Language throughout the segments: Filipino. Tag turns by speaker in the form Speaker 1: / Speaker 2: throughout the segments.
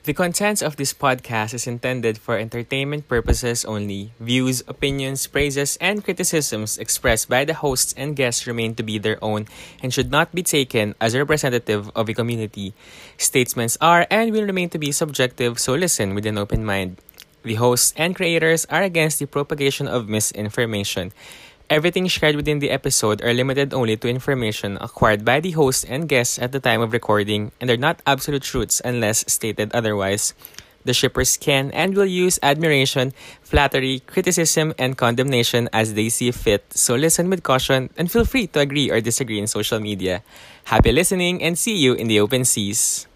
Speaker 1: The contents of this podcast is intended for entertainment purposes only. Views, opinions, praises, and criticisms expressed by the hosts and guests remain to be their own and should not be taken as representative of a community. Statements are and will remain to be subjective, so listen with an open mind. The hosts and creators are against the propagation of misinformation. Everything shared within the episode are limited only to information acquired by the host and guests at the time of recording and are not absolute truths unless stated otherwise. The shippers can and will use admiration, flattery, criticism, and condemnation as they see fit, so listen with caution and feel free to agree or disagree in social media. Happy listening and see you in the open seas.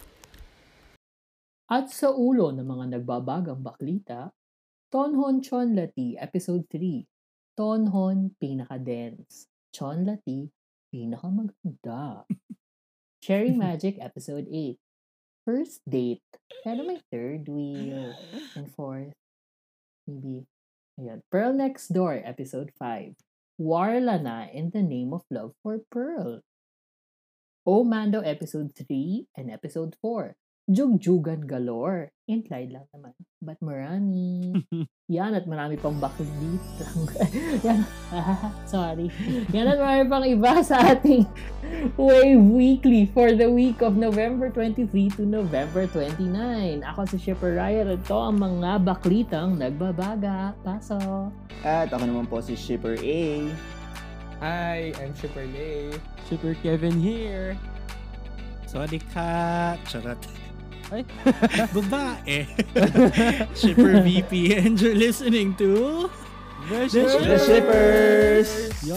Speaker 2: At sa ulo ng mga nagbabagang baklita, Tonhon Chonlati Episode 3, Tonhon Pinaka-Dense, Chonlati Pinaka-Maganda. Cherry Magic Episode 8, First Date, pero may third wheel, and fourth, maybe, ayan. Pearl Next Door Episode 5, Warla na in the Name of Love for Pearl. O Mando Episode 3 and Episode 4, Jugjugan galore. Implied lang naman. But marami. Yan at marami pang backbeat lang. Yan. Sorry. Yan at marami pang iba sa ating Wave Weekly for the week of November 23 to November 29. Ako si Shipper Ryan at ito ang mga baklitang nagbabaga. Paso.
Speaker 3: At ako naman po si Shipper A.
Speaker 1: Hi, I'm Shipper Lay.
Speaker 4: Super Kevin here.
Speaker 5: Sorry ka. Charot.
Speaker 4: Ay.
Speaker 5: Babae. Shipper VP and you're listening to...
Speaker 3: The Shippers!
Speaker 5: Yo!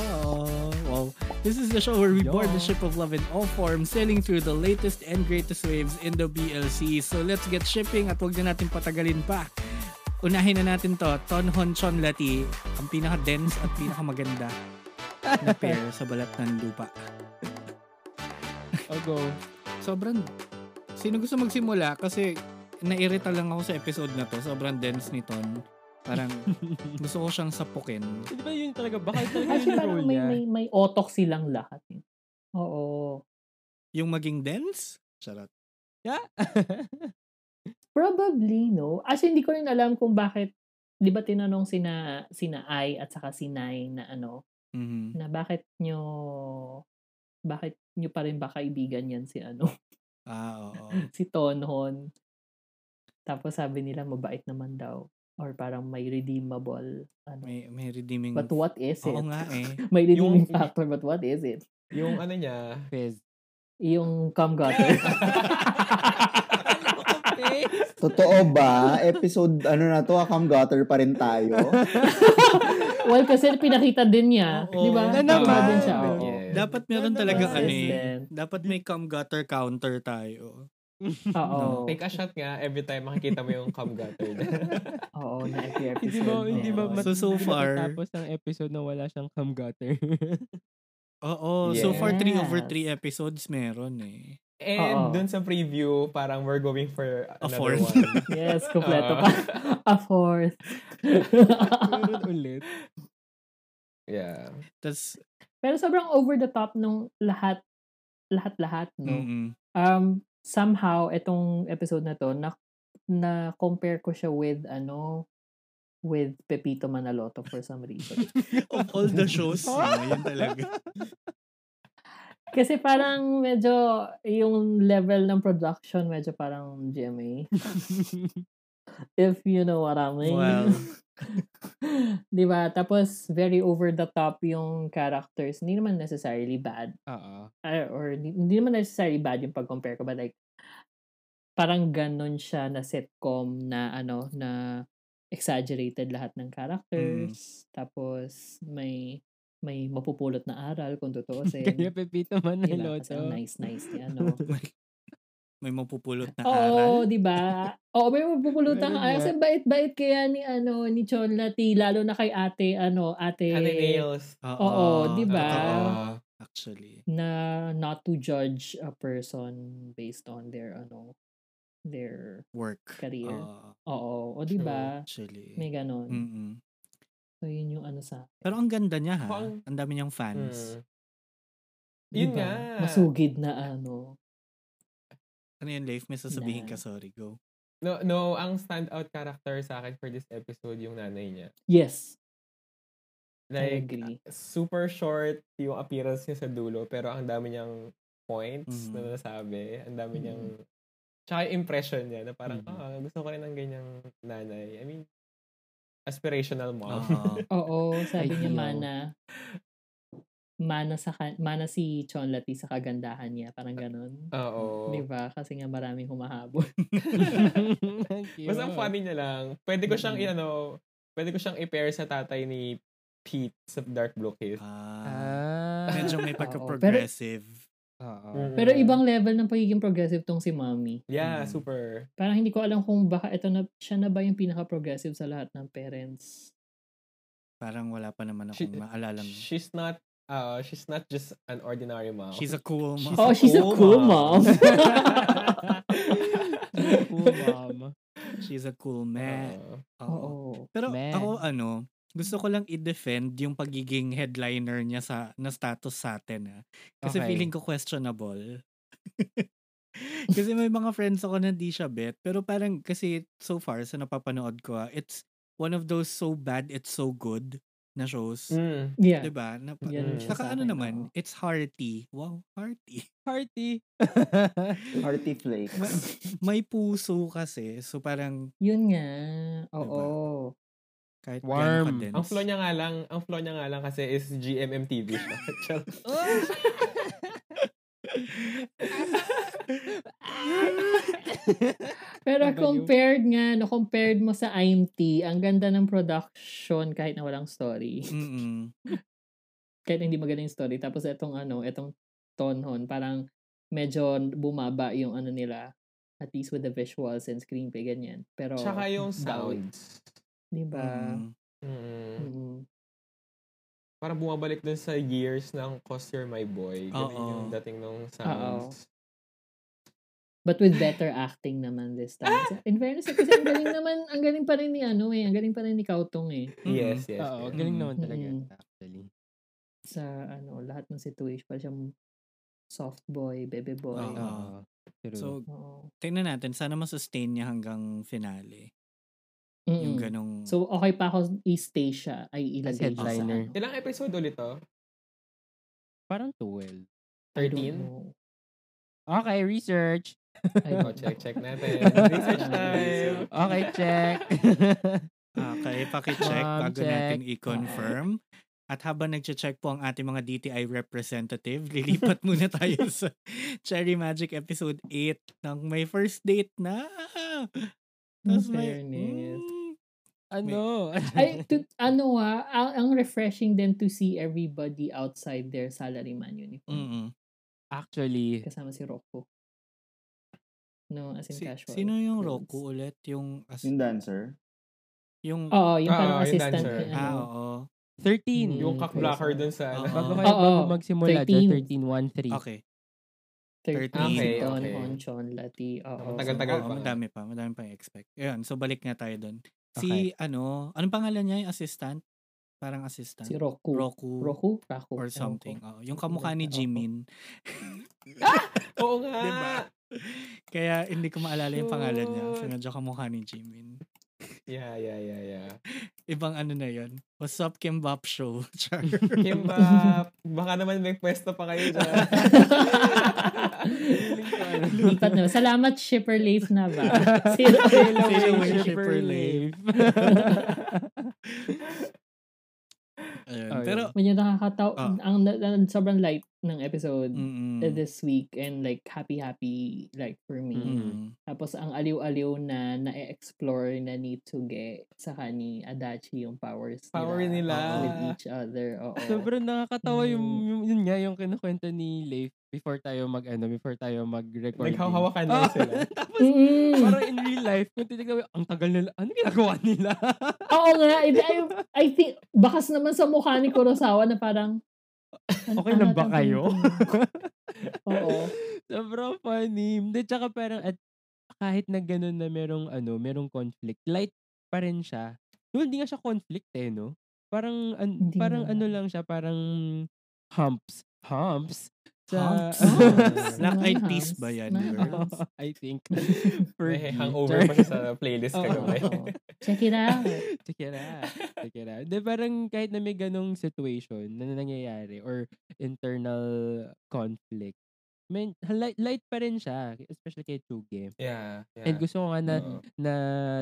Speaker 5: Wow. This is the show where we
Speaker 4: Yo.
Speaker 5: board the ship of love in all forms, sailing through the latest and greatest waves in the BLC. So let's get shipping at huwag na natin patagalin pa. Unahin na natin to, Ton Hon Chon Lati, ang pinaka-dense at pinakamaganda na pair sa balat ng lupa.
Speaker 4: I'll go.
Speaker 5: sobrang sino gusto magsimula kasi nairita lang ako sa episode na to sobrang dense ni Ton parang gusto ko siyang sapukin
Speaker 4: Hindi ba yun talaga? Baka yun talaga
Speaker 2: Actually,
Speaker 4: yung
Speaker 2: parang
Speaker 4: role
Speaker 2: may,
Speaker 4: niya.
Speaker 2: may, may otok silang lahat. eh. Oo.
Speaker 5: yung maging dense charot
Speaker 4: Yeah?
Speaker 2: Probably, no? As in, hindi ko rin alam kung bakit, di ba tinanong sina, sina I at saka si Nay na ano,
Speaker 5: Mhm.
Speaker 2: na bakit nyo, bakit nyo pa rin ba kaibigan yan si ano,
Speaker 5: ah oo
Speaker 2: si Tonhon. Tapos sabi nila, mabait naman daw. Or parang may redeemable, ano.
Speaker 5: may may redeeming
Speaker 2: But what is it?
Speaker 5: oo nga eh
Speaker 2: May
Speaker 1: Yung-
Speaker 2: redeeming factor, but what is it?
Speaker 1: Yung ano niya,
Speaker 4: Fizz.
Speaker 2: Yung cum gutter.
Speaker 3: Totoo ba? Episode ano na to, Akam Gutter pa rin tayo.
Speaker 2: well, kasi pinakita din niya.
Speaker 5: Oo,
Speaker 2: di ba?
Speaker 5: na
Speaker 2: Tama
Speaker 5: naman.
Speaker 2: din siya. oo.
Speaker 5: dapat meron talaga ano eh
Speaker 2: Consistent.
Speaker 5: dapat may cum gutter counter tayo
Speaker 2: Oo.
Speaker 1: Take a shot nga every time makikita mo yung cum gutter.
Speaker 2: Oo, na every episode.
Speaker 4: Hindi ba, hindi ba
Speaker 2: meron.
Speaker 5: mat- So, so
Speaker 4: hindi ba
Speaker 5: far-
Speaker 4: Tapos ng episode na wala siyang cum gutter.
Speaker 5: oo so far 3 over
Speaker 2: Yes.
Speaker 5: 3 episodes meron eh
Speaker 1: And
Speaker 2: Oo.
Speaker 1: dun sa preview, parang we're going for
Speaker 5: A
Speaker 1: another
Speaker 5: fourth.
Speaker 1: one.
Speaker 2: yes, kompleto
Speaker 1: Oo.
Speaker 2: pa. A fourth.
Speaker 4: Meron ulit.
Speaker 1: yeah.
Speaker 5: tas
Speaker 2: Pero sobrang over the top nung lahat, lahat-lahat, no?
Speaker 5: mm
Speaker 2: Um, somehow, itong episode na to, na, na compare ko siya with, ano, with Pepito Manaloto for some reason.
Speaker 5: of all the shows no, yun talaga
Speaker 2: Kasi parang medyo yung level ng production medyo parang GMA. If you know what I mean.
Speaker 5: Well.
Speaker 2: Di ba? Tapos, very over the top yung characters. Hindi naman necessarily bad.
Speaker 4: Oo.
Speaker 2: Ay, or hindi- hindi naman necessarily bad yung pag-compare ko. But like, parang ganun siya na sitcom na ano, na exaggerated lahat
Speaker 4: Mm.
Speaker 2: ng characters. Tapos, may may mapupulot na aral kung totoo
Speaker 4: Kaya Pepito
Speaker 2: Diba? Kasi
Speaker 4: Manaloto.
Speaker 2: ang nice-nice ni ano.
Speaker 5: may mapupulot na aral
Speaker 2: Oo, di ba? Oo, may mapupulutan ka.
Speaker 4: Meron
Speaker 2: Kasi bait-bait kaya ni ano ni Chon Lati, lalo na kay ate, ano, ate,
Speaker 1: Ate Nails.
Speaker 2: Oo, di ba?
Speaker 5: totoo,
Speaker 1: Totoo.
Speaker 5: Actually.
Speaker 2: na not to judge a person based on their, ano, their,
Speaker 5: Work.
Speaker 2: Career.
Speaker 5: Oo,
Speaker 2: oo, o di ba?
Speaker 5: actually.
Speaker 2: May ganon.
Speaker 1: Hmm.
Speaker 5: Mm-mm.
Speaker 2: So, yun yung ano sa,
Speaker 5: Pero ang ganda niya ha.
Speaker 1: Pang-
Speaker 5: Ang dami niyang fans.
Speaker 1: Hmm. Yun
Speaker 2: di ba?
Speaker 1: nga.
Speaker 2: Masugid na ano.
Speaker 5: Ano yun, Leif? May sasabihin
Speaker 2: Na.
Speaker 5: ka. Sorry, go.
Speaker 1: No, no, ang standout character sa akin for this episode yung nanay niya.
Speaker 2: Yes,
Speaker 1: Like,
Speaker 2: I agree.
Speaker 1: super short yung appearance niya sa dulo, pero ang dami niyang points
Speaker 5: Mhm.
Speaker 2: Mm-hmm.
Speaker 1: na nasabi. Ang dami
Speaker 2: Mhm.
Speaker 1: niyang...
Speaker 2: Mm-hmm.
Speaker 1: Tsaka yung impression niya na parang,
Speaker 5: Mhm.
Speaker 1: ah, gusto ko rin ng ganyang nanay. I mean, aspirational mom.
Speaker 5: Oo.
Speaker 1: ah,
Speaker 2: Oo, sabi niya
Speaker 6: Ideal.
Speaker 2: mana. Mana sa kan- mana si Chon Lati sa kagandahan niya, parang ganun.
Speaker 1: Ah, Oo.
Speaker 2: Di ba? Kasi nga maraming humahabol.
Speaker 1: Basta ang funny niya lang. Pwede ko siyang,
Speaker 2: Mm-hmm.
Speaker 5: Mhm.
Speaker 1: ano, pwede ko siyang i-pair sa tatay ni Pete sa Dark Blue Kiss.
Speaker 5: Ah,
Speaker 6: Ah.
Speaker 5: medyo may
Speaker 2: Oo,
Speaker 5: pagka-progressive.
Speaker 2: Ah.
Speaker 6: Oo.
Speaker 1: Mhm.
Speaker 5: Mm.
Speaker 2: Pero ibang level ng pagiging progressive tong si Mommy.
Speaker 1: Yeah,
Speaker 5: Mhm.
Speaker 1: super.
Speaker 2: Parang hindi ko alam kung baka ito na, siya na ba yung pinaka-progressive sa lahat ng parents.
Speaker 5: Parang wala pa naman
Speaker 1: She-
Speaker 5: akong maalala.
Speaker 1: She's not, uh, she's not just an ordinary mom.
Speaker 5: She's a cool
Speaker 1: She's
Speaker 5: mom.
Speaker 2: Oh, she's a cool mom.
Speaker 6: Cool, mom.
Speaker 5: She's a cool man.
Speaker 1: Oo.
Speaker 5: Oo.
Speaker 2: Oo.
Speaker 5: Pero
Speaker 6: Man.
Speaker 5: ako ano, gusto ko lang i-defend yung pagiging headliner niya sa na status sa atin. ah. Kasi
Speaker 6: Okay.
Speaker 5: feeling ko questionable. kasi may mga friends ako na di siya bet. Pero parang kasi so far sa napapanood ko, ah, it's one of those so bad, it's so good na shows.
Speaker 1: Mm.
Speaker 2: Yeah.
Speaker 5: Diba? Na,
Speaker 2: Ganun siya sa
Speaker 5: saka ano
Speaker 2: akin,
Speaker 5: naman,
Speaker 2: oo.
Speaker 5: it's hearty. Wow, hearty.
Speaker 6: Party.
Speaker 3: Hearty flakes.
Speaker 5: Ma- may puso kasi. So parang
Speaker 2: Yun nga.
Speaker 5: diba?
Speaker 2: Oo.
Speaker 5: kahit gaano
Speaker 6: Warm.
Speaker 5: ka
Speaker 1: Ang
Speaker 5: dense.
Speaker 1: flow niya nga lang, ang flow niya nga lang kasi is GMMTV siya. Charot.
Speaker 2: Pero
Speaker 6: Ang baliw.
Speaker 2: compared nga, no, compared mo sa IMT, ang ganda ng production kahit na walang story.
Speaker 5: Mm-mm.
Speaker 2: kahit hindi maganda yung story. Tapos etong ano, etong tonhon, parang medyo bumaba yung ano nila. At least with the visuals and screenplay, ganyan. Pero,
Speaker 1: Tsaka yung
Speaker 2: bawal.
Speaker 1: sounds.
Speaker 2: di ba?
Speaker 5: Mm.
Speaker 1: Mm.
Speaker 2: Mm.
Speaker 1: Parang bumabalik dun sa years ng Cause You're My Boy. Ganun
Speaker 5: Oo.
Speaker 1: yung dating nung sounds.
Speaker 2: But with better acting naman this time. So, In fairness, eh, kasi ang galing naman, ang galing pa rin ni ano eh, ang galing pa rin ni Kautong eh.
Speaker 1: Yes, yes.
Speaker 6: Oo,
Speaker 1: yes.
Speaker 6: galing naman talaga.
Speaker 2: Mm.
Speaker 6: Actually.
Speaker 2: Sa ano, lahat ng situation, parang siyang soft boy, bebe boy.
Speaker 5: Oo.
Speaker 1: Ah.
Speaker 6: Oo. True.
Speaker 5: So
Speaker 2: Oo.
Speaker 5: tingnan natin, sana masustain niya hanggang finale.
Speaker 2: Mm-mm.
Speaker 5: Yung ganong...
Speaker 2: Hmm. So, okay pa ako i-stay siya, ay
Speaker 6: As
Speaker 2: ilagay siya sa
Speaker 6: headliner.
Speaker 2: ano.
Speaker 1: Ilang episode ulit to?
Speaker 6: parang 12.
Speaker 2: I don't
Speaker 1: 13?
Speaker 2: know.
Speaker 6: Okay, research.
Speaker 2: I
Speaker 1: Oh,
Speaker 2: don't
Speaker 1: check,
Speaker 2: know.
Speaker 1: check natin. Research time.
Speaker 6: Okay, check.
Speaker 5: okay, pakicheck
Speaker 6: Um,
Speaker 5: ah, bago
Speaker 6: check.
Speaker 5: natin i-confirm. At habang nagche-check po ang ating mga DTI representative, lilipat muna tayo sa Cherry Magic Episode 8 ng may first date na.
Speaker 2: In
Speaker 5: Tapos may-
Speaker 2: fairness.
Speaker 5: Mm.
Speaker 6: ano?
Speaker 2: Ay, to, ano ah, ang, ang refreshing din to see everybody outside their salaryman uniform.
Speaker 5: hmm, Mm-mm.
Speaker 6: Actually,
Speaker 2: Kasama si Rocco. No, as in
Speaker 5: Si-
Speaker 2: casual.
Speaker 5: sino yung
Speaker 2: clothes.
Speaker 5: Roku ulit? Yung, as,
Speaker 3: Yung dancer.
Speaker 5: yung,
Speaker 2: Oo, yung
Speaker 1: Oo,
Speaker 2: parang
Speaker 1: yung
Speaker 2: assistant.
Speaker 1: dancer.
Speaker 2: ni
Speaker 5: ah,
Speaker 2: Oh, ano.
Speaker 5: oo.
Speaker 6: 13.
Speaker 1: Yung
Speaker 2: Mm,
Speaker 1: cock-blocker
Speaker 2: crazy.
Speaker 1: dun sa...
Speaker 5: Oo.
Speaker 6: Bago
Speaker 5: Oo.
Speaker 6: kayo bago
Speaker 2: Oo,
Speaker 6: magsimula, dyan,
Speaker 2: 13.
Speaker 6: 13, 1, 3.
Speaker 5: Okay.
Speaker 2: 13,
Speaker 1: Okay,
Speaker 2: Don
Speaker 1: okay.
Speaker 2: Honchon, Lati. Oo.
Speaker 1: Ang tagal-tagal
Speaker 5: Oo,
Speaker 1: pa.
Speaker 5: Madami pa, madami pang expect. Ayun, so balik nga tayo doon. Si,
Speaker 6: Okay.
Speaker 5: ano, anong pangalan niya yung assistant? Parang assistant.
Speaker 2: Si Roku.
Speaker 5: Roku.
Speaker 2: Roku? Raku. Ewan
Speaker 5: Or
Speaker 2: ko.
Speaker 5: something. Oo, yung kamukha ni
Speaker 2: Basta ako.
Speaker 5: Jimin.
Speaker 1: Ah! Oo nga!
Speaker 5: Diba? Kaya hindi ko maalala yung pangalan niya. So,
Speaker 1: Shoot.
Speaker 5: medyo kamukha ni Jimin.
Speaker 1: Yeah, yeah, yeah, yeah.
Speaker 5: Ibang ano na yun. What's up, Kimbap Show? Char.
Speaker 1: Kimba,
Speaker 5: Ah,
Speaker 1: baka naman may pwesto pa kayo dyan.
Speaker 2: Lipat na. Salamat, Shipper Leif na ba? si
Speaker 5: Sailor
Speaker 6: Sailor
Speaker 5: Sailor
Speaker 6: Moon
Speaker 5: Moon
Speaker 6: Shipper
Speaker 5: Shipper
Speaker 6: Leif.
Speaker 5: Ayun.
Speaker 6: Ayun.
Speaker 5: Pero,
Speaker 2: Medyo nakakataw.
Speaker 5: Ah.
Speaker 2: Ang, na- na- sobrang light ng episode
Speaker 5: mm
Speaker 2: uh, this week and like happy-happy like for me.
Speaker 6: Mm.
Speaker 2: Tapos ang aliw-aliw na na-explore na ni Tsuge saka ni Adachi yung powers uh,
Speaker 1: Power nila.
Speaker 2: with each other. Oo.
Speaker 6: Sobrang nakakatawa yung,
Speaker 2: Mm.
Speaker 6: yung yun nga yung kinukwento ni Leif before tayo mag ano, before tayo mag-record.
Speaker 1: Naghahawakan lang sila.
Speaker 6: Tapos
Speaker 2: Mm-mm.
Speaker 6: parang in real life, kung titignan mo, ang tagal nila, ano ginagawa nila?
Speaker 2: Oo nga. eh, I, I- I think, bakas naman sa mukha ni Kurosawa na parang, ano
Speaker 6: Okay lang ba
Speaker 2: natanggalin
Speaker 6: kayo?
Speaker 2: ko na? Oo.
Speaker 6: Sobrang funny. Hindi, tsaka parang at kahit na ganun na merong ano, merong conflict, light pa rin siya. No, hindi nga siya conflict eh, no? Parang, an-
Speaker 2: Hindi
Speaker 6: parang
Speaker 2: naman.
Speaker 6: ano lang siya, parang humps. Humps? sa...
Speaker 2: Hot
Speaker 5: Black Eyed
Speaker 2: Nice,
Speaker 5: Peas ba yan,
Speaker 2: nice.
Speaker 5: girl?
Speaker 6: I think.
Speaker 1: May
Speaker 6: Fergie.
Speaker 1: hangover pa siya sa playlist
Speaker 6: Oo.
Speaker 1: kagabi.
Speaker 2: Oo. Check it out.
Speaker 6: Check it out. Check it out. Di, parang kahit na may ganong situation na nangyayari or internal conflict, may, light, light pa rin siya, especially kay Chuge.
Speaker 1: yeah, yeah.
Speaker 6: And gusto ko nga na,
Speaker 1: Oo.
Speaker 6: na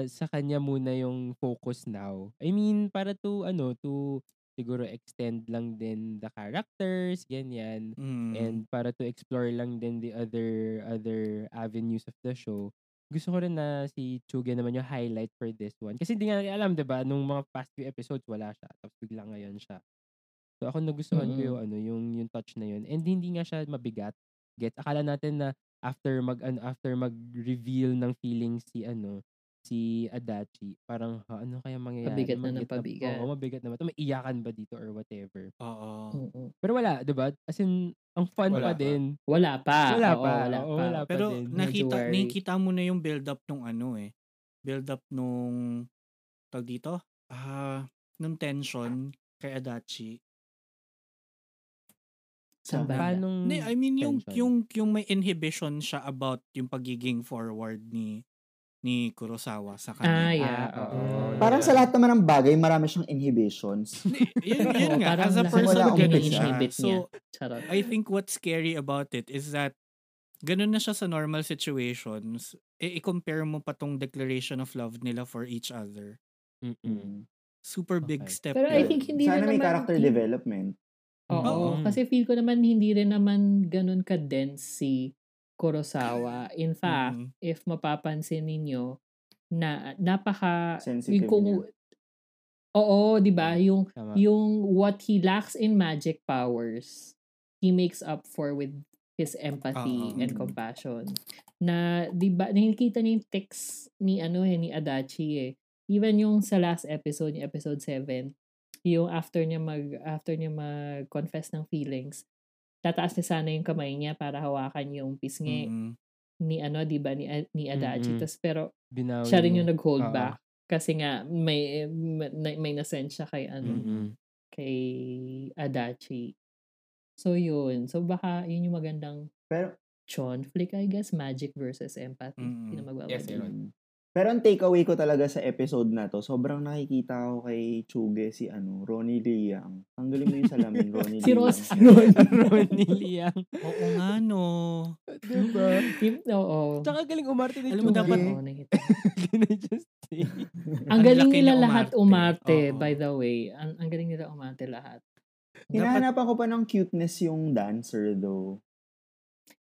Speaker 6: sa kanya muna yung focus now. I mean, para to, ano, to siguro extend lang din the characters, ganyan
Speaker 5: Mm.
Speaker 6: and para to explore lang din the other other avenues of the show gusto ko rin na si Chuge naman yung highlight for this one. Kasi hindi nga natin alam, di ba? Nung mga past few episodes, wala siya. Tapos bigla ngayon siya. So ako nagustuhan ko
Speaker 2: Mm-mm.
Speaker 6: yung, ano, yung, yung touch na yun. And hindi nga siya mabigat. Get? Akala natin na after mag ano, after mag-reveal ng feelings si ano si Adachi, parang ha, ano kaya mangyayari?
Speaker 2: Pabigat na ng
Speaker 6: Mabigat
Speaker 2: pabigat.
Speaker 6: Oo, mabigat naman. Ito, maiyakan ba dito or whatever.
Speaker 5: Oo.
Speaker 2: Mm-mm.
Speaker 6: Pero wala, 'di ba? As in, ang fun
Speaker 1: Wala
Speaker 6: pa
Speaker 1: pa.
Speaker 6: din.
Speaker 2: Wala pa.
Speaker 6: Wala
Speaker 2: Oo,
Speaker 6: pa.
Speaker 2: Wala
Speaker 6: Oo,
Speaker 2: pa.
Speaker 6: wala pa.
Speaker 5: Pero
Speaker 6: din.
Speaker 2: Medyo
Speaker 5: nakita,
Speaker 2: worry.
Speaker 5: nakita mo na yung build-up nung ano eh. Build-up nung, tag dito, ah, nung tension kay Adachi.
Speaker 2: Saan ba?
Speaker 6: Paano
Speaker 2: Hmm,
Speaker 5: Hindi, I mean yung
Speaker 6: tension.
Speaker 5: yung yung may inhibition siya about yung pagiging forward ni ni Kurosawa
Speaker 2: Ah,
Speaker 5: sa kanya.
Speaker 2: yeah.
Speaker 6: Ah,
Speaker 2: oo.
Speaker 6: oo.
Speaker 3: Parang sa lahat naman ng bagay, marami siyang inhibitions.
Speaker 5: Hindi, yun, yun
Speaker 2: Oo,
Speaker 5: nga,
Speaker 2: parang
Speaker 5: as a
Speaker 2: lahat
Speaker 5: person,
Speaker 3: wala
Speaker 5: ganun
Speaker 3: akong
Speaker 5: siya.
Speaker 2: inhibit niya.
Speaker 5: So,
Speaker 2: Charot.
Speaker 5: I think what's scary about it is that ganun na siya sa normal situations. I- I-compare mo pa tong declaration of love nila for each other.
Speaker 6: Mm-mm.
Speaker 5: Super big
Speaker 6: Okay.
Speaker 5: step.
Speaker 2: Pero I
Speaker 5: yun.
Speaker 2: think hindi na
Speaker 3: Sana may
Speaker 2: naman-
Speaker 3: character development.
Speaker 2: Oo.
Speaker 6: Oo.
Speaker 2: Kasi feel ko naman hindi rin naman ganun ka-dense si Kurosawa. In fact,
Speaker 1: Mm-hmm.
Speaker 5: Mm.
Speaker 2: if mapapansin ninyo, na napaka
Speaker 3: Sensitive niya.
Speaker 2: Oo, 'di
Speaker 6: Diba,
Speaker 2: ba? Yung
Speaker 6: Tama.
Speaker 2: yung what he lacks in magic powers, he makes up for with his empathy
Speaker 5: Oo.
Speaker 2: and compassion. Na, di ba, nakikita niya yung text ni, ano eh, ni Adachi eh. Even yung sa last episode, yung episode 7, yung after niya mag, after niya mag-confess ng feelings, tataas niya sana yung kamay niya para hawakan yung pisngi
Speaker 5: Mm-mm.
Speaker 2: ni, ano, di ba, ni, ni Adachi.
Speaker 6: Mm-mm.
Speaker 2: Tas, pero,
Speaker 6: Binawi
Speaker 2: siya rin
Speaker 6: mo.
Speaker 2: yung nag-hold
Speaker 6: Oo.
Speaker 2: back. Kasi nga, may, may, may nasend siya kay, ano,
Speaker 6: Mm-mm.
Speaker 2: kay Adachi. So, yun. So, baka yun yung magandang
Speaker 3: Pero,
Speaker 2: Chon flick, I guess. Magic versus empathy.
Speaker 5: Mm-mm.
Speaker 2: Hindi na
Speaker 1: Yes,
Speaker 2: magbabago.
Speaker 1: yun.
Speaker 3: pero ang takeaway ko talaga sa episode na to, sobrang nakikita ko kay Chuge si ano, Ronnie Liang. Ang galing mo yung salamin, Ronnie
Speaker 2: Si
Speaker 3: Liang.
Speaker 2: Ross.
Speaker 6: ano,
Speaker 2: Yun.
Speaker 6: Ronnie Liang.
Speaker 5: Oo nga no.
Speaker 6: diba?
Speaker 2: Yung- Oo.
Speaker 6: Tsaka galing umarte ni
Speaker 5: Alam mo,
Speaker 6: Chuge.
Speaker 5: dapat-
Speaker 2: Oo, nakita.
Speaker 6: Can I just say?
Speaker 2: Ang galing
Speaker 5: laki
Speaker 2: nila
Speaker 5: niya
Speaker 2: lahat umarte,
Speaker 5: Oo.
Speaker 2: by the way. Ang, ang galing nila umarte lahat.
Speaker 3: Hinahanapan ko pa ng cuteness yung dancer though.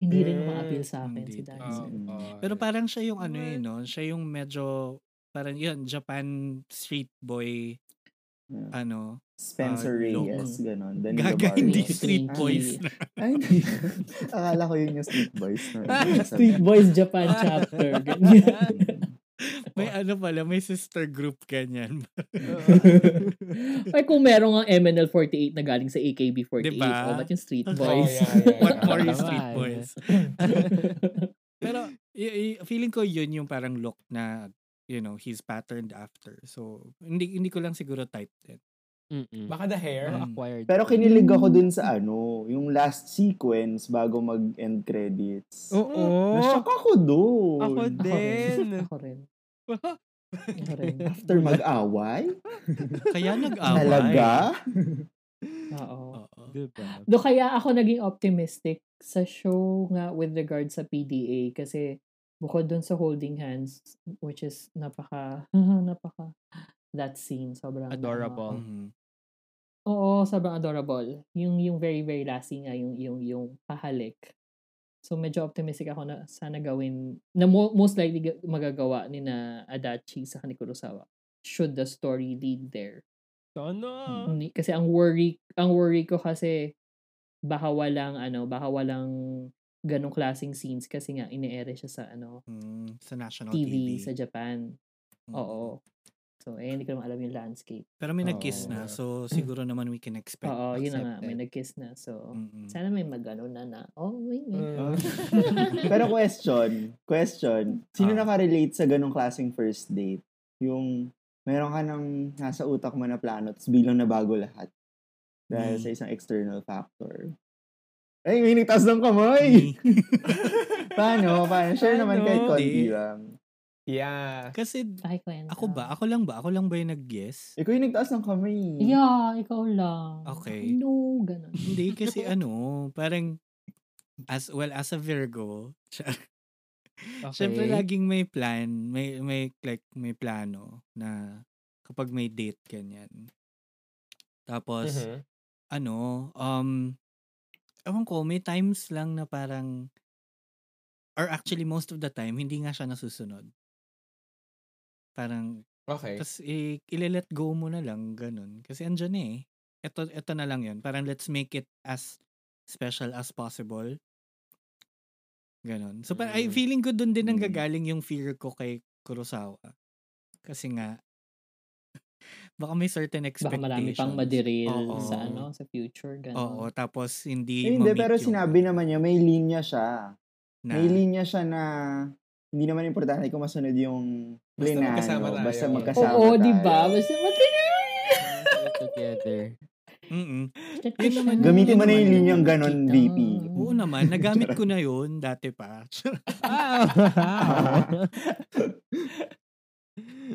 Speaker 2: Hindi rin
Speaker 1: Mm,
Speaker 2: maka-appeal sa akin
Speaker 5: hindi.
Speaker 2: si
Speaker 1: Oo,
Speaker 2: Dancer.
Speaker 3: Mm.
Speaker 1: oo.
Speaker 5: Pero parang siya yung ano eh, no? Siya yung medyo, parang yun, Japan street boy,
Speaker 3: Yeah.
Speaker 5: ano.
Speaker 3: Spencer
Speaker 5: Ah, no.
Speaker 3: Reyes, ganon. Danilo
Speaker 5: Gaga, hindi
Speaker 3: Barrios.
Speaker 5: street
Speaker 2: Ah,
Speaker 5: boys.
Speaker 2: hindi.
Speaker 3: Ay, hindi. Akala ko yun yung Street Boys. Na,
Speaker 2: Street Boys Japan chapter. Ganyan.
Speaker 5: may
Speaker 2: Oh.
Speaker 5: ano pala, may sister group ganyan.
Speaker 2: Ay, kung merong ang MNL48 na galing sa AKB48,
Speaker 5: Diba?
Speaker 2: o oh, ba't yung Street
Speaker 5: Oo,
Speaker 2: Boys?
Speaker 1: yeah, yeah, yeah.
Speaker 5: What more is
Speaker 6: Tama,
Speaker 5: street
Speaker 6: eh.
Speaker 5: boys? Pero y- y- feeling ko yun yung parang look na you know, he's patterned after. So, hindi hindi ko lang siguro type din.
Speaker 6: Mm-mm.
Speaker 1: Baka the hair.
Speaker 5: Mm.
Speaker 6: Acquired.
Speaker 3: Pero kinilig ako dun sa ano, yung last sequence bago mag-end credits.
Speaker 6: Oo.
Speaker 3: Nashock ako dun.
Speaker 6: Ako din.
Speaker 2: Ako rin. Ako rin.
Speaker 3: After mag-away?
Speaker 5: Kaya nag-away.
Speaker 3: Talaga?
Speaker 2: Oo.
Speaker 5: Oo.
Speaker 6: diba?
Speaker 2: Do kaya ako naging optimistic sa show nga with regard sa PDA kasi bukod dun sa holding hands which is napaka napaka that scene sobrang
Speaker 6: Adorable.
Speaker 5: Mhm.
Speaker 2: ano. oo, sobrang adorable. Yung yung very very last scene nga yung yung yung pahalik. So medyo optimistic ako na sana gawin na mo- most likely ga- magagawa ni na Adachi sa ni Kurosawa should the story lead there.
Speaker 6: Sana.
Speaker 2: Ni- kasi ang worry ang worry ko kasi baka walang ano baka walang ganong klaseng scenes kasi nga ine-air siya sa ano
Speaker 5: Mm, sa national
Speaker 2: TV,
Speaker 5: TV.
Speaker 2: sa Japan.
Speaker 5: Mm.
Speaker 2: Oo. So, eh, hindi ko naman alam yung landscape.
Speaker 5: Pero may nag-kiss
Speaker 1: Oo.
Speaker 5: na, so siguro naman we can expect. Mm-hmm.
Speaker 2: Oo, yun na nga.
Speaker 5: accepted.
Speaker 2: May nag-kiss na. So,
Speaker 5: Mm-mm.
Speaker 2: sana may magano na na. Oh, wait, wait.
Speaker 1: Mm.
Speaker 3: Pero question, question. Sino
Speaker 5: Ah.
Speaker 3: nakarelate sa ganong klaseng first date? Yung meron ka ng nasa utak mo na plano, tapos bilang na bago lahat. Dahil
Speaker 5: Mm.
Speaker 3: sa isang external factor. Ay, may nagtaas ng kamay! paano? Paano? Share
Speaker 6: Paano?
Speaker 3: naman kahit konti
Speaker 5: Di.
Speaker 3: lang.
Speaker 1: Yeah.
Speaker 5: Kasi
Speaker 2: Pakikwento.
Speaker 5: ako ba? Ako lang ba? Ako lang ba yung nag-guess?
Speaker 3: Ikaw yung Eh, nagtaas ng kamay.
Speaker 2: Yeah, ikaw lang.
Speaker 5: Okay.
Speaker 2: No, ganun.
Speaker 5: Hindi kasi ano, parang as well as a Virgo,
Speaker 6: Okay.
Speaker 5: Siyempre laging may plan, may may like may plano na kapag may date ganyan.
Speaker 6: Mm-hmm.
Speaker 5: Tapos
Speaker 1: Mhm.
Speaker 5: ano, um ewan ko, may times lang na parang or actually most of the time hindi nga siya nasusunod. Parang
Speaker 1: Okay.
Speaker 5: tapos i- ile-let go mo na lang ganun kasi andyan na eh. Ito ito na lang 'yun. Parang let's make it as special as possible. Ganun. So parang ay
Speaker 1: Mm.
Speaker 5: feeling ko doon din ang
Speaker 3: Mm.
Speaker 5: gagaling yung fear ko kay Kurosawa. Kasi nga baka may
Speaker 2: Baka
Speaker 5: certain expectations.
Speaker 2: marami pang madiril
Speaker 5: Oo.
Speaker 2: sa ano sa future, ganun.
Speaker 5: Oo, tapos hindi
Speaker 3: Eh, hindi,
Speaker 5: ma-meet
Speaker 3: pero
Speaker 5: yung-
Speaker 3: sinabi naman niya, may linya siya.
Speaker 5: na,
Speaker 3: May linya siya na hindi naman importante kung masunod yung
Speaker 1: Basta
Speaker 3: plinano.
Speaker 1: magkasama tayo.
Speaker 3: Basta magkasama
Speaker 2: Oo,
Speaker 3: tayo.
Speaker 2: di ba? Basta matiril.
Speaker 6: together.
Speaker 5: Mm-mm.
Speaker 2: Yun naman.
Speaker 3: Gamitin mo na yung
Speaker 5: Yun naman
Speaker 3: linyang
Speaker 5: yung
Speaker 3: ganon,
Speaker 5: nakikita.
Speaker 3: VP.
Speaker 5: Oo naman, nagamit ko na yun dati pa.
Speaker 6: Wow!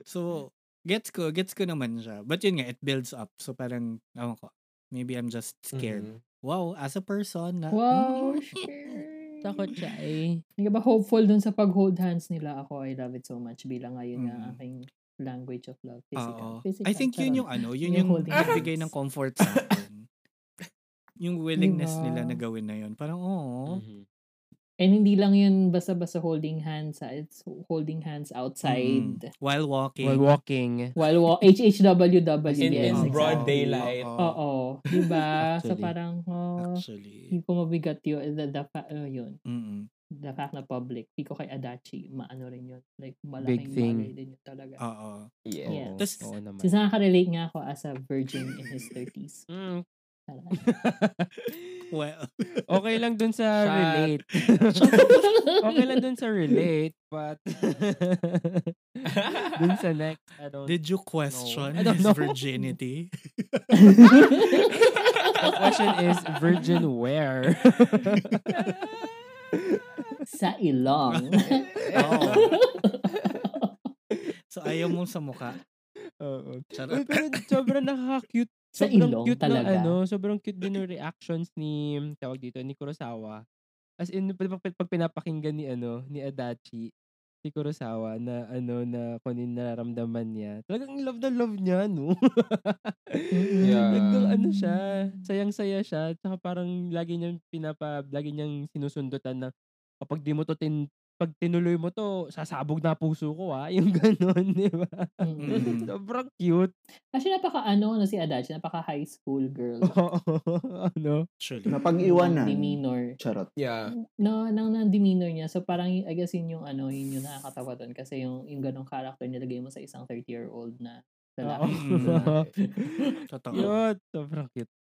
Speaker 5: so, gets ko, gets ko naman siya. But yun nga, it builds up. So parang, ewan ko, maybe I'm just scared.
Speaker 1: Mhm.
Speaker 5: Wow, as a person na,
Speaker 2: Wow,
Speaker 5: Mm,
Speaker 2: sure.
Speaker 6: Takot siya eh.
Speaker 2: Hindi ka ba hopeful dun sa pag-hold hands nila? Ako, I love it so much. Bilang nga yun nga
Speaker 5: Mm.
Speaker 2: aking language of love.
Speaker 5: oo.
Speaker 2: Physical. physical
Speaker 5: I think yun yung
Speaker 2: charot.
Speaker 5: ano, yun
Speaker 2: Yung
Speaker 5: yung
Speaker 2: holding hands.
Speaker 5: nagbigay ng comfort sa akin. yung willingness
Speaker 2: Diba?
Speaker 5: nila na gawin na yun. Parang, oo.
Speaker 6: Mhm.
Speaker 2: And hindi lang yun basta-basta holding hands. ah. It's holding hands outside.
Speaker 5: Mm-mm. While walking.
Speaker 6: While walking.
Speaker 2: While wa- HHWW.
Speaker 1: In,
Speaker 2: yes,
Speaker 1: in broad
Speaker 2: exactly.
Speaker 1: daylight.
Speaker 5: Oo,
Speaker 2: Oo. Diba? so
Speaker 6: Actually.
Speaker 2: parang, oh,
Speaker 5: Actually.
Speaker 2: hindi ko mabigat yun. The, the, fa- oh, yun.
Speaker 5: Mm-mm.
Speaker 2: The fact na public. Hindi ko kay Adachi. Maano rin yun. Like,
Speaker 6: Big
Speaker 2: malaking
Speaker 6: thing.
Speaker 2: bagay din yun talaga.
Speaker 5: Oo.
Speaker 1: Yeah.
Speaker 2: Yeah.
Speaker 6: Oo,
Speaker 5: Tas-
Speaker 6: oo naman.
Speaker 2: Since nakaka-relate nga ako as a virgin in his 30s.
Speaker 6: Mm.
Speaker 2: Parang,
Speaker 5: Well,
Speaker 6: okay lang dun sa
Speaker 1: Shot.
Speaker 6: relate. okay lang dun sa relate, but dun sa next, I don't
Speaker 5: did you question
Speaker 6: I don't
Speaker 5: his
Speaker 6: know.
Speaker 5: virginity?
Speaker 6: The question is, virgin where?
Speaker 2: sa ilong.
Speaker 6: Oh.
Speaker 5: Oo. so, ayaw mo sa mukha.
Speaker 6: Oo. Uy,
Speaker 5: Charot.
Speaker 6: pero sobrang nakaka-cute.
Speaker 2: sa
Speaker 6: sobrang
Speaker 2: ilong
Speaker 6: cute
Speaker 2: talaga.
Speaker 6: Na, ano, sobrang cute din ng reactions ni, tawag dito, ni Kurosawa. As in, pag, pag- pag pinapakinggan ni, ano, ni Adachi, si Kurosawa na ano na kunin nararamdaman niya. Talagang love na love niya, no?
Speaker 1: Mm.
Speaker 2: Ah.
Speaker 1: Yeah.
Speaker 6: Talagang ano siya, sayang-saya siya. Tsaka parang lagi niyang pinapa, lagi niyang sinusundutan na kapag di mo to tin, pag tinuloy mo to, sasabog na puso ko ah. Yung ganun, di ba?
Speaker 2: Mm.
Speaker 5: Mm.
Speaker 6: Sobrang cute.
Speaker 2: Actually, napaka ano, no, si Adachi, napaka high school girl.
Speaker 6: ano?
Speaker 2: Ng
Speaker 5: Actually.
Speaker 3: Napag-iwanan.
Speaker 2: Demeanor.
Speaker 3: Charot.
Speaker 1: Yeah.
Speaker 2: No, nang nang demeanor niya. So parang I guess yun yung ano, yun yung nakakatawa doon kasi yung yung ganong character nilagay mo sa isang 30-year-old na
Speaker 6: Oo.
Speaker 2: lalaki.
Speaker 5: Totoo.
Speaker 6: Cute. Sobrang cute.
Speaker 2: Mm.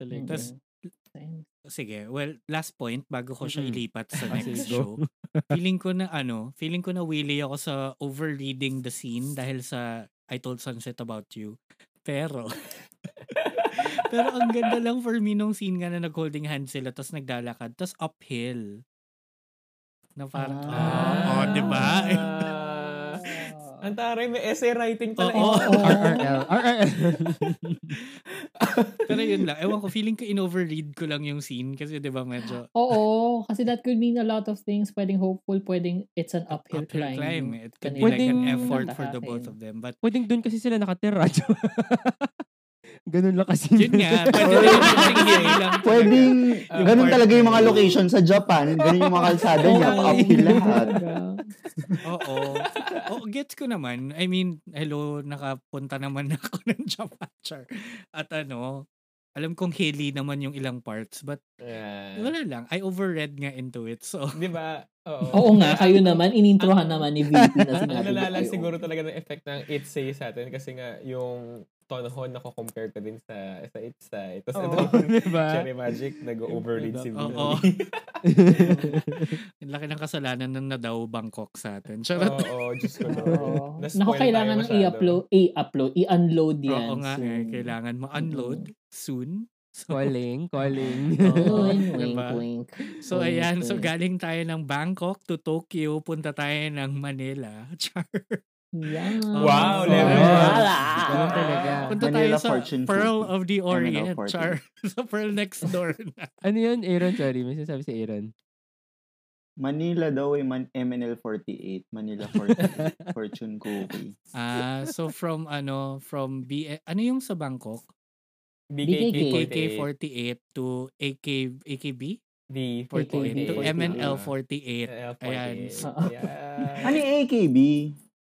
Speaker 6: Talaga.
Speaker 5: Tas-
Speaker 2: So, ayun.
Speaker 5: Sige, well, last point bago ko siya
Speaker 6: Mm-mm.
Speaker 5: ilipat sa
Speaker 6: Ah,
Speaker 5: next
Speaker 6: sige,
Speaker 5: show.
Speaker 6: go.
Speaker 5: feeling ko na ano, feeling ko na willy ako sa overreading the scene dahil sa I Told Sunset About You. Pero, pero ang ganda lang for me nung scene nga na nag-holding hand sila tapos naglalakad tapos uphill. Na
Speaker 2: Ah.
Speaker 5: parang, ah, oh, di ba?
Speaker 1: Ah. Ang taray, may essay writing pala. eh.
Speaker 5: Oo.
Speaker 1: ito.
Speaker 2: Oo.
Speaker 6: RRL. RRL.
Speaker 5: Pero yun lang, ewan ko, feeling ko in-overread ko lang yung scene kasi di ba medyo
Speaker 2: Oo, kasi that could mean a lot of things. Pwedeng hopeful, pwedeng it's an uphill,
Speaker 5: uphill climb. eh.
Speaker 2: climb.
Speaker 5: It could be
Speaker 2: Kanina
Speaker 5: like an
Speaker 6: yung
Speaker 5: effort for the
Speaker 2: natahakin.
Speaker 5: both of them. But
Speaker 6: Pwedeng doon kasi sila nakatira. Ganun lang kasi.
Speaker 5: yun nga, pwede na yun, parang hindi lang.
Speaker 3: Pwedeng,
Speaker 1: Yung
Speaker 3: ganun
Speaker 5: part-
Speaker 3: talaga yung mga location sa Japan. Ganun yung mga kalsada niya.
Speaker 2: Oo.
Speaker 3: Pa-uphill lahat.
Speaker 5: Oo. Oo, gets ko naman. I mean, hello, nakapunta naman ako ng Japan, char. At ano, alam kong hilly naman yung ilang parts, but
Speaker 1: Yeah.
Speaker 5: wala lang. I overread nga into it. So,
Speaker 1: Di ba? Oo.
Speaker 2: Oo nga, kayo naman, inintrohan naman ni VP na
Speaker 1: Ang
Speaker 2: sinabi
Speaker 1: nalala
Speaker 2: kayo.
Speaker 1: siguro talaga ng effect ng Itsay sa atin kasi nga yung tonhon na compare ko din sa sa Itsay. Tapos
Speaker 6: Oo,
Speaker 1: ito
Speaker 6: diba?
Speaker 1: Cherry Magic, nag-overlead si Vinny.
Speaker 5: oo. Ang laki ng kasalanan ng na daw Bangkok sa atin. Charot.
Speaker 1: Oo, Diyos ko Lord.
Speaker 2: Oo.
Speaker 1: Na-spoil
Speaker 2: Naku,
Speaker 1: tayo
Speaker 2: kailangan ng
Speaker 1: masyado.
Speaker 2: i-upload, i-upload, i-unload yan.
Speaker 5: Oo nga, eh,
Speaker 3: mm.
Speaker 2: soon.
Speaker 5: kailangan ma-unload soon. So,
Speaker 6: Calling, calling.
Speaker 5: Oo.
Speaker 2: Wink,
Speaker 5: Diba?
Speaker 2: wink, wink.
Speaker 5: so
Speaker 2: Wink,
Speaker 5: ayan, so
Speaker 2: wink.
Speaker 5: galing tayo ng Bangkok to Tokyo, punta tayo ng Manila. Char.
Speaker 2: Yan.
Speaker 1: Wow,
Speaker 5: Oh,
Speaker 1: level
Speaker 5: yeah.
Speaker 1: up.
Speaker 2: Wala.
Speaker 6: Ganun talaga.
Speaker 5: Punta
Speaker 3: Manila
Speaker 5: tayo sa
Speaker 3: Fortune
Speaker 5: Pearl
Speaker 3: 50.
Speaker 5: of the Orient.
Speaker 3: Fortune.
Speaker 5: Char. sa Pearl next door na.
Speaker 6: Ano yun, Aaron? Sorry, may sinasabi si Aaron.
Speaker 3: Manila daw ay man- MNL 48. Manila 48. Fortune cookie.
Speaker 5: Ah, so from ano, from B ano yung sa Bangkok?
Speaker 1: BKK
Speaker 5: KK48 to AK AKB
Speaker 1: 48.
Speaker 5: 48 to
Speaker 2: KK48.
Speaker 5: MNL 48. Ayan.
Speaker 2: Oo.
Speaker 3: Ano yung AKB?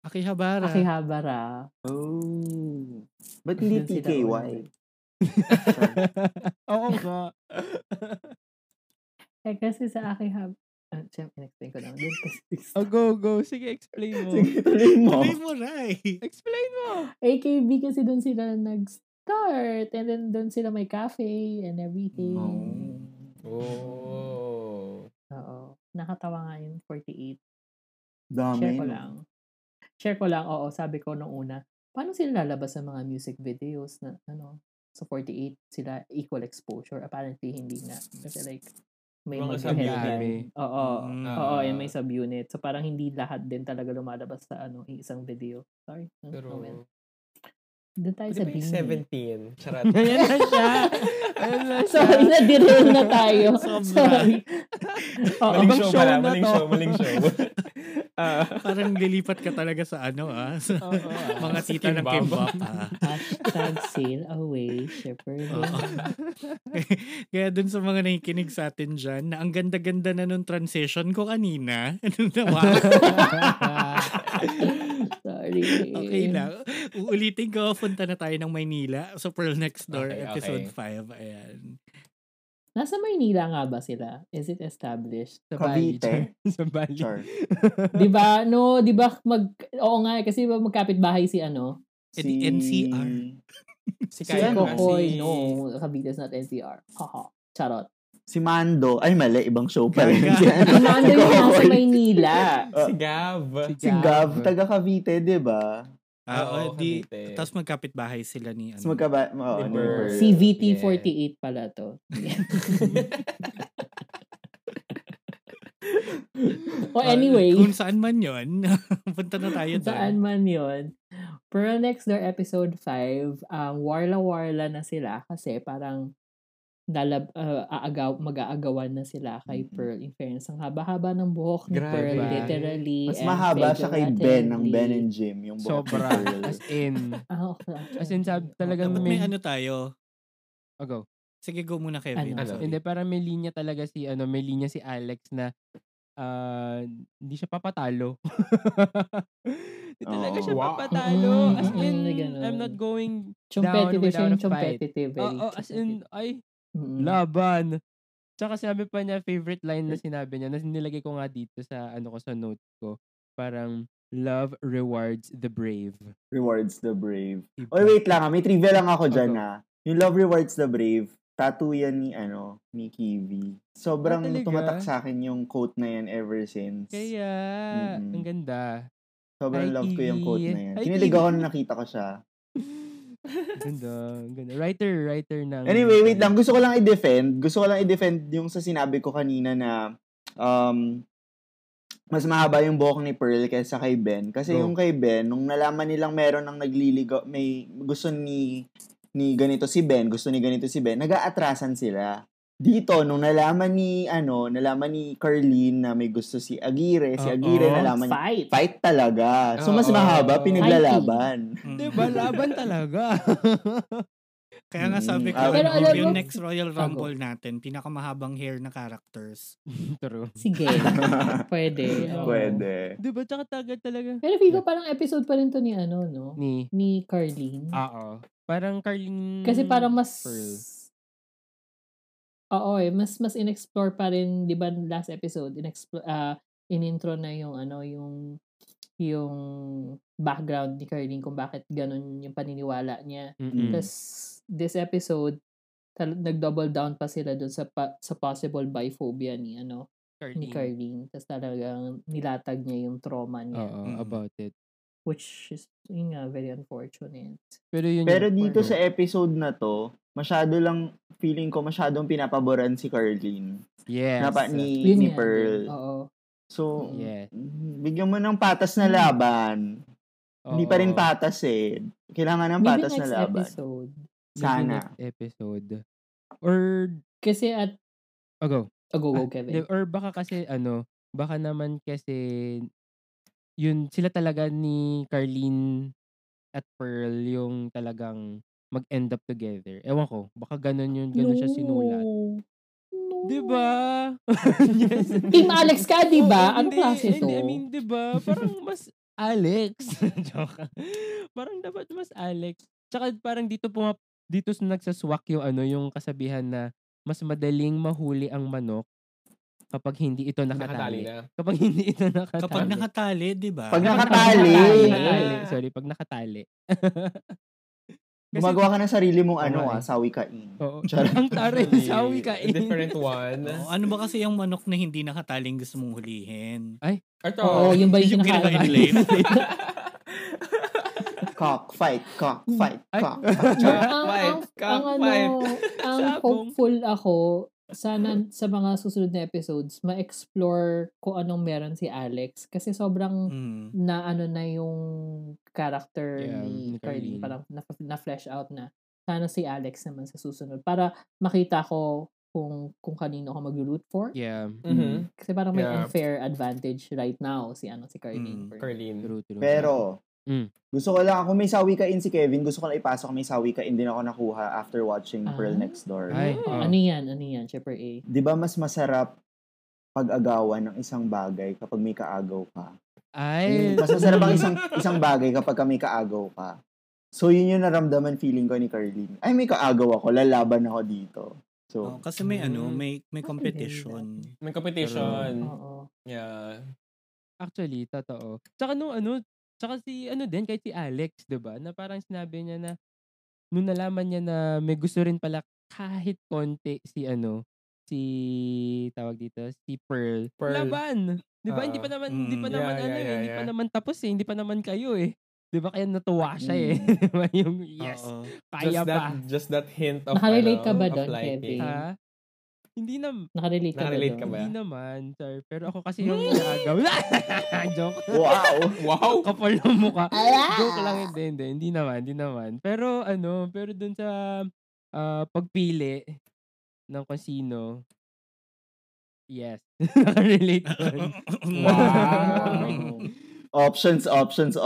Speaker 5: Akihabara.
Speaker 2: Akihabara.
Speaker 3: Oh. Ba't
Speaker 2: Yun
Speaker 3: hindi
Speaker 2: sila
Speaker 3: TKY?
Speaker 6: Oo nga.
Speaker 2: Eh, kasi sa Akihab... Ah, siyempre, in-explain ko lang. Yun kasi-
Speaker 6: Oh, go, go. Sige, explain mo.
Speaker 3: Sige, tuloy mo.
Speaker 5: Tuloy mo, Rai.
Speaker 6: Explain mo.
Speaker 2: AKB kasi doon sila nag-start. And then doon sila may cafe and everything.
Speaker 3: Oh.
Speaker 1: Oh.
Speaker 2: Oo. Nakatawa nga yung 48. Share
Speaker 3: Dami.
Speaker 2: ko
Speaker 3: no?
Speaker 2: lang. Share ko lang, oo, sabi ko nung una, paano sila lalabas sa mga music videos na, ano, sa 48 sila equal exposure. Apparently, hindi na. Kasi like, may
Speaker 1: Mga
Speaker 6: sub-unit.
Speaker 2: mag-headline. Oo.
Speaker 5: Mm.
Speaker 2: Oo, and may sub-unit. So, parang hindi lahat din talaga lumalabas sa, ano, isang video. Sorry. no
Speaker 1: Pero,
Speaker 2: comment. Doon tayo
Speaker 1: pwede
Speaker 2: sa
Speaker 1: ba yung
Speaker 2: Beanie.
Speaker 1: 17? Charot.
Speaker 6: Ayan na siya. Ayan na siya.
Speaker 2: Sorry, na-derail na tayo.
Speaker 5: Sobra.
Speaker 2: Sorry. Oo.
Speaker 1: Maling
Speaker 6: Ibang
Speaker 1: show
Speaker 6: show
Speaker 1: pala.
Speaker 6: na
Speaker 1: Maling
Speaker 6: to.
Speaker 1: show. Maling show. Ah.
Speaker 5: Parang lilipat ka talaga sa ano ah. Sa
Speaker 6: Oo, ah.
Speaker 5: mga
Speaker 1: Sa
Speaker 5: tita ng
Speaker 1: kimbab.
Speaker 5: kimbap ah.
Speaker 2: Hashtag sail away, shepherd.
Speaker 5: Oo. Kaya dun sa mga nakikinig sa atin dyan, na ang ganda-ganda na nung transition ko kanina. Anong nawa?
Speaker 2: Sorry.
Speaker 5: okay lang. Uulitin ko, punta na tayo ng Maynila. So Pearl Next Door,
Speaker 1: Okay, okay.
Speaker 5: episode 5. Ayan.
Speaker 2: Nasa Maynila nga ba sila? Is it established?
Speaker 6: Sa Bali,
Speaker 3: Cavite.
Speaker 6: Char. Sa Bali.
Speaker 3: Char.
Speaker 2: 'Di ba? No, 'di ba mag Oo nga eh, kasi ba magkapit bahay si ano?
Speaker 5: Eh, di NCR.
Speaker 1: Si
Speaker 2: Si
Speaker 1: Kyle
Speaker 3: Coco,
Speaker 2: Kokoy. No, Cavite is not NCR. Haha. Charot.
Speaker 3: Si Mando. Ay, mali. Ibang show pala.
Speaker 5: Gaga.
Speaker 3: si ano,
Speaker 2: Ang nando yung nasa
Speaker 3: Cocoy.
Speaker 2: Maynila.
Speaker 1: Si Gav.
Speaker 3: Si Gav. Taga Cavite, di ba?
Speaker 5: Ah,
Speaker 1: Oo,
Speaker 5: oh, di,
Speaker 1: Cavite.
Speaker 5: tapos magkapit bahay sila ni
Speaker 3: Mas
Speaker 5: ano.
Speaker 3: magkaba... Oo,
Speaker 1: Ni
Speaker 3: ano,
Speaker 1: Bird.
Speaker 3: Bird.
Speaker 1: Si-
Speaker 2: CVT48 pala to. oh, anyway.
Speaker 5: Kung saan man yon punta na tayo
Speaker 2: Kung saan
Speaker 5: doon.
Speaker 2: man yun. Pero next door, episode 5, um, warla-warla na sila kasi parang nalab, uh, aagaw, mag-aagawan na sila kay
Speaker 3: Mhm.
Speaker 2: Pearl. In fairness, ang haba-haba ng buhok ni
Speaker 1: Grabe.
Speaker 2: Pearl, literally.
Speaker 3: Mas
Speaker 2: and
Speaker 3: mahaba siya kay Ben, ang Ben
Speaker 2: figuratively.
Speaker 3: and Jim, yung buhok ni
Speaker 6: Sobra.
Speaker 3: Pearl.
Speaker 6: As in.
Speaker 2: Ah, okay, okay.
Speaker 6: As in,
Speaker 3: Oh,
Speaker 6: sab- talagang
Speaker 5: Dapat
Speaker 6: may...
Speaker 5: may ano tayo.
Speaker 6: Oh, go.
Speaker 5: Sige, go muna Kevin.
Speaker 2: Ano?
Speaker 1: Ano?
Speaker 5: Sorry.
Speaker 6: Hindi, parang may linya talaga si, ano, may linya si Alex na ah, hindi siya papatalo. Hindi talaga siya
Speaker 3: Oh,
Speaker 1: Wow.
Speaker 6: papatalo. As
Speaker 2: Mm,
Speaker 6: in,
Speaker 2: may ganun.
Speaker 6: I'm not going... down
Speaker 2: Competitive siya,
Speaker 6: without
Speaker 2: yung
Speaker 6: a fight.
Speaker 2: competitive. very
Speaker 6: Oo, as in, ay,
Speaker 2: competitive. Mm-mm.
Speaker 6: Mm. laban. Tsaka sabi pa niya, favorite line na sinabi niya, na nilagay ko nga dito sa, ano ko, sa notes ko, parang, love rewards the brave.
Speaker 3: Rewards the Brave.
Speaker 5: Iba.
Speaker 3: Oy, wait lang. ah, May trivia lang ako dyan,
Speaker 6: Ako.
Speaker 3: ah. Yung Love Rewards the Brave, tattoo yan ni, ano, ni Kiwi. Sobrang
Speaker 6: Ah, talaga?
Speaker 3: tumatak sa akin yung quote na yan ever since.
Speaker 6: Kaya,
Speaker 3: Mm-mm.
Speaker 6: ang ganda.
Speaker 3: Sobrang
Speaker 6: Ay,
Speaker 3: love ko yung
Speaker 6: Kiwi.
Speaker 3: quote na yan.
Speaker 6: Ay,
Speaker 3: Kinilig
Speaker 6: Kiwi.
Speaker 3: ako nung nakita ko siya.
Speaker 6: Ang ganda, ang ganda. Writer, writer ng... ano.
Speaker 3: Anyway, wait lang. Gusto ko lang i-defend. Gusto ko lang i-defend yung sa sinabi ko kanina na um, mas mahaba yung buhok ni Pearl kaysa kay Ben. Kasi
Speaker 6: Go.
Speaker 3: yung kay Ben, nung nalaman nilang meron ng nagliligaw, may gusto ni ni ganito si Ben, gusto ni ganito si Ben, nag-aatrasan sila. Dito, nung nalaman ni, ano, nalaman ni Carlene na may gusto si Aguirre, si
Speaker 5: Oo.
Speaker 3: Aguirre
Speaker 5: Ang
Speaker 3: nalaman niya,
Speaker 2: Fight.
Speaker 3: fight talaga. So, mas
Speaker 6: Oo.
Speaker 3: mahaba, pinaglalaban.
Speaker 5: Mm.
Speaker 6: Diba, laban talaga.
Speaker 5: Kaya nga sabi ko,
Speaker 3: Mm. Pero
Speaker 5: ano,
Speaker 2: alam
Speaker 5: yung
Speaker 2: mo-
Speaker 5: next Royal Rumble natin, pinakamahabang hair na characters.
Speaker 6: True.
Speaker 2: Sige. Pwede. oo.
Speaker 3: Pwede.
Speaker 6: Diba, tsaka tagad talaga.
Speaker 2: Pero feel ko parang episode pa rin to ni ano, no?
Speaker 6: Ni,
Speaker 2: Ni Carlene.
Speaker 6: oo. Parang
Speaker 3: Mm,
Speaker 6: Carling...
Speaker 2: Kasi parang mas...
Speaker 6: Pearl.
Speaker 2: Oo eh, mas mas inexplore pa rin, 'di ba, last episode, inexplore ah inintro na yung ano, yung yung background ni Carlene kung bakit ganun yung paniniwala niya.
Speaker 3: Mm.
Speaker 6: Mm-mm.
Speaker 2: Tapos this episode, tal- nag-double down pa sila doon sa pa- sa possible biphobia ni ano, ni
Speaker 3: Mm.
Speaker 6: Carling.
Speaker 2: Carlene. Tapos talagang nilatag niya yung trauma niya,
Speaker 6: Oo,
Speaker 5: Mm.
Speaker 6: about it.
Speaker 2: which is yun nga very unfortunate.
Speaker 6: Pero yun
Speaker 3: Pero
Speaker 6: yun.
Speaker 3: dito sa episode na to, masyado lang, feeling ko masyadong pinapaboran si Carlene.
Speaker 6: Yes.
Speaker 3: Napa, ni,
Speaker 2: Yun Oh.
Speaker 3: ni
Speaker 2: yan.
Speaker 3: Pearl.
Speaker 2: Oo.
Speaker 3: So,
Speaker 6: Yes.
Speaker 3: bigyan mo ng patas na laban. Hindi pa rin
Speaker 6: Oo.
Speaker 3: patas eh. Kailangan ng
Speaker 2: Maybe
Speaker 3: patas na
Speaker 2: next
Speaker 3: laban.
Speaker 2: episode.
Speaker 6: Maybe
Speaker 3: Sana.
Speaker 6: next episode. Or,
Speaker 2: Kasi at,
Speaker 6: oh, go.
Speaker 2: oh, go, go,
Speaker 6: Ah,
Speaker 2: Kevin.
Speaker 6: di- Or baka kasi, ano, baka naman kasi, yun, sila talaga ni Carlene at Pearl yung talagang mag-end up together. Ewan ko, baka ganun yun, ganun siya sinulat.
Speaker 2: No.
Speaker 6: Di ba?
Speaker 2: Team Alex ka, di ba?
Speaker 6: Oo,
Speaker 2: Anong
Speaker 6: hindi,
Speaker 2: klase to?
Speaker 6: Hindi, I mean, di ba? Parang mas Alex. Joke. parang dapat mas Alex. Tsaka parang dito puma, dito s- nagsaswak yung ano, yung kasabihan na mas madaling mahuli ang manok kapag hindi ito
Speaker 1: Nakatali
Speaker 6: nakatali.
Speaker 1: na.
Speaker 6: Kapag hindi ito nakatali.
Speaker 5: Kapag nakatali, di ba?
Speaker 3: Pag
Speaker 6: Nakatali.
Speaker 3: nakatali,
Speaker 6: Nakatali. Sorry, pag nakatali. Kasi-
Speaker 3: gumagawa ka ng sarili mong ano
Speaker 6: Oo,
Speaker 3: ah,
Speaker 6: eh.
Speaker 3: sawikain.
Speaker 6: Oo.
Speaker 3: Charot.
Speaker 6: Ang taray sa eh.
Speaker 1: A
Speaker 6: wikain.
Speaker 1: Different one.
Speaker 5: Oh, ano ba kasi yung manok na hindi nakataling gusto mong hulihin?
Speaker 1: Ito.
Speaker 6: oh.
Speaker 2: Oo, yun ba yung
Speaker 5: Yung
Speaker 2: kinakain?
Speaker 5: kinakain
Speaker 3: Cock, fight, cock,
Speaker 2: Hmm.
Speaker 3: fight,
Speaker 6: Ay.
Speaker 3: cock.
Speaker 2: Ang-
Speaker 1: Cock
Speaker 2: ang-
Speaker 1: fight,
Speaker 2: ang-
Speaker 1: cock
Speaker 2: ang ano,
Speaker 1: fight.
Speaker 2: ang
Speaker 6: Sabong.
Speaker 2: hopeful ako, sana sa mga susunod na episodes, ma-explore ko anong meron si Alex. Kasi
Speaker 6: Hmm.
Speaker 2: sobrang
Speaker 5: Mm.
Speaker 2: na ano na yung character
Speaker 6: Yeah,
Speaker 2: ni
Speaker 6: ni
Speaker 2: Carlene.
Speaker 6: Carlene.
Speaker 2: Parang na, na-flesh out na. Sana si Alex naman sa susunod. Para makita ko kung kung kanino ka mag-root for.
Speaker 6: Yeah.
Speaker 1: Mhm.
Speaker 2: Kasi parang may
Speaker 1: Yeah. Hmm.
Speaker 2: unfair advantage right now si ano si Carlene.
Speaker 5: Mm,
Speaker 2: for-
Speaker 1: Carlene.
Speaker 6: True, true.
Speaker 3: Pero,
Speaker 6: Mm.
Speaker 3: gusto ko lang, kung may sawikain si Kevin, gusto ko lang ipasok may sawikain din ako nakuha after watching
Speaker 2: Ah.
Speaker 3: Pearl Next Door.
Speaker 6: Ay,
Speaker 1: Mm.
Speaker 6: oo.
Speaker 2: Ano yan? Ano yan? Chipper A.
Speaker 3: Di ba mas masarap pag-agawan ng isang bagay kapag may kaagaw ka? Yun,
Speaker 6: Ay.
Speaker 3: Mas masarap ang isang, isang bagay kapag ka may kaagaw ka. So, yun yung naramdaman feeling ko ni Carlene. Ay, may kaagaw ako. Lalaban ako dito.
Speaker 5: Oh,
Speaker 3: So,
Speaker 5: kasi may ano,
Speaker 2: Hmm.
Speaker 1: Mm.
Speaker 5: may may
Speaker 2: Bakit
Speaker 5: competition.
Speaker 1: May competition.
Speaker 2: Oo.
Speaker 1: Yeah.
Speaker 6: Actually, totoo. Tsaka nung ano, tsaka si ano din, kahit si Alex, 'di ba Na parang sinabi niya na, nung nalaman niya na may gusto rin pala kahit konti si ano, si, tawag dito, si Pearl.
Speaker 1: Pearl.
Speaker 6: Laban! 'Di ba
Speaker 1: Oo.
Speaker 6: Hindi pa naman, hindi pa
Speaker 5: Mm.
Speaker 6: naman
Speaker 1: Yeah,
Speaker 6: ano
Speaker 1: yeah,
Speaker 6: eh,
Speaker 1: yeah,
Speaker 6: hindi pa
Speaker 1: yeah.
Speaker 6: naman tapos eh, hindi pa naman kayo eh. 'Di ba Kaya natuwa siya eh.
Speaker 3: Mm.
Speaker 6: 'Di ba Yung, yes,
Speaker 5: Oo.
Speaker 1: Just
Speaker 6: kaya
Speaker 1: that,
Speaker 6: pa.
Speaker 1: just that hint of
Speaker 2: Nakarelate
Speaker 1: ano,
Speaker 2: ka ba
Speaker 1: of eh.
Speaker 2: doon,
Speaker 1: liking.
Speaker 2: Kevin?
Speaker 6: Ha? Hindi naman.
Speaker 2: Nakarelate ka
Speaker 1: Nakarelate
Speaker 2: ba
Speaker 1: ka
Speaker 2: doon?
Speaker 1: ba?
Speaker 6: Hindi naman, sir. Pero ako kasi yung
Speaker 2: Hmm.
Speaker 6: nagagawa. Joke.
Speaker 3: Oh. wow!
Speaker 1: Wow!
Speaker 6: Kapal ng mukha. Joke lang, hindi, hindi. Hindi naman, hindi naman. Pero ano, pero dun sa ah, pagpili ng casino, yes. Nakarelate doon.
Speaker 3: Wow. options, options, options.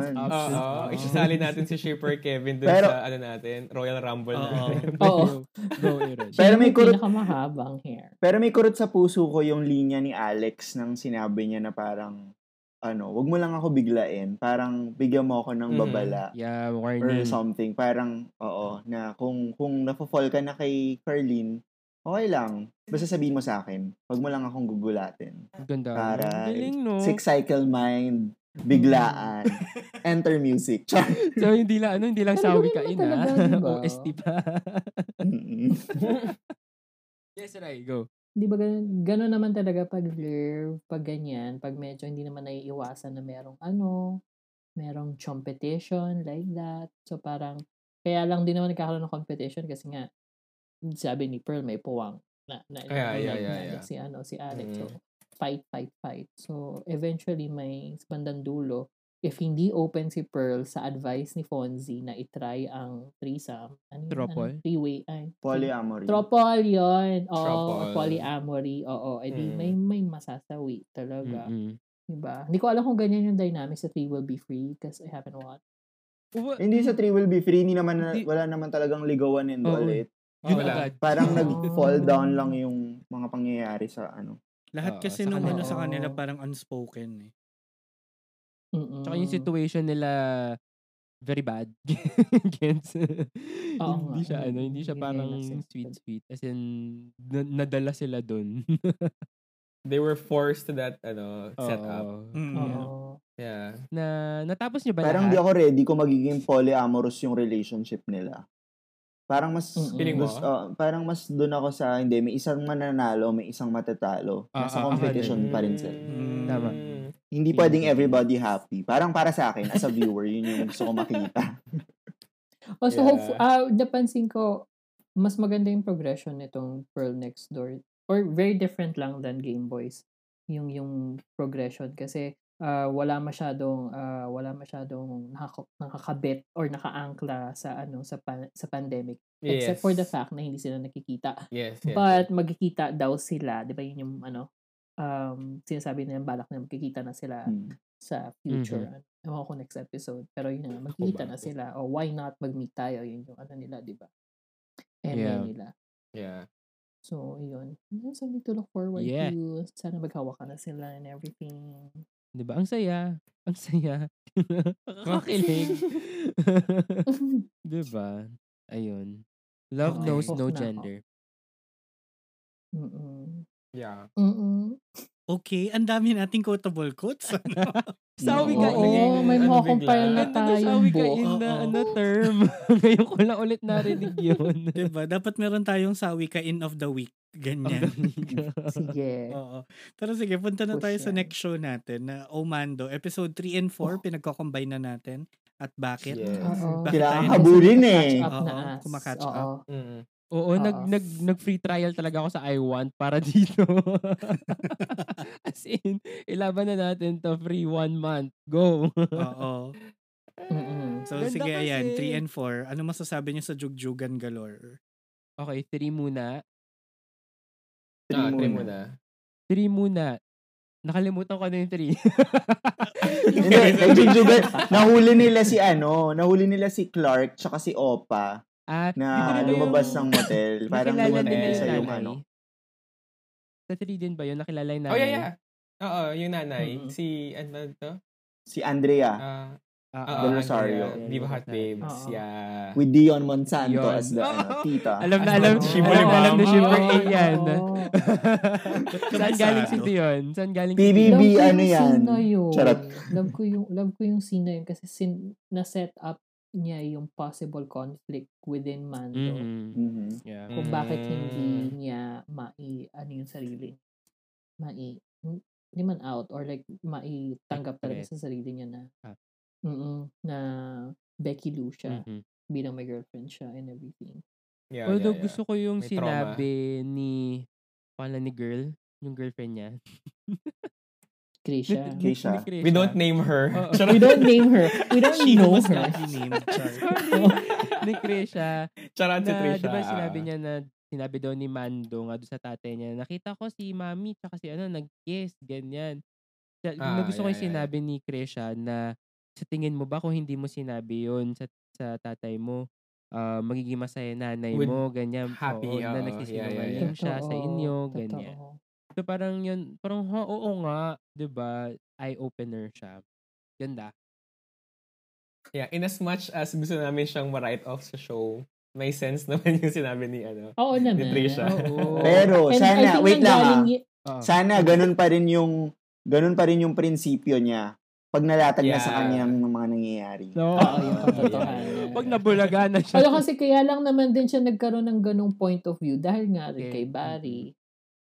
Speaker 6: Options,
Speaker 1: Oo.
Speaker 6: options.
Speaker 1: Uh, Isasali natin si Shipper Kevin dun
Speaker 3: Pero-
Speaker 1: sa ano natin, Royal Rumble
Speaker 5: Oo.
Speaker 1: natin.
Speaker 2: Oo.
Speaker 6: Go, Aaron.
Speaker 3: Pero may kurot-
Speaker 2: Pinakamahabang hair.
Speaker 3: Pero may kurot sa puso ko yung linya ni Alex nang sinabi niya na parang, ano, wag mo lang ako biglain. Parang bigyan mo ako ng
Speaker 1: Mhm.
Speaker 3: babala.
Speaker 6: Yeah,
Speaker 3: Or
Speaker 6: warning.
Speaker 3: something. Parang, oo, na kung, kung napafall ka na kay Carlene, okay lang. Basta sabihin mo sa akin, wag mo lang akong gugulatin.
Speaker 6: Ganda.
Speaker 3: Para-
Speaker 6: Galing, no?
Speaker 3: Six cycle mind, biglaan, enter music. Char.
Speaker 6: So, hindi lang, ano, hindi lang
Speaker 2: Pero
Speaker 6: sawi
Speaker 2: ganun naman
Speaker 6: ka ina.
Speaker 2: talaga, diba?
Speaker 6: OST pa.
Speaker 3: Mm-mm.
Speaker 6: yes, Ray, go.
Speaker 2: Di ba ganun, ganun naman talaga pag lure, pag ganyan, pag medyo hindi naman naiiwasan na merong ano, merong competition, like that. So parang, kaya lang din naman nagkakaroon ng competition kasi nga, sabi ni Pearl, may puwang. Na,
Speaker 1: Yeah,
Speaker 2: na, na-
Speaker 1: yeah,
Speaker 2: na-
Speaker 1: yeah,
Speaker 2: na-
Speaker 1: yeah.
Speaker 2: Si, ano, si
Speaker 1: Mm.
Speaker 2: Alex. So, fight, fight, fight. So, eventually, may sa bandang dulo, if hindi open si Pearl sa advice ni Fonzie na itry ang threesome, ano, yun?
Speaker 6: Tropol?
Speaker 2: Ano, three-way, ay,
Speaker 3: Polyamory.
Speaker 2: Tropol yun. Oo,
Speaker 1: Mm. Tropol.
Speaker 2: polyamory. Oo, edi
Speaker 1: Mm.
Speaker 2: may, may masasawi talaga.
Speaker 6: Mm-mm.
Speaker 2: Diba? Hindi ko alam kung ganyan yung dynamics sa Three Will Be Free because I haven't watched.
Speaker 6: Uwa-
Speaker 3: Hindi sa 3 will be free, hindi naman,
Speaker 6: Hindi.
Speaker 3: wala naman talagang ligawan and all
Speaker 6: Oo.
Speaker 3: eh.
Speaker 6: Yun
Speaker 1: Wala.
Speaker 6: agad.
Speaker 3: Parang
Speaker 2: Oo.
Speaker 3: nag-fall down lang yung mga pangyayari sa ano.
Speaker 5: Lahat
Speaker 6: Oo,
Speaker 5: kasi
Speaker 6: sa
Speaker 5: nung
Speaker 6: kanila.
Speaker 5: ano sa kanila
Speaker 2: Oo.
Speaker 5: parang unspoken eh.
Speaker 2: Mm-mm.
Speaker 6: Tsaka yung situation nila very bad. Gets? hindi
Speaker 2: nga,
Speaker 6: siya
Speaker 2: oo.
Speaker 6: ano, hindi siya
Speaker 2: Hindi nila
Speaker 6: parang
Speaker 2: accepted.
Speaker 6: sweet sweet as in na- nadala sila doon.
Speaker 1: They were forced to that ano setup.
Speaker 5: Mm.
Speaker 2: Oo.
Speaker 1: Yeah.
Speaker 6: Na natapos niyo ba
Speaker 3: Parang di
Speaker 6: lahat?
Speaker 3: ako ready kung magiging polyamorous yung relationship nila. Parang mas
Speaker 2: Mm-mm.
Speaker 1: Feeling mo?
Speaker 3: gusto- oh, parang mas doon ako sa hindi may isang mananalo, may isang matatalo.
Speaker 6: Ah,
Speaker 3: Nasa
Speaker 6: ah, ah,
Speaker 3: competition
Speaker 6: ganun.
Speaker 3: pa rin sila.
Speaker 1: Mm.
Speaker 6: Tama.
Speaker 3: Hindi
Speaker 6: Yun.
Speaker 3: pwedeng everybody happy. Parang para sa akin as a viewer, yun yung gusto ko makita.
Speaker 2: Also,
Speaker 1: Yeah.
Speaker 2: hopeful, ah, napansin ko, mas maganda yung progression nitong Pearl Next Door or very different lang than Game Boys yung yung progression kasi ah, wala masyadong ah, wala masyadong nakaka- nakakabit or nakaangkla sa ano sa pan- sa pandemic except for the fact na hindi sila nakikita
Speaker 1: Yes, yes.
Speaker 2: But magkikita daw sila, 'di ba? Yun yung ano um sinasabi nila balak na magkikita na sila
Speaker 6: Mm.
Speaker 3: Hmm.
Speaker 2: sa future. Ano, Ewan ko next episode, pero yun na nga, magkikita na
Speaker 1: bakit?
Speaker 2: sila. O why not mag-meet tayo? Yun yung ano nila, 'di ba? And
Speaker 6: Yeah.
Speaker 2: nila.
Speaker 1: yeah.
Speaker 2: So, yun. Yun, something to look forward
Speaker 6: Yeah.
Speaker 2: to. Sana maghawakan na sila and everything.
Speaker 6: Di ba? Ang saya. Ang saya. Kakakilig. Di ba? Ayun. Love
Speaker 2: Okay.
Speaker 6: knows
Speaker 2: Off na
Speaker 6: no
Speaker 2: ako.
Speaker 6: gender.
Speaker 2: Mm-mm.
Speaker 1: Yeah.
Speaker 2: Mm-mm.
Speaker 5: Okay, ang dami nating quotable quotes. Ano?
Speaker 6: Sawi
Speaker 2: Oo,
Speaker 6: ka ilagay na-
Speaker 2: may
Speaker 1: ano
Speaker 2: mga
Speaker 1: bigla?
Speaker 2: compile na
Speaker 1: Ano
Speaker 6: Ganda na
Speaker 2: tayong
Speaker 6: sawi ka
Speaker 2: buo.
Speaker 6: in na
Speaker 5: Oo.
Speaker 6: ano term. Ngayon ko lang ulit narinig yun.
Speaker 5: diba? Dapat meron tayong sawi ka in of the week. Ganyan.
Speaker 2: Sige.
Speaker 5: Oo. Pero sige, punta na
Speaker 2: Push
Speaker 5: tayo sa
Speaker 2: yan. Oh.
Speaker 5: next show natin na Omando. Episode 3 and 4, pinagko-combine na natin. At bakit?
Speaker 1: Yes.
Speaker 6: Ah,
Speaker 2: Oo.
Speaker 5: Bakit
Speaker 3: Kailangan
Speaker 5: tayo-
Speaker 3: habulin eh.
Speaker 2: Catch up na
Speaker 5: Oo,
Speaker 2: as.
Speaker 5: kumakatch
Speaker 2: Oo.
Speaker 5: up.
Speaker 1: Mm-mm.
Speaker 6: Oo,
Speaker 2: Oo.
Speaker 6: nag, nag, nag free trial talaga ako sa I want para dito. As in, ilaban na natin to free one month. Go!
Speaker 5: Oo.
Speaker 2: Mm-mm.
Speaker 5: So
Speaker 6: Ganda
Speaker 5: sige, ayan,
Speaker 6: kasi.
Speaker 5: 3 and 4. Ano masasabi niyo sa Jugjugan Galore?
Speaker 6: Okay, three muna.
Speaker 1: Ah,
Speaker 3: Three
Speaker 1: three
Speaker 3: muna.
Speaker 1: muna.
Speaker 6: Three muna. Nakalimutan ko na yung three.
Speaker 3: Hindi, eh, nagjugjugan. Nahuli nila si ano, nahuli nila si Clark tsaka si Opa
Speaker 6: At dito
Speaker 3: na
Speaker 6: na ba
Speaker 3: lumabas
Speaker 6: yung-
Speaker 3: ng motel. Parang
Speaker 6: nakilala
Speaker 1: lumaban
Speaker 6: din ba
Speaker 3: dumating
Speaker 1: yung
Speaker 3: sa yung
Speaker 6: nanay?
Speaker 3: ano.
Speaker 6: Sa three din ba yun? Nakilala yung nanay?
Speaker 1: Oh, yeah, yeah. Oo, yung nanay.
Speaker 2: Mm-mm.
Speaker 1: Si, ano to?
Speaker 3: Si Andrea
Speaker 1: Ah,
Speaker 6: Ah,
Speaker 1: ah,
Speaker 6: ah,
Speaker 3: Del
Speaker 1: ah,
Speaker 3: Rosario.
Speaker 1: Andrea, Diva Hot Babes.
Speaker 2: Oo.
Speaker 1: Yeah.
Speaker 3: with Dion Monsanto
Speaker 6: Yun.
Speaker 3: as the ano, tita.
Speaker 6: Alam na,
Speaker 1: Ah,
Speaker 6: alam,
Speaker 1: oo.
Speaker 6: alam, na alam na
Speaker 1: Oo.
Speaker 6: Shimmer A yan.
Speaker 2: Oo.
Speaker 6: Saan galing si Dion? Saan galing si
Speaker 3: TV.
Speaker 6: Dion?
Speaker 2: Love
Speaker 3: Baby,
Speaker 2: ko
Speaker 3: ano
Speaker 2: yung
Speaker 3: yan?
Speaker 2: scene na yun.
Speaker 3: Charot.
Speaker 2: Love ko yung, love ko yung scene na yun kasi sin, na-set up niya yung possible conflict within Mando.
Speaker 6: Mm-mm.
Speaker 1: Mm-hmm.
Speaker 3: Mhm.
Speaker 6: Yeah.
Speaker 2: Kung bakit hindi
Speaker 1: Mm.
Speaker 2: niya mai, ano yung sarili. Mai, hindi man out or like mai tanggap talaga
Speaker 6: Accept.
Speaker 2: sa sarili niya na
Speaker 6: Ah.
Speaker 2: mm na Becky Lou siya
Speaker 1: Mm-hmm.
Speaker 6: Mhm.
Speaker 2: bilang may girlfriend siya and everything.
Speaker 1: Yeah,
Speaker 6: Although
Speaker 1: yeah, yeah.
Speaker 6: gusto ko yung
Speaker 1: May trauma.
Speaker 6: sinabi ni pala ni girl, yung girlfriend niya.
Speaker 2: Krisha.
Speaker 6: Ni- ni-
Speaker 3: Keisha.
Speaker 6: ni Krisha.
Speaker 1: We don't name her.
Speaker 6: Oo.
Speaker 1: Charot.
Speaker 2: We don't name her. We don't
Speaker 5: She
Speaker 2: know
Speaker 5: was
Speaker 2: her.
Speaker 5: not be named. Char.
Speaker 6: Sorry. ni Krisha.
Speaker 1: Charot si
Speaker 6: na,
Speaker 1: Trisha.
Speaker 6: di ba sinabi
Speaker 1: ah.
Speaker 6: niya na sinabi daw ni Mando nga doon sa tatay niya, nakita ko si mami tsaka si ano, nag-kiss, ganyan. Sa,
Speaker 1: Ah,
Speaker 6: gusto ko
Speaker 1: yeah, yeah,
Speaker 6: yung
Speaker 1: yeah.
Speaker 6: sinabi ni Krisha na sa tingin mo ba kung hindi mo sinabi yon sa, sa tatay mo, ah, magiging masaya nanay
Speaker 1: Would-
Speaker 6: mo, ganyan.
Speaker 1: happy,
Speaker 6: oo,
Speaker 1: oo, yeah,
Speaker 6: na nagsisinungaling siya sa
Speaker 2: Totoo,
Speaker 6: inyo, ganyan.
Speaker 2: totoo.
Speaker 6: So parang yun, parang ha, oo nga, 'di ba? Eye opener siya. Ganda.
Speaker 1: Yeah, in as much as gusto namin siyang ma-write off sa show, may sense naman yung sinabi ni ano.
Speaker 2: Oo naman.
Speaker 1: Trisha.
Speaker 2: Oo.
Speaker 3: Pero
Speaker 2: And I
Speaker 3: Oh, sana,
Speaker 2: think
Speaker 3: wait lang ah.
Speaker 2: nanggaling y-
Speaker 6: Oo.
Speaker 3: Sana ganun pa rin yung ganun pa rin yung prinsipyo niya pag nalatag na sa
Speaker 1: Yeah.
Speaker 3: kanya ang mga nangyayari.
Speaker 6: no.
Speaker 2: Oo, yung
Speaker 1: Ah,
Speaker 2: katotohanan.
Speaker 6: Pag nabulaga na siya.
Speaker 2: Pero kasi kaya lang naman din siya nagkaroon ng ganung point of view dahil nga rin
Speaker 6: Okay.
Speaker 2: kay Barry.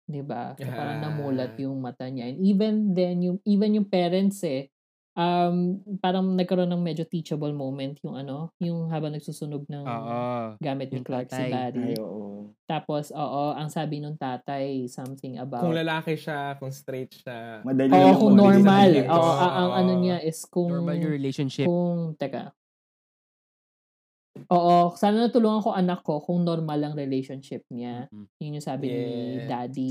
Speaker 2: 'Di ba? So, parang
Speaker 1: Ah.
Speaker 2: namulat yung mata niya. And even then, yung, even yung parents eh, um, parang nagkaroon ng medyo teachable moment yung ano, yung habang nagsusunog ng
Speaker 6: Oo.
Speaker 2: gamit ni
Speaker 6: Yung
Speaker 2: Clark si
Speaker 6: tatay.
Speaker 2: Barry.
Speaker 1: mm.
Speaker 3: Ay, oo.
Speaker 2: Tapos, oo, ang sabi nung tatay, something about...
Speaker 1: Kung lalaki siya, kung straight siya.
Speaker 3: Madali
Speaker 2: Oo,
Speaker 3: lang
Speaker 2: kung
Speaker 3: mabilis
Speaker 2: normal.
Speaker 3: ang
Speaker 2: Oo,
Speaker 3: bilis.
Speaker 2: ang, ang ano niya is kung...
Speaker 6: Normal yung relationship.
Speaker 2: Kung, teka. Oo, sana natulungan ko anak ko kung normal ang relationship niya.
Speaker 6: Mhm.
Speaker 2: Yun yung sabi ni
Speaker 1: Yeah.
Speaker 2: daddy.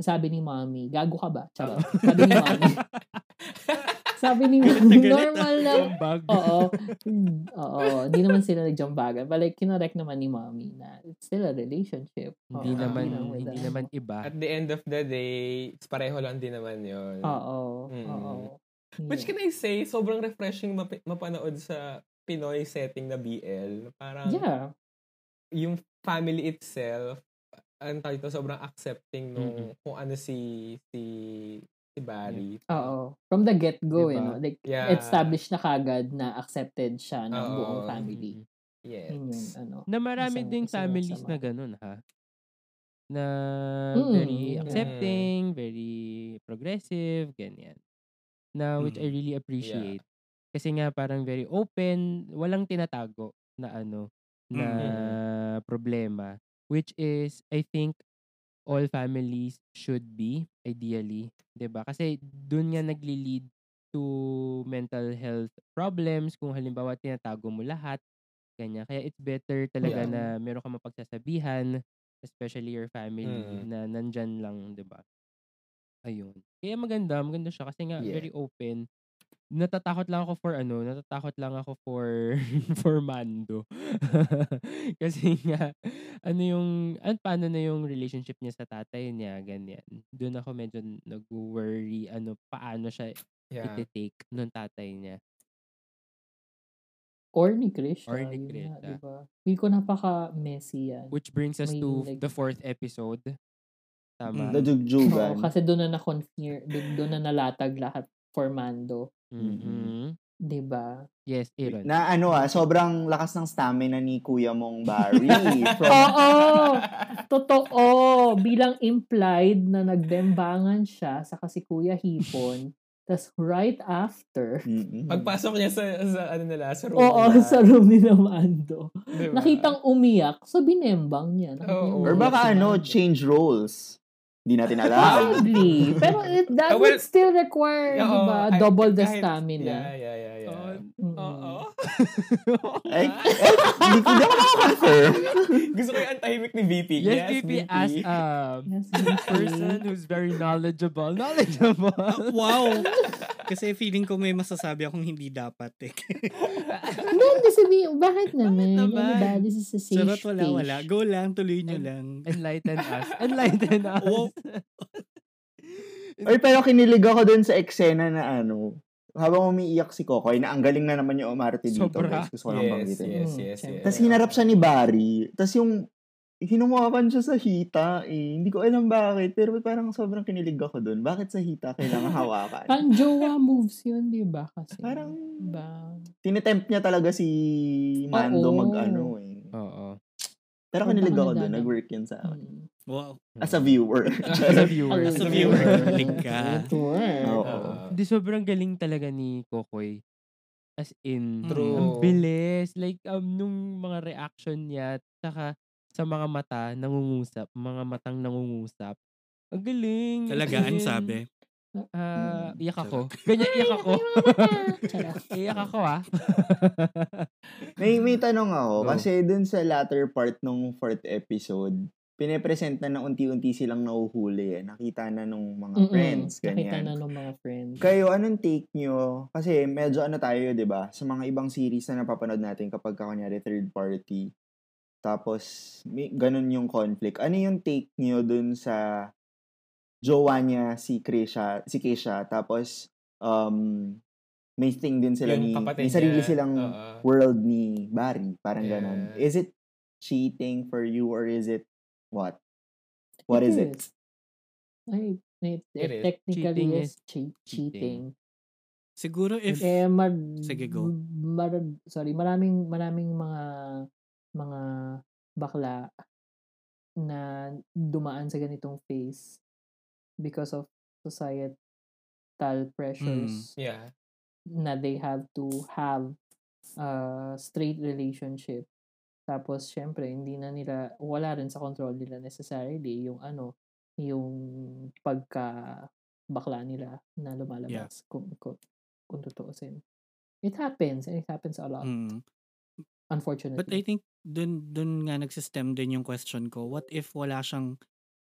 Speaker 2: Sabi ni mommy, gago ka ba? Charot. Sabi ni mommy. sabi ni
Speaker 5: Galit
Speaker 2: mommy,
Speaker 5: na galit, ah.
Speaker 2: normal lang.
Speaker 6: Jambag.
Speaker 2: Oo. Mm, Oo, di naman sila nagjambagan. But like, kinorek naman ni mommy na it's still a relationship.
Speaker 6: Hindi
Speaker 2: Oo,
Speaker 6: naman,
Speaker 2: you know, with
Speaker 6: hindi
Speaker 2: the-
Speaker 6: naman iba. Mm.
Speaker 1: At the end of the day, pareho lang din naman yun.
Speaker 2: Oo.
Speaker 1: Mm.
Speaker 2: Oo.
Speaker 1: Which
Speaker 2: Yeah.
Speaker 1: can I say, sobrang refreshing map- mapanood sa Pinoy setting na BL. Parang
Speaker 2: Yeah.
Speaker 1: yung family itself, ang tawag ito, sobrang accepting nung
Speaker 6: Mm-mm.
Speaker 1: kung ano si si si Barry.
Speaker 2: Mm. Oo. From the get-go,
Speaker 6: Diba?
Speaker 2: you know, like,
Speaker 1: Yeah.
Speaker 2: established na kagad na accepted siya ng
Speaker 1: Oo.
Speaker 2: buong family.
Speaker 6: Mm-mm.
Speaker 1: Yes.
Speaker 2: Yun yung ano.
Speaker 6: Na marami
Speaker 2: Isang-
Speaker 6: ding
Speaker 2: isang
Speaker 6: families
Speaker 2: sama.
Speaker 6: na ganun, ha? Na
Speaker 2: Mm,
Speaker 6: very
Speaker 2: yeah.
Speaker 6: accepting, very progressive, ganyan. Na which I
Speaker 5: Mm.
Speaker 6: really appreciate. Kasi nga parang very open, walang tinatago na ano, na problema. which is I think all families should be ideally, 'di ba? Kasi doon nga nagli-lead to mental health problems kung halimbawa tinatago mo lahat, ganyan. Kaya it's better
Speaker 1: Yeah.
Speaker 6: talaga na meron kang mapagsasabihan, especially your family
Speaker 1: Mm.
Speaker 6: na nandyan lang, 'di ba? Ayun. Kaya maganda, maganda siya kasi nga
Speaker 3: Yeah.
Speaker 6: very open. Natatakot lang ako for ano, natatakot lang ako for for Mando. kasi nga ano yung, an, paano na yung relationship niya sa tatay niya, ganyan. Doon ako medyo nag-worry, ano, paano siya
Speaker 1: Yeah.
Speaker 6: iti-take nung tatay niya.
Speaker 2: Or ni Krisha.
Speaker 6: Or ni
Speaker 2: yun nga,
Speaker 6: Krisha.
Speaker 2: diba? Feel ko napaka-messy yan.
Speaker 6: Which brings us to
Speaker 2: May, like-
Speaker 6: the fourth episode.
Speaker 3: Mm,
Speaker 6: Tama.
Speaker 3: Nadugjugan.
Speaker 2: Oo, kasi doon na na-confir, doon na nalatag lahat for Mando.
Speaker 6: Mhm.
Speaker 2: Diba?
Speaker 6: Yes, Aaron.
Speaker 3: Na ano ah, sobrang lakas ng stamina ni Kuya mong Barry. From,
Speaker 2: Oo! Totoo! Bilang implied na nagdembangan siya sa kasi Kuya Hipon. tas right after,
Speaker 3: Mm-mm.
Speaker 1: Pagpasok niya sa, sa ano nila, sa room
Speaker 2: oo,
Speaker 1: nila,
Speaker 2: sa room ni na Mando.
Speaker 1: diba?
Speaker 2: Nakitang umiyak, so binembang niya.
Speaker 1: Oo.
Speaker 3: Or baka ano,
Speaker 2: change.
Speaker 3: change roles. Hindi natin alam.
Speaker 2: Probably. Pero it,
Speaker 1: Ah,
Speaker 2: that
Speaker 1: well,
Speaker 2: would still require,
Speaker 1: Yeah,
Speaker 2: diba,
Speaker 1: oo, ay-
Speaker 2: double the
Speaker 1: kahit-
Speaker 2: stamina.
Speaker 1: Yeah, yeah, yeah, yeah.
Speaker 2: Mm.
Speaker 3: Ay, eh, hindi ko hindi ako makakonfirm.
Speaker 1: Gusto ko yung ang tahimik ni VP.
Speaker 6: yes, BP as
Speaker 2: uh,
Speaker 6: a
Speaker 2: Yes,
Speaker 6: person who's very knowledgeable. Knowledgeable.
Speaker 5: Ah, Wow! Kasi feeling ko may masasabi akong hindi dapat eh.
Speaker 2: Hindi, hindi sabihin, bakit naman?
Speaker 6: naman?
Speaker 2: Diba, this is a safe
Speaker 5: Charot, wala,
Speaker 2: space.
Speaker 5: wala. Go lang, tuloy nyo
Speaker 6: And-
Speaker 5: lang.
Speaker 6: Enlighten us. Enlighten us.
Speaker 5: Wow.
Speaker 3: Oy, pero kinilig ako dun sa eksena na ano, habang umiiyak si Kokoy, na ang galing na naman yung umarte dito.
Speaker 6: Sobra.
Speaker 3: Guys, gusto ko lang
Speaker 1: Yes,
Speaker 3: banggitin.
Speaker 1: yes,
Speaker 2: Mm,
Speaker 1: yes,
Speaker 2: syempre.
Speaker 1: yes.
Speaker 3: Tapos hinarap siya ni Barry. Tapos yung hinumakan siya sa hita eh. Hindi ko alam bakit, pero parang sobrang kinilig ako dun. Bakit sa hita kailangan hawakan?
Speaker 2: Ang jowa moves yun, di ba? Kasi,
Speaker 3: parang
Speaker 2: ba?
Speaker 3: tinetempt niya talaga si Mando
Speaker 2: Oo.
Speaker 3: mag ano eh.
Speaker 6: Oo.
Speaker 3: Pero
Speaker 2: Punta eh.
Speaker 3: kinilig
Speaker 2: ka na
Speaker 3: ako dun,
Speaker 2: dana.
Speaker 3: nag-work yun sa akin.
Speaker 2: Mm.
Speaker 5: Wow.
Speaker 3: As a viewer.
Speaker 6: As a viewer.
Speaker 5: As a viewer. Link ka.
Speaker 2: Sure.
Speaker 3: Oo.
Speaker 1: Oo.
Speaker 6: Di sobrang galing talaga ni Kokoy. As in,
Speaker 5: True.
Speaker 6: ang bilis. Like, um, nung mga reaction niya, saka sa mga mata, nangungusap. Mga matang nangungusap. Ang galing.
Speaker 5: Talaga,
Speaker 6: As
Speaker 5: ano
Speaker 6: in,
Speaker 5: sabi?
Speaker 6: ah, iyak ako.
Speaker 5: Sarap.
Speaker 6: Ganyan, iyak ako.
Speaker 2: Charot.
Speaker 6: iyak ako, ah.
Speaker 3: May, may tanong ako,
Speaker 6: Go.
Speaker 3: kasi dun sa latter part nung fourth episode, pinepresent na na unti-unti silang nauhuli eh. Nakita na nung mga
Speaker 2: Mm-mm.
Speaker 3: friends,
Speaker 2: Nakita
Speaker 3: ganyan.
Speaker 2: na ng mga friends.
Speaker 3: Kayo, anong take nyo? Kasi medyo ano tayo, di ba? Sa mga ibang series na napapanood natin kapag ka, kunyari third party, tapos may, ganun yung conflict. Ano yung take nyo dun sa jowa niya, si Krisha, si Keisha, tapos um, may thing din sila
Speaker 1: Yung
Speaker 3: ni,
Speaker 1: kapatid
Speaker 3: may sarili
Speaker 1: niya,
Speaker 3: silang
Speaker 1: oo.
Speaker 3: world ni Barry, parang
Speaker 1: Yeah.
Speaker 3: ganun. Is it cheating for you or is it what? What is it?
Speaker 2: Ay, it,
Speaker 1: It
Speaker 2: it
Speaker 1: is.
Speaker 2: technically
Speaker 6: Cheating
Speaker 2: is che- cheating.
Speaker 5: Siguro if...
Speaker 2: Eh, mar,
Speaker 5: Sige, go.
Speaker 2: mar- sorry, maraming, maraming mga, mga bakla na dumaan sa ganitong phase because of societal pressures
Speaker 1: Yeah.
Speaker 2: na they have to have a straight relationship. Tapos, syempre, hindi na nila, wala rin sa control nila necessarily yung ano, yung pagka bakla nila na
Speaker 5: Yeah.
Speaker 2: lumalabas kung, kung, kung tutuusin. It happens, and it happens a lot,
Speaker 5: Mm.
Speaker 2: unfortunately.
Speaker 5: But I think dun dun nga nagsistem din yung question ko. What if wala siyang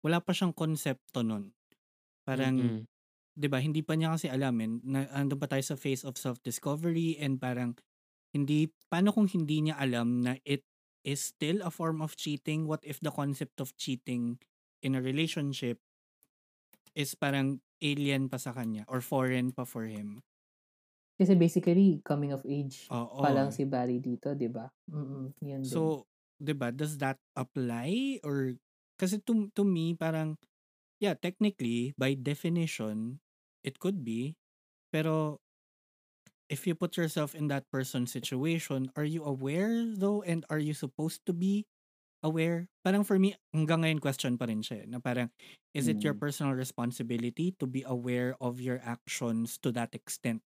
Speaker 5: wala pa siyang konsepto nun? Parang
Speaker 6: Mm-mm.
Speaker 5: 'di ba, hindi pa niya kasi alamin na andun pa tayo sa phase of self-discovery and parang hindi paano kung hindi niya alam na it is still a form of cheating? What if the concept of cheating in a relationship is parang alien pa sa kanya or foreign pa for him?
Speaker 2: Kasi basically, coming of age
Speaker 5: Oo.
Speaker 2: pa lang si Barry dito, di ba? Mm yun din.
Speaker 5: Oh, So, 'di ba, does that apply or kasi to to me parang yeah, technically by definition it could be pero if you put yourself in that person's situation, are you aware though and are you supposed to be aware? Parang for me hanggang ngayon question pa rin siya eh, na parang is it your
Speaker 3: Mm.
Speaker 5: personal responsibility to be aware of your actions to that extent?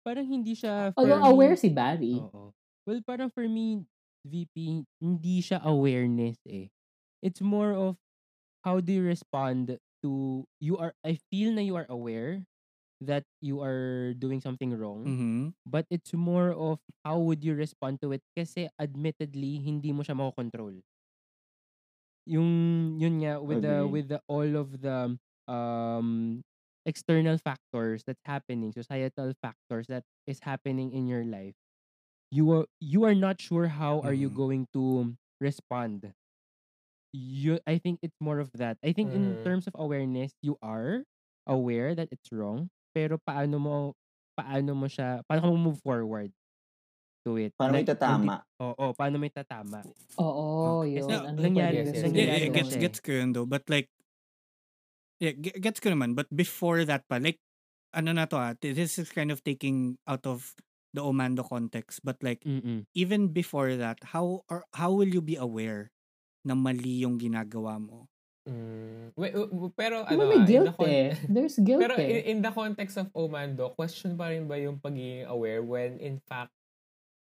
Speaker 6: Parang hindi siya...
Speaker 2: Although
Speaker 6: fairly-
Speaker 2: aware si Barry.
Speaker 5: Oh.
Speaker 6: Oo. Well, parang for me, VP, hindi siya awareness eh. It's more of how do you respond to you are I feel na you are aware that you are doing something wrong
Speaker 5: Mhm.
Speaker 6: but it's more of how would you respond to it kasi admittedly hindi mo siya makokontrol. Yung yun nga with the
Speaker 3: Agree.
Speaker 6: with the all of the um external factors that's happening, societal factors that is happening in your life. You are you are not sure how are you
Speaker 5: Mhm.
Speaker 6: going to respond. You I think it's more of that. I think in
Speaker 1: Mhm.
Speaker 6: terms of awareness, you are aware that it's wrong, pero paano mo paano mo siya, paano mo move forward to it.
Speaker 3: Paano
Speaker 6: Like, hindi-
Speaker 3: itatama?
Speaker 6: Oo, paano may tatama.
Speaker 2: Oo,
Speaker 6: Okay.
Speaker 2: yun.
Speaker 6: No,
Speaker 2: Ano yung
Speaker 6: nangyari-
Speaker 2: pwede
Speaker 6: nangyari
Speaker 5: Yeah, yeah,
Speaker 6: Nangyayari
Speaker 5: gets,
Speaker 6: kasi.
Speaker 5: gets ko yun though. But like, yeah, ge- gets ko naman. But before that pa, like, ano na to ah, this is kind of taking out of the Omando context. But like,
Speaker 6: Mm-mm.
Speaker 5: even before that, how or how will you be aware na mali yung ginagawa mo?
Speaker 1: Mm. Wait, w- w- pero
Speaker 2: Ano,
Speaker 1: ano,
Speaker 2: may
Speaker 1: ah, in
Speaker 2: guilt
Speaker 1: the con-
Speaker 2: eh. There's guilt
Speaker 1: Pero in,
Speaker 2: eh.
Speaker 1: in the context of Omando, question pa rin ba yung pagiging aware when in fact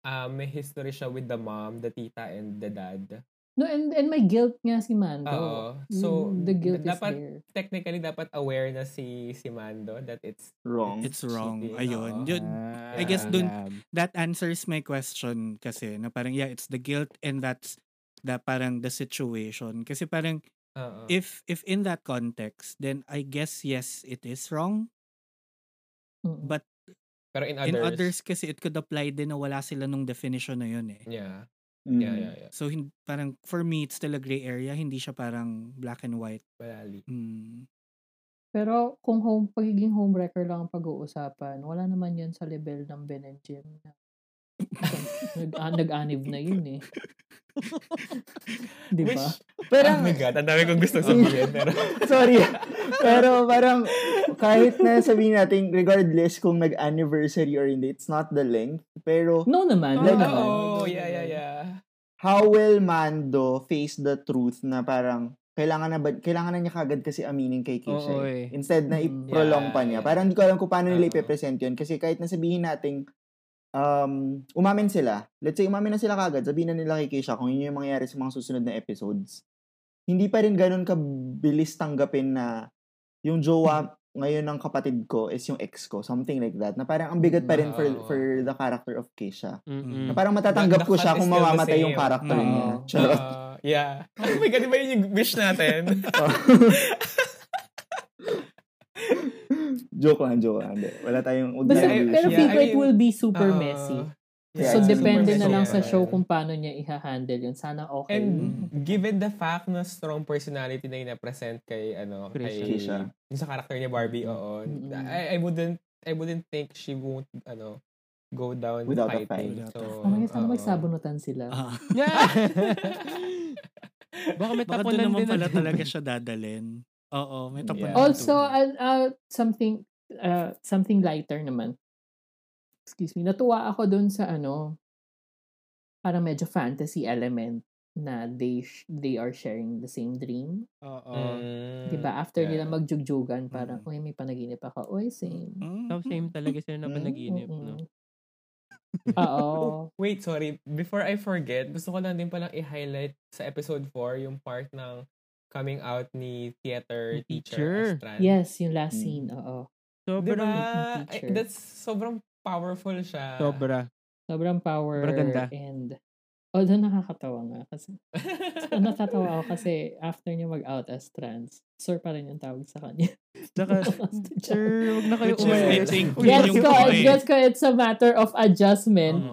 Speaker 1: ah, may history siya with the mom, the tita, and the dad?
Speaker 2: No, and, and may guilt nga si Mando.
Speaker 1: Oo. So,
Speaker 2: Mm, the guilt
Speaker 1: d-
Speaker 2: is
Speaker 1: dapat,
Speaker 2: there.
Speaker 1: technically, dapat aware na si, si Mando that it's
Speaker 3: Wrong.
Speaker 5: It's wrong.
Speaker 1: Cheating,
Speaker 5: Ayun.
Speaker 1: oo.
Speaker 5: Yun,
Speaker 6: Ah,
Speaker 1: I guess
Speaker 5: dun-
Speaker 6: damn.
Speaker 5: that answers my question kasi na parang yeah, it's the guilt and that's the parang the situation kasi parang
Speaker 1: Oo.
Speaker 5: if if in that context then I guess yes it is wrong
Speaker 2: Mm.
Speaker 5: but
Speaker 1: pero in
Speaker 5: in
Speaker 1: others,
Speaker 5: others kasi it could apply din na wala sila nung definition na yun eh.
Speaker 1: yeah,
Speaker 3: Mm.
Speaker 1: yeah, yeah, yeah.
Speaker 5: So hin- parang for me it's still a gray area, hindi siya parang black and white.
Speaker 1: Malali.
Speaker 5: Mm.
Speaker 2: Pero kung home, pagiging homewrecker lang ang pag-uusapan, wala naman yun sa level ng Ben and Jim. Nag, ah, nag-anib na yun eh. Di ba?
Speaker 1: Which-
Speaker 3: Pero,
Speaker 1: oh my God, ang dami kong gusto sabihin. pero,
Speaker 3: sorry. Pero parang, kahit na sabihin natin, regardless kung nag-anniversary or hindi, it's not the length. Pero,
Speaker 2: No naman. no
Speaker 3: Like, Wala
Speaker 1: Oo,
Speaker 2: naman.
Speaker 1: oh,
Speaker 2: No
Speaker 1: yeah, yeah,
Speaker 2: naman.
Speaker 1: yeah.
Speaker 3: how will Mando face the truth na parang, kailangan na ba, kailangan na niya kagad kasi aminin kay Keisha.
Speaker 6: Oo
Speaker 3: eh.
Speaker 6: eh.
Speaker 3: Instead na
Speaker 2: Mm.
Speaker 3: i-prolong
Speaker 1: Yeah,
Speaker 3: pa niya.
Speaker 1: Mm-hmm. yeah.
Speaker 3: Parang hindi ko alam kung paano nila
Speaker 1: Oo.
Speaker 3: ipepresent yun. Kasi kahit na sabihin natin, um, umamin sila. Let's say, umamin na sila kagad. Sabihin na nila kay Keisha kung yun yung mangyayari sa mga susunod na episodes. Hindi pa rin ganun kabilis tanggapin na yung jowa ngayon ng kapatid ko is yung ex ko. Something like that. Na parang ang bigat pa rin for,
Speaker 1: Oo.
Speaker 3: for the character of Keisha.
Speaker 6: Mm-mm.
Speaker 5: Mm.
Speaker 3: Na parang
Speaker 1: Hmm.
Speaker 3: matatanggap
Speaker 1: The- the
Speaker 3: ko siya
Speaker 1: cut is
Speaker 3: kung
Speaker 1: still the
Speaker 3: mamamatay yung
Speaker 1: same.
Speaker 3: character
Speaker 5: Oo.
Speaker 3: niya. Charot.
Speaker 1: Ah, yeah. Oh my God, di ba yun yung wish natin?
Speaker 3: joke lang, joke lang. Hindi. Wala tayong... huwag
Speaker 2: Basta,
Speaker 3: tayong
Speaker 2: pero
Speaker 3: issue.
Speaker 1: Yeah,
Speaker 2: feel
Speaker 1: I
Speaker 2: ko it
Speaker 1: mean,
Speaker 2: will be super
Speaker 1: Ah,
Speaker 2: messy.
Speaker 3: Yeah,
Speaker 2: so,
Speaker 3: it's
Speaker 2: depende
Speaker 3: super
Speaker 2: na
Speaker 3: messy.
Speaker 2: lang sa
Speaker 3: Yeah.
Speaker 2: show kung Mm. paano niya i-handle yun. Sana okay.
Speaker 1: And given the fact na strong personality na ina-present kay ano kay
Speaker 3: Keisha.
Speaker 1: yung sa character ni
Speaker 2: Mm.
Speaker 1: Barbie, oo.
Speaker 2: Mm-mm.
Speaker 1: I, I wouldn't I wouldn't think she won't ano go down
Speaker 3: Without a
Speaker 1: fighting.
Speaker 5: fight.
Speaker 1: So,
Speaker 2: oh my God, sana
Speaker 1: oo.
Speaker 2: magsabunutan sila.
Speaker 5: Ah.
Speaker 6: Yeah. Baka may
Speaker 5: Baka
Speaker 6: tapunan
Speaker 5: doon naman
Speaker 6: din
Speaker 5: pala
Speaker 6: ang-
Speaker 5: talaga siya dadalin. Oo, may tapunan.
Speaker 1: Yeah.
Speaker 2: Also,
Speaker 5: doon.
Speaker 2: I'll- I'll- something uh, something lighter naman. Excuse me. Natuwa ako dun sa ano, parang medyo fantasy element na they sh- they are sharing the same dream.
Speaker 6: Oo.
Speaker 1: Mm,
Speaker 2: 'Di ba? After
Speaker 1: yeah.
Speaker 2: nila magjugjugan, parang,
Speaker 5: Mm.
Speaker 2: uy, may panaginip ako. Uy, same.
Speaker 5: Mm.
Speaker 6: So, Oh, same talaga sila na
Speaker 3: Mm,
Speaker 6: panaginip, no?
Speaker 2: Mm-mm. Oo.
Speaker 1: Wait, sorry. Before I forget, gusto ko lang din palang i-highlight sa episode 4 yung part ng coming out ni theater
Speaker 6: Ni
Speaker 1: teacher.
Speaker 6: teacher.
Speaker 1: Astran.
Speaker 2: Yes, yung last
Speaker 3: Mm.
Speaker 2: scene. Oo.
Speaker 1: Diba?
Speaker 6: Sobrang,
Speaker 1: Ay,
Speaker 2: teacher.
Speaker 1: that's sobrang powerful siya.
Speaker 6: sobra.
Speaker 2: Sobrang power
Speaker 6: Sobrang ganda.
Speaker 2: and although nakakatawa nga kasi So, natatawa ako kasi after niya mag-out as trans, sir pa rin yung tawag sa kanya.
Speaker 6: Tsaka, sir, huwag na kayo
Speaker 5: Which is, I
Speaker 6: umayos.
Speaker 5: think,
Speaker 6: Uy,
Speaker 2: Gets
Speaker 5: yung
Speaker 2: ko,
Speaker 5: ano eh.
Speaker 2: gets ko, it's a matter of adjustment.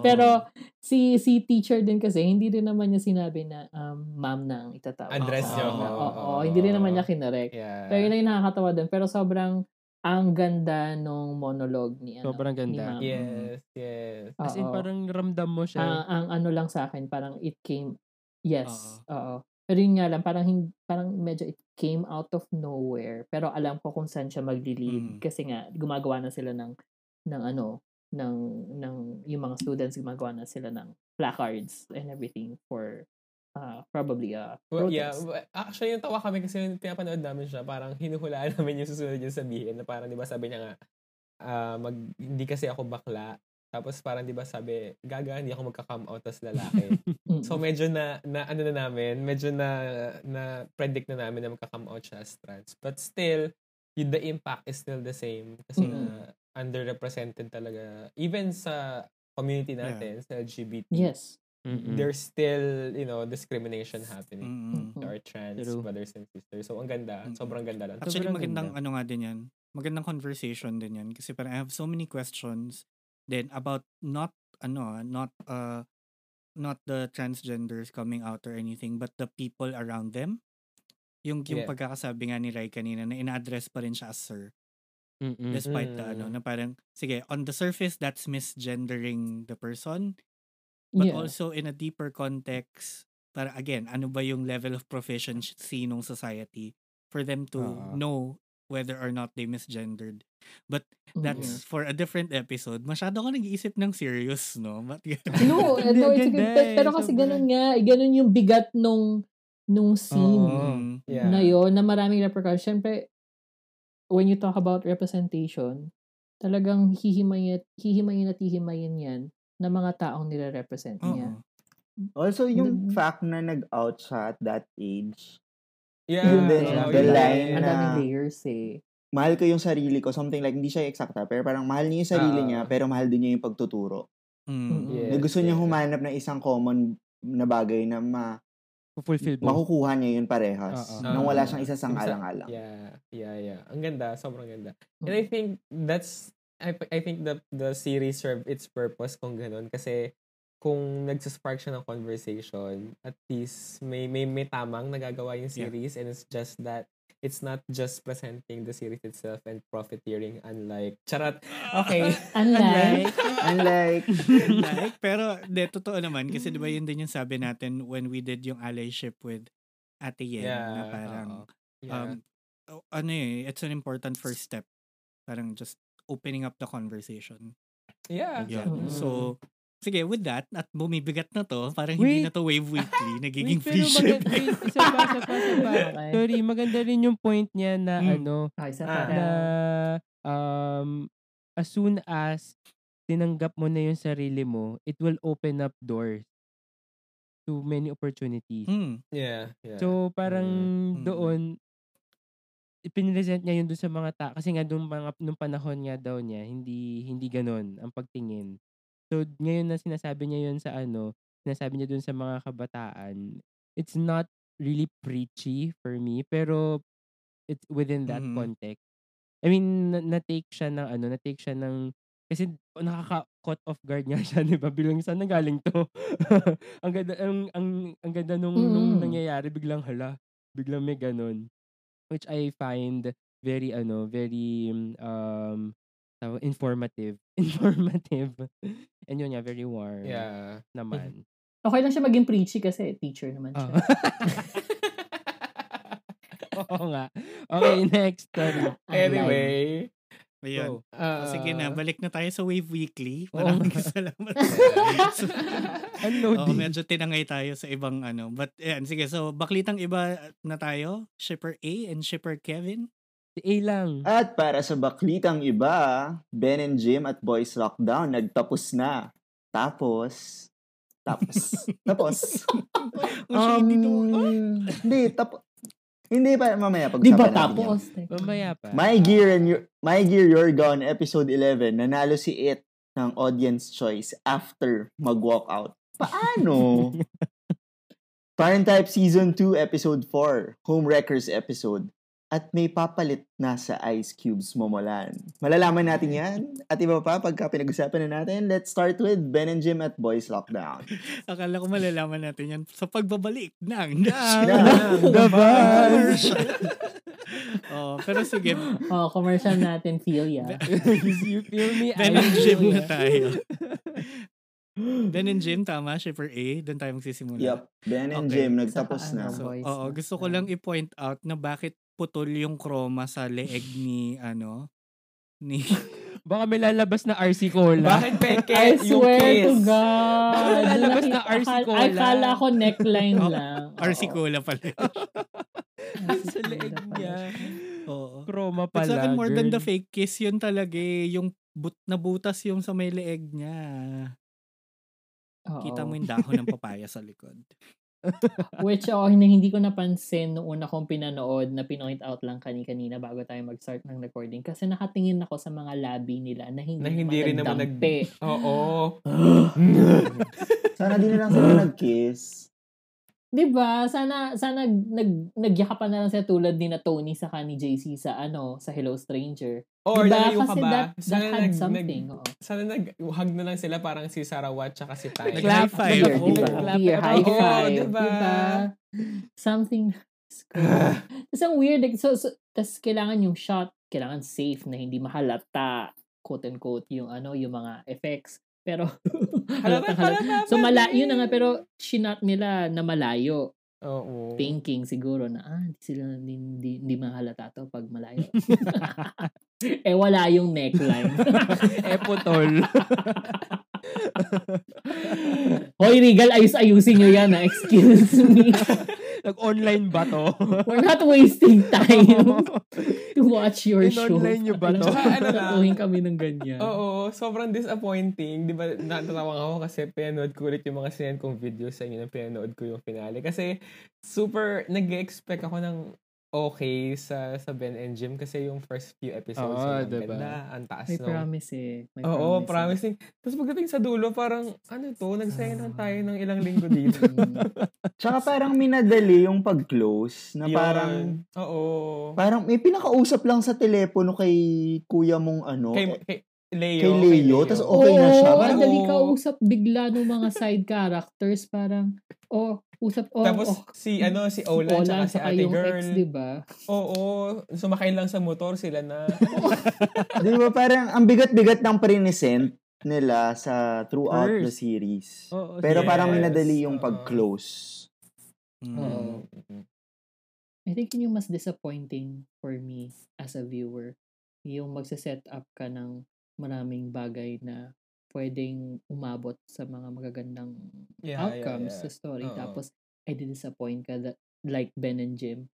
Speaker 1: Oo.
Speaker 2: Pero si si teacher din kasi, hindi din naman niya sinabi na um, ma'am na ang itatawag.
Speaker 1: Address
Speaker 2: Oo,
Speaker 5: niya,
Speaker 2: Oo,
Speaker 5: oo,
Speaker 2: oo,
Speaker 1: oo.
Speaker 2: hindi din naman niya kinarek.
Speaker 1: yeah.
Speaker 2: Pero yun ang nakakatawa din. Pero sobrang ang ganda nung monologue ni ano,
Speaker 6: Sobrang
Speaker 2: ni
Speaker 6: ganda.
Speaker 2: ma'am.
Speaker 1: Yes, yes.
Speaker 6: As in,
Speaker 2: Oo.
Speaker 6: parang ramdam mo
Speaker 2: ang,
Speaker 6: siya.
Speaker 2: ang ano lang sa akin, parang it came, yes, oo. Pero yun nga lang, parang, hin- parang medyo it came out of nowhere. Pero alam ko kung saan siya maglilid.
Speaker 5: Mm.
Speaker 2: Kasi nga, gumagawa na sila ng, ng ano, ng, ng, yung mga students, gumagawa na sila ng placards and everything for, uh, probably a
Speaker 1: Well, yeah,
Speaker 2: protest.
Speaker 1: well, actually, yung tawa kami kasi yung pinapanood namin siya, parang hinuhulaan namin yung susunod yung sabihin na parang, di ba, sabi niya nga, ah, mag, hindi kasi ako bakla, Tapos parang 'di ba sabi, gaga hindi ako magka-come out as lalaki.
Speaker 2: Mm,
Speaker 1: so medyo na, na ano na namin, medyo na na predict na namin na magka-come out siya as trans. But still, y- the impact is still the same kasi
Speaker 2: Mm.
Speaker 1: na underrepresented talaga even sa community natin sa LGBT.
Speaker 2: yes.
Speaker 5: Ah.
Speaker 6: Mm-mm.
Speaker 1: There's still, you know, discrimination happening.
Speaker 5: Mm.
Speaker 1: to our trans
Speaker 6: True.
Speaker 1: brothers and sisters. So, ang ganda.
Speaker 5: Mm.
Speaker 1: Sobrang ganda lang.
Speaker 5: Actually,
Speaker 6: Sobrang
Speaker 5: magandang
Speaker 6: ganda.
Speaker 5: ano nga din yan. Magandang conversation din yan. Kasi parang I have so many questions then about not, ano, ah, not, uh, not the transgenders coming out or anything, but the people around them. Yung, yung
Speaker 1: Yeah.
Speaker 5: pagkakasabi nga ni Rai kanina na ina-address pa rin siya as sir.
Speaker 6: Mm-mm.
Speaker 5: Despite the ano,
Speaker 1: Mm.
Speaker 5: na parang, sige, on the surface, that's misgendering the person. But
Speaker 2: Yeah.
Speaker 5: also in a deeper context, para again, ano ba yung level of proficiency ng society for them to
Speaker 6: Ah.
Speaker 5: know whether or not they misgendered. But
Speaker 2: Mm.
Speaker 5: that's for a different episode. Masyado ka nag-iisip ng serious, no? But,
Speaker 2: No,
Speaker 6: Hindi,
Speaker 2: no, it's
Speaker 6: ganda
Speaker 2: good. Pe-
Speaker 6: eh,
Speaker 2: Pero kasi
Speaker 6: sobra.
Speaker 2: ganun nga, eh, ganun yung bigat nung nung scene
Speaker 5: Mm.
Speaker 1: Yeah.
Speaker 2: na yon na maraming repercussion. Siyempre, when you talk about representation, talagang hihimayin at hihimayin at hihimayin yan ng mga taong nire-represent
Speaker 5: Oo.
Speaker 2: niya.
Speaker 3: Also, yung
Speaker 1: Mm-hmm.
Speaker 2: Mm.
Speaker 3: fact na nag-out siya at that age,
Speaker 1: Yeah.
Speaker 3: Yun din,
Speaker 1: oo,
Speaker 3: the
Speaker 1: yun din.
Speaker 3: line
Speaker 2: Ang daming
Speaker 3: na-
Speaker 2: layers eh.
Speaker 3: mahal ko yung sarili ko, something like, hindi siya eksakta, pero parang mahal niya yung sarili
Speaker 1: Ah.
Speaker 3: niya, pero mahal din niya yung pagtuturo.
Speaker 5: Mm.
Speaker 2: Mm.
Speaker 3: na
Speaker 1: Yes,
Speaker 3: gusto niya
Speaker 1: yes.
Speaker 3: humanap ng isang common na bagay na ma-
Speaker 6: Fulfilled mo.
Speaker 3: makukuha niya yun parehas.
Speaker 6: Oo.
Speaker 3: Nang wala
Speaker 1: Ah.
Speaker 3: siyang isa sang alang-alang.
Speaker 1: Yeah, yeah, yeah. Ang ganda, sobrang ganda. And
Speaker 5: Mm.
Speaker 1: I think that's I I think the the series served its purpose kung ganun kasi kung nagsaspark siya ng conversation, at least may may may tamang nagagawa yung
Speaker 5: Yeah.
Speaker 1: series and it's just that it's not just presenting the series itself and profiteering unlike charot. Okay.
Speaker 2: Unlike,
Speaker 3: Unlike,
Speaker 5: like, pero de, totoo naman kasi di ba yun din yung sabi natin when we did yung allyship with Ate Yen na
Speaker 1: Yeah,
Speaker 5: parang
Speaker 1: oo. Yeah.
Speaker 5: um, o- ano eh, it's an important first step. Parang just opening up the conversation.
Speaker 1: yeah.
Speaker 2: Mm.
Speaker 5: Yun. So, sige, with that, at bumibigat na to, parang
Speaker 6: Wait.
Speaker 5: hindi na to wave weekly, nagiging
Speaker 6: Wait,
Speaker 5: free
Speaker 6: pero
Speaker 5: ship.
Speaker 6: maganda- wait, isa pa, isa pa, isa pa.
Speaker 2: Okay.
Speaker 6: Sorry, maganda rin yung point niya na
Speaker 5: Mm.
Speaker 6: ano,
Speaker 2: oh, isa
Speaker 1: Ah.
Speaker 2: pa
Speaker 6: na
Speaker 2: daw.
Speaker 6: um, as soon as tinanggap mo na yung sarili mo, it will open up doors to many opportunities.
Speaker 5: Mm.
Speaker 1: Yeah. yeah.
Speaker 6: So, parang
Speaker 5: Mm.
Speaker 6: doon, ipinresent niya yun doon sa mga ta kasi nga doon mga nung panahon nga daw niya hindi hindi ganun ang pagtingin. So ngayon na sinasabi niya yun sa ano, sinasabi niya doon sa mga kabataan, it's not really preachy for me pero it's within that
Speaker 5: Mhm.
Speaker 6: context. I mean, na- na-take siya ng ano, na-take siya ng kasi nakaka-caught off guard nga siya, di ba? Bilang saan nanggaling to? ang ganda, ang, ang, ang ganda nung, nung
Speaker 2: Mm.
Speaker 6: nangyayari, biglang hala, biglang may ganun. Which I find very, ano, very, um, tawag- informative. informative. And yun nga, very warm
Speaker 1: yeah.
Speaker 6: naman.
Speaker 2: Okay lang siya maging preachy kasi teacher naman siya.
Speaker 6: Ah. Oo nga. Okay, next story.
Speaker 1: Anyway,
Speaker 5: Ayun.
Speaker 6: Go.
Speaker 5: So,
Speaker 1: uh,
Speaker 5: Oh, sige
Speaker 6: ah.
Speaker 5: na, balik na tayo sa wave weekly.
Speaker 6: Oo.
Speaker 5: Maraming salamat. so, Oo, Oh,
Speaker 6: Unloading.
Speaker 5: medyo tinangay tayo sa ibang ano. But, ayan, sige. So, baklitang iba na tayo. Shipper A and Shipper Kevin.
Speaker 6: Si A lang.
Speaker 3: At para sa baklitang iba, Ben and Jim at Boys Lockdown nagtapos na. Tapos, tapos, tapos.
Speaker 5: Oh, shady to.
Speaker 3: Um, hindi, tapos. Hindi pa, mamaya pag
Speaker 2: Di ba
Speaker 3: usapan natin yan.
Speaker 2: tapos? Teka.
Speaker 6: Mamaya pa.
Speaker 3: My Gear and Your, My Gear Your Gun episode 11 nanalo si It ng audience choice after mag-walkout. Paano? Parent Type Season 2 Episode 4 Home Wreckers Episode at may papalit na sa Ice Cubes Momolan. Malalaman natin yan at iba pa pagka pinag-usapan na natin. Let's start with Ben and Jim at Boys Lockdown.
Speaker 5: Akala ko malalaman natin yan sa pagbabalik ng
Speaker 6: The bus.
Speaker 5: oh, pero sige,
Speaker 2: Oh, commercial natin, feel ya.
Speaker 6: you feel me?
Speaker 5: Ben
Speaker 6: I
Speaker 5: and
Speaker 6: feel
Speaker 5: Jim na
Speaker 6: ya.
Speaker 5: tayo. Ben and Jim, tama, shipper A, doon tayo magsisimula.
Speaker 3: Yup, Ben and
Speaker 5: Okay.
Speaker 3: Jim nagtapos
Speaker 2: Saka
Speaker 3: na.
Speaker 2: ano?
Speaker 5: So,
Speaker 2: Boys
Speaker 5: oo,
Speaker 2: na.
Speaker 5: gusto ko lang i-point out na bakit putol yung chroma sa leeg ni, ano, ni,
Speaker 6: Baka may lalabas na RC Cola.
Speaker 1: Bakit peke
Speaker 2: I
Speaker 1: yung
Speaker 2: swear to
Speaker 1: case?
Speaker 2: God.
Speaker 6: Baka lalabas na
Speaker 2: Nakita-
Speaker 6: RC
Speaker 2: akal-
Speaker 6: Cola.
Speaker 2: Ay, kala ko neckline
Speaker 5: Oh,
Speaker 2: lang.
Speaker 5: RC Cola pala.
Speaker 6: sa leeg niya.
Speaker 5: oo. But
Speaker 6: Chroma pala.
Speaker 5: sa akin, more than the
Speaker 6: girl.
Speaker 5: fake kiss, yun talaga eh, yung but nabutas yung sa may leeg niya.
Speaker 2: Oo.
Speaker 5: Kita mo yung dahon ng papaya sa likod.
Speaker 2: Which, oh, hindi, hindi ko napansin nung una kong pinanood na pinoint out lang kani-kanina bago tayo mag-start ng recording. Kasi nakatingin ako sa mga labi nila na hindi,
Speaker 1: Na hindi rin naman nag-
Speaker 2: magandampi.
Speaker 1: Oo.
Speaker 3: Sana di na lang sila nag-kiss.
Speaker 2: Diba? Sana, sana nag, nagyakapan na lang siya tulad ni na Tony sa ni JC sa ano, sa Hello Stranger.
Speaker 1: Or
Speaker 2: diba?
Speaker 1: nalayo ka
Speaker 2: Kasi
Speaker 1: ba?
Speaker 2: that, that
Speaker 1: sana
Speaker 2: had
Speaker 1: nag, nag,
Speaker 2: something. oo.
Speaker 1: sana nag-hug na lang sila parang si Sarawat tsaka si Tay.
Speaker 5: Nag-high five. Oo.
Speaker 3: Nag-high five.
Speaker 6: Clap
Speaker 2: Beer, Diba?
Speaker 6: it up.
Speaker 2: high
Speaker 1: Oo,
Speaker 2: five.
Speaker 1: diba?
Speaker 2: Something. Tapos ang weird. like, So, so, tas kailangan yung shot, kailangan safe na hindi mahalata, quote-unquote, yung ano, yung mga effects. Pero, halata, halata. So, mala, yun na nga, pero shinot nila na malayo. Mm.
Speaker 1: Oo.
Speaker 2: Thinking siguro na, ah, hindi sila, hindi, hindi, hindi mahalata to pag malayo. eh, wala yung neckline.
Speaker 6: Epotol.
Speaker 2: Hoy, Regal, ayus-ayusin nyo yan, ah. Excuse me.
Speaker 6: Nag-online ba to?
Speaker 2: We're not wasting time. to watch your
Speaker 6: In
Speaker 2: show.
Speaker 6: online nyo ba
Speaker 2: Alam
Speaker 6: to?
Speaker 2: mo,
Speaker 1: Tsaka ano lang.
Speaker 2: tatuhin kami ng ganyan.
Speaker 1: Oo, sobrang disappointing. Di ba, natatawa ako kasi pinanood ko ulit yung mga sinend kong videos sa inyo na pinanood ko yung finale. Kasi super, nag expect ako ng okay sa sa Ben and Jim kasi yung first few episodes oh,
Speaker 6: Oo, diba?
Speaker 1: ganda, ang taas
Speaker 2: May
Speaker 1: ng
Speaker 2: promise eh. May
Speaker 1: Oo,
Speaker 2: promise.
Speaker 1: promising. Tapos pagdating sa dulo, parang, ano to, nagsayang lang tayo ng ilang linggo dito.
Speaker 2: Mm.
Speaker 3: Tsaka parang minadali yung pag-close na
Speaker 1: Yun.
Speaker 3: parang
Speaker 1: oo.
Speaker 3: parang may pinakausap lang sa telepono kay kuya mong ano
Speaker 1: Kay,
Speaker 3: eh,
Speaker 1: kay Leo.
Speaker 3: kay Leo, tas oh.
Speaker 2: Oo,
Speaker 3: okay na siya.
Speaker 2: Oo,
Speaker 3: Parang,
Speaker 2: dali
Speaker 1: oo.
Speaker 2: ka usap bigla ng mga side characters. Parang, oh, usap, oh,
Speaker 1: Tapos
Speaker 2: oh.
Speaker 1: si ano si Olan, tsaka si
Speaker 2: saka
Speaker 1: ate
Speaker 2: yung
Speaker 1: girl.
Speaker 2: ex, diba?
Speaker 1: Oo, sumakay lang sa motor sila na.
Speaker 3: Eh, di ba parang ang bigat-bigat ng present nila sa throughout
Speaker 6: First.
Speaker 3: the series.
Speaker 6: Oo,
Speaker 3: Pero
Speaker 1: Oh, yes.
Speaker 3: parang minadali yung
Speaker 1: Oo.
Speaker 3: pag-close.
Speaker 5: Mm.
Speaker 2: I think yun yung mas disappointing for me as a viewer. Yung magsaset up ka ng maraming bagay na pwedeng umabot sa mga magagandang
Speaker 1: Yeah, yeah,
Speaker 2: outcomes
Speaker 1: Uh-uh.
Speaker 2: sa story.
Speaker 1: Oo.
Speaker 2: Tapos, ay disappoint ka that, like Ben and Jim.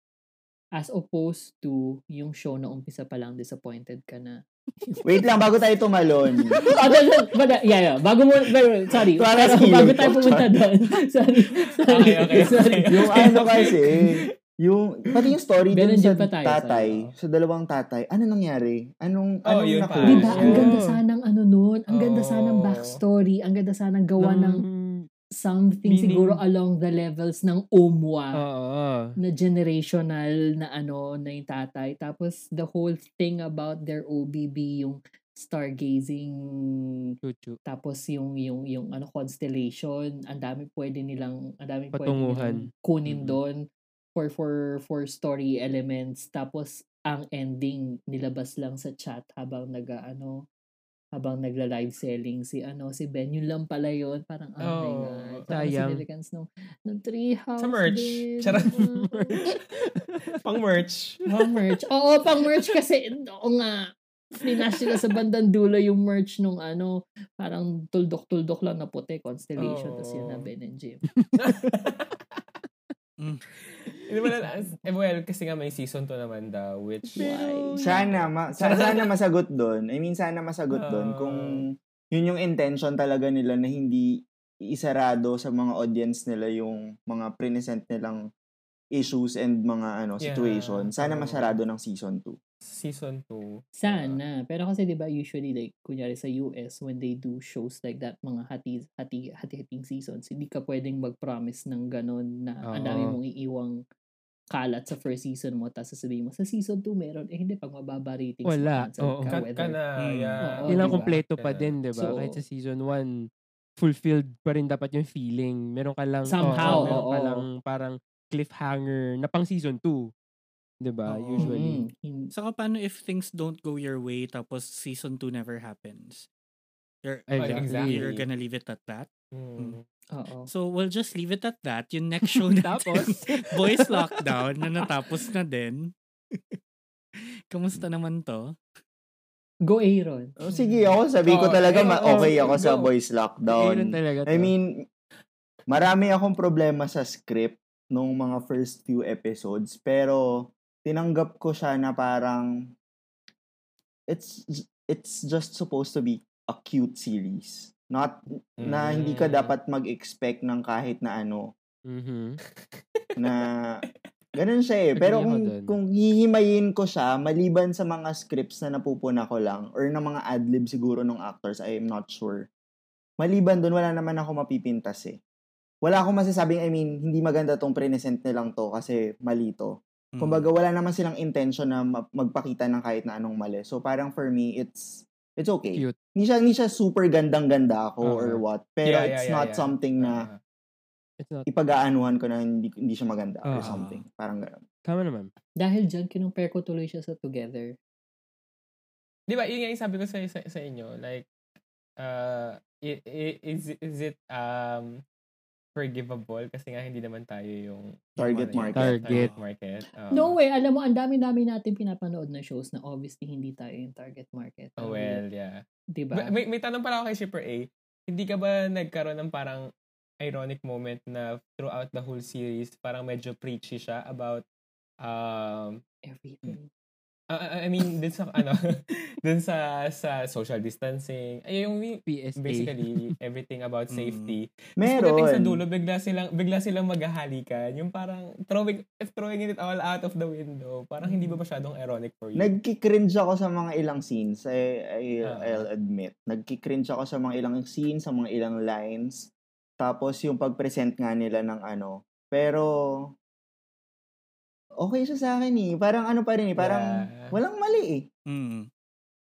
Speaker 2: As opposed to yung show na umpisa pa lang, disappointed ka na.
Speaker 3: Wait lang, bago tayo tumalon.
Speaker 2: Ah, but, but, but, uh, yeah, yeah. Bago mo, pero, sorry.
Speaker 3: Para
Speaker 2: Pero
Speaker 3: sa hero
Speaker 2: bago tayo
Speaker 3: ko,
Speaker 2: pumunta doon. Sorry. sorry.
Speaker 1: Okay, okay,
Speaker 2: sorry.
Speaker 1: okay.
Speaker 3: yung ano kasi, yung, pati yung story
Speaker 2: Ben
Speaker 3: dun
Speaker 2: and
Speaker 3: sa
Speaker 2: Jim pa tayo,
Speaker 3: tatay,
Speaker 2: sorry.
Speaker 3: sa dalawang tatay, ano nangyari? Anong,
Speaker 1: Oh,
Speaker 3: anong
Speaker 1: yun
Speaker 3: naku-
Speaker 1: pa.
Speaker 2: Diba, ang
Speaker 6: Oo.
Speaker 2: ganda sanang ano nun, ang ganda sanang
Speaker 1: Oo.
Speaker 2: backstory, ang ganda sanang gawa ng something
Speaker 6: meaning-
Speaker 2: siguro along the levels ng umwa
Speaker 6: Mm. Oo.
Speaker 2: na generational na ano, na yung tatay. Tapos the whole thing about their OBB, yung stargazing,
Speaker 6: Chuchu.
Speaker 2: tapos yung, yung, yung ano, constellation, ang dami pwede nilang, ang dami pwede
Speaker 6: Patunguhan.
Speaker 2: nilang kunin
Speaker 6: Mhm.
Speaker 2: doon for, for, for story elements. Tapos ang ending, nilabas lang sa chat habang nag, ano, habang nagla-live selling si ano si Ben yun lang pala yun parang oh,
Speaker 3: Ah,
Speaker 2: my
Speaker 1: Oh,
Speaker 2: god parang
Speaker 6: sayang.
Speaker 2: significance ng ng tree house
Speaker 1: Sa merch.
Speaker 2: din.
Speaker 1: Charot.
Speaker 2: Wow.
Speaker 1: Pang merch.
Speaker 2: Pang merch. Oo, pang merch kasi, oo nga, flinash nila sa bandang dulo yung merch nung ano, parang tuldok-tuldok lang na puti, Constellation, tapos yun na
Speaker 1: Oo.
Speaker 2: Ben and Jim.
Speaker 1: Hindi mo na, eh, well, kasi nga may season 2 naman daw, which,
Speaker 2: Why?
Speaker 3: Sana, ma- sa- sana masagot doon. I mean, sana masagot doon
Speaker 1: Oo.
Speaker 3: kung yun yung intention talaga nila na hindi isarado sa mga audience nila yung mga present nilang issues and mga ano
Speaker 1: Yeah.
Speaker 3: situation. Sana
Speaker 1: Oo.
Speaker 3: masarado ng season 2.
Speaker 1: season 2.
Speaker 2: Sana. Pero kasi 'di ba usually like kunyari sa US when they do shows like that mga hati hati hati-hating seasons, hindi ka pwedeng mag-promise ng ganun na ang dami
Speaker 6: Oo.
Speaker 2: mong iiwang kalat sa first season mo tapos sasabihin mo sa season 2 meron eh hindi pag mababa ratings
Speaker 6: Wala.
Speaker 2: ma-cancel
Speaker 6: Oo.
Speaker 2: ka,
Speaker 1: Cut
Speaker 2: whether-
Speaker 1: ka na,
Speaker 5: Mm.
Speaker 1: yeah.
Speaker 2: Oo,
Speaker 6: Ilang
Speaker 2: diba?
Speaker 6: kompleto pa din, di ba?
Speaker 2: So-
Speaker 6: Kahit sa season 1, fulfilled pa rin dapat yung feeling. Meron ka lang,
Speaker 2: Somehow,
Speaker 6: oo, meron ka
Speaker 2: oo.
Speaker 6: lang parang cliffhanger na pang season 2. Di ba?
Speaker 5: Oo.
Speaker 2: Mm,
Speaker 6: Usually.
Speaker 2: hin-
Speaker 5: Saka paano if things don't go your way tapos season 2 never happens? You're,
Speaker 1: Exactly.
Speaker 5: you're gonna leave it at that?
Speaker 1: Mm.
Speaker 2: Oo.
Speaker 5: So we'll just leave it at that. Yung next show natin,
Speaker 6: Tapos,
Speaker 5: Boys Lockdown, na natapos na din. Kamusta naman to?
Speaker 2: Go Aaron.
Speaker 1: Hmm.
Speaker 3: Oh, sige
Speaker 2: Mm-hmm.
Speaker 3: ako, sabi ko
Speaker 1: Oo,
Speaker 3: talaga
Speaker 1: eh,
Speaker 3: ma-
Speaker 1: oo,
Speaker 3: okay ako sa
Speaker 1: go.
Speaker 3: boys
Speaker 6: Aaron
Speaker 3: lockdown.
Speaker 6: Eh, talaga to.
Speaker 3: I mean, marami akong problema sa script nung mga first few episodes, pero tinanggap ko siya na parang it's it's just supposed to be a cute series. Not na hindi
Speaker 6: Mm.
Speaker 3: ka dapat mag-expect ng kahit na ano
Speaker 6: Mm-hmm.
Speaker 3: na ganun siya eh. Pero
Speaker 6: Agree ako
Speaker 3: kung,
Speaker 6: dun.
Speaker 3: kung hihimayin ko siya, maliban sa mga scripts na napupuna ko lang or ng mga adlib siguro ng actors, I am not sure. Maliban dun, wala naman ako mapipintas eh. Wala akong masasabing, I mean, hindi maganda tong present nilang to kasi malito.
Speaker 5: Mm.
Speaker 3: Kumbaga, wala naman silang intention na ma- magpakita ng kahit na anong mali. So, parang for me, it's it's okay.
Speaker 6: Cute.
Speaker 3: Hindi siya, hindi siya super gandang-ganda ako or
Speaker 6: Uh-huh.
Speaker 3: what. Pero
Speaker 1: Yeah, yeah,
Speaker 3: it's
Speaker 1: yeah,
Speaker 3: not
Speaker 1: yeah.
Speaker 3: something na
Speaker 1: Ah.
Speaker 6: It's not,
Speaker 3: ipag-aanuhan ko na hindi, hindi siya maganda
Speaker 1: Ah.
Speaker 3: or
Speaker 5: Uh-huh.
Speaker 3: something. Parang ganun.
Speaker 6: tama naman.
Speaker 2: Dahil dyan, kinumpare ko tuloy siya sa Together.
Speaker 1: Di ba, yun nga yung sabi ko sa, sa, sa inyo, like, uh, i- i- is, is it um, forgivable? Kasi nga, hindi naman tayo yung
Speaker 3: Target
Speaker 6: Mm.
Speaker 1: yung ano, yung
Speaker 3: market.
Speaker 1: Target market. Um,
Speaker 2: No way, alam mo, ang dami-dami natin pinapanood na shows na obviously hindi tayo yung target market.
Speaker 1: Oh, well, yeah.
Speaker 2: Diba?
Speaker 1: Ba- May, may tanong pala ako kay Shipper A. Hindi ka ba nagkaroon ng parang ironic moment na throughout the whole series, parang medyo preachy siya about um,
Speaker 2: Everything.
Speaker 1: ah, ah, I mean, dun sa, ano, dun sa, sa social distancing. Ay, yung
Speaker 6: PSA.
Speaker 1: basically everything about
Speaker 5: Mm.
Speaker 1: safety. Tapos pagdating sa dulo,
Speaker 3: Meron.
Speaker 1: bigla silang, bigla silang maghahalikan. Yung parang throwing, throwing it all out of the window. Parang hindi
Speaker 3: Hmm.
Speaker 1: ba masyadong ironic for you?
Speaker 3: Nagki-cringe ako sa mga ilang scenes. I, I,
Speaker 1: Uh-huh.
Speaker 3: I'll admit. Nagki-cringe ako sa mga ilang scenes, sa mga ilang lines. Tapos yung pag-present nga nila ng ano. Pero, okay siya sa akin eh. Parang ano pa rin eh. Parang,
Speaker 1: Yeah.
Speaker 3: walang mali eh.
Speaker 5: Mm.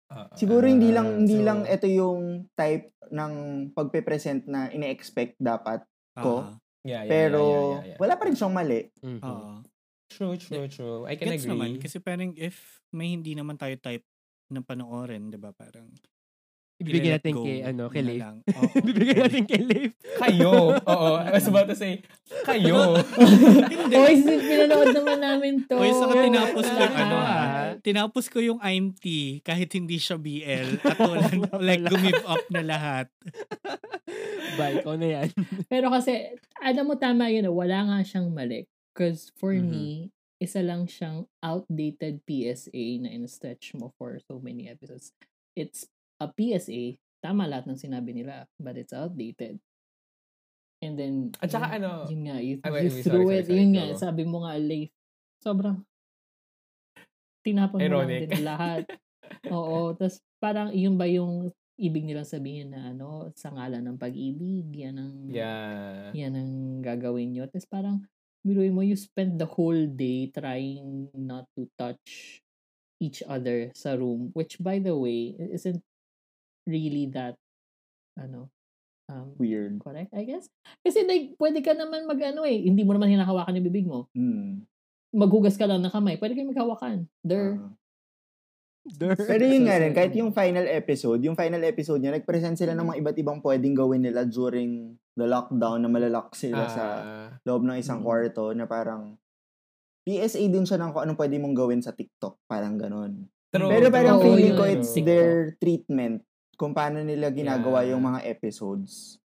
Speaker 1: Ah, ah,
Speaker 3: Siguro hindi
Speaker 1: ah,
Speaker 3: lang hindi
Speaker 1: so-
Speaker 3: lang eh, ito yung type ng pagpe-present na ine-expect dapat ko.
Speaker 5: Ah,
Speaker 1: Yeah, yeah, yeah,
Speaker 3: pero
Speaker 1: yeah, yeah, yeah.
Speaker 3: wala pa rin siyang mali.
Speaker 6: Mhm.
Speaker 5: oo.
Speaker 1: True, true, true. I can
Speaker 5: Gets
Speaker 1: agree.
Speaker 5: naman. Kasi parang if may hindi naman tayo type na panoorin, di ba? Parang
Speaker 6: Ibigay
Speaker 5: i-let
Speaker 6: natin
Speaker 5: go
Speaker 6: kay, ano,
Speaker 5: na
Speaker 6: kay Leif.
Speaker 5: lang. Oo.
Speaker 6: Ibigay natin kay Leif.
Speaker 1: kayo. Oo, I was about to say, kayo.
Speaker 2: Oy, sin- pinanood naman namin to.
Speaker 5: Oy, saka tinapos ko
Speaker 6: na-
Speaker 5: ano ah. Tinapos ko yung IMT kahit hindi siya BL. Katulad, like gumive up na lahat.
Speaker 6: Bye, ikaw na yan.
Speaker 2: Pero kasi, alam mo tama yun, ah, wala nga siyang mali. Because for
Speaker 1: Mm-hmm.
Speaker 2: me, isa lang siyang outdated PSA na in-stretch mo for so many episodes. It's a PSA. Tama lahat ng sinabi nila, but it's outdated. And then,
Speaker 1: At saka
Speaker 2: yun-
Speaker 1: ano,
Speaker 2: yun nga, you,
Speaker 1: Ah, wait, wait,
Speaker 2: you
Speaker 1: sorry,
Speaker 2: threw
Speaker 1: sorry,
Speaker 2: it,
Speaker 1: sorry,
Speaker 2: yun
Speaker 1: go.
Speaker 2: nga, sabi mo nga, Leif, sobrang, tinapon mo lang
Speaker 1: Ironic.
Speaker 2: din lahat. Oo, tas parang yun ba yung ibig nilang sabihin na ano, sa ngalan ng pag-ibig, yan ang,
Speaker 1: yeah.
Speaker 2: yan ang gagawin nyo. Tapos parang, biruin mo, you spend the whole day trying not to touch each other sa room. Which, by the way, i- isn't really that, ano, um,
Speaker 3: Weird.
Speaker 2: correct, I guess? Kasi like, pwede ka naman mag, ano eh, hindi mo naman hinahawakan yung bibig mo.
Speaker 3: Hmm.
Speaker 2: Maghugas ka lang ng kamay, pwede kayo maghawakan. There.
Speaker 3: Ah.
Speaker 6: Dur.
Speaker 3: pero yun nga rin, kahit yung final episode, yung final episode niya, nag-present sila ng mga iba't ibang pwedeng gawin nila during the lockdown na malalock sila Diba sa
Speaker 1: Ah,
Speaker 3: loob ng isang
Speaker 2: Mm.
Speaker 3: kwarto na parang PSA din siya ng kung anong pwede mong gawin sa TikTok. Parang ganun.
Speaker 1: true.
Speaker 3: Pero parang
Speaker 2: Oo,
Speaker 3: feeling
Speaker 2: yun.
Speaker 3: ko it's
Speaker 2: Sick.
Speaker 3: their treatment kung paano nila ginagawa
Speaker 1: Yeah.
Speaker 3: yung mga episodes.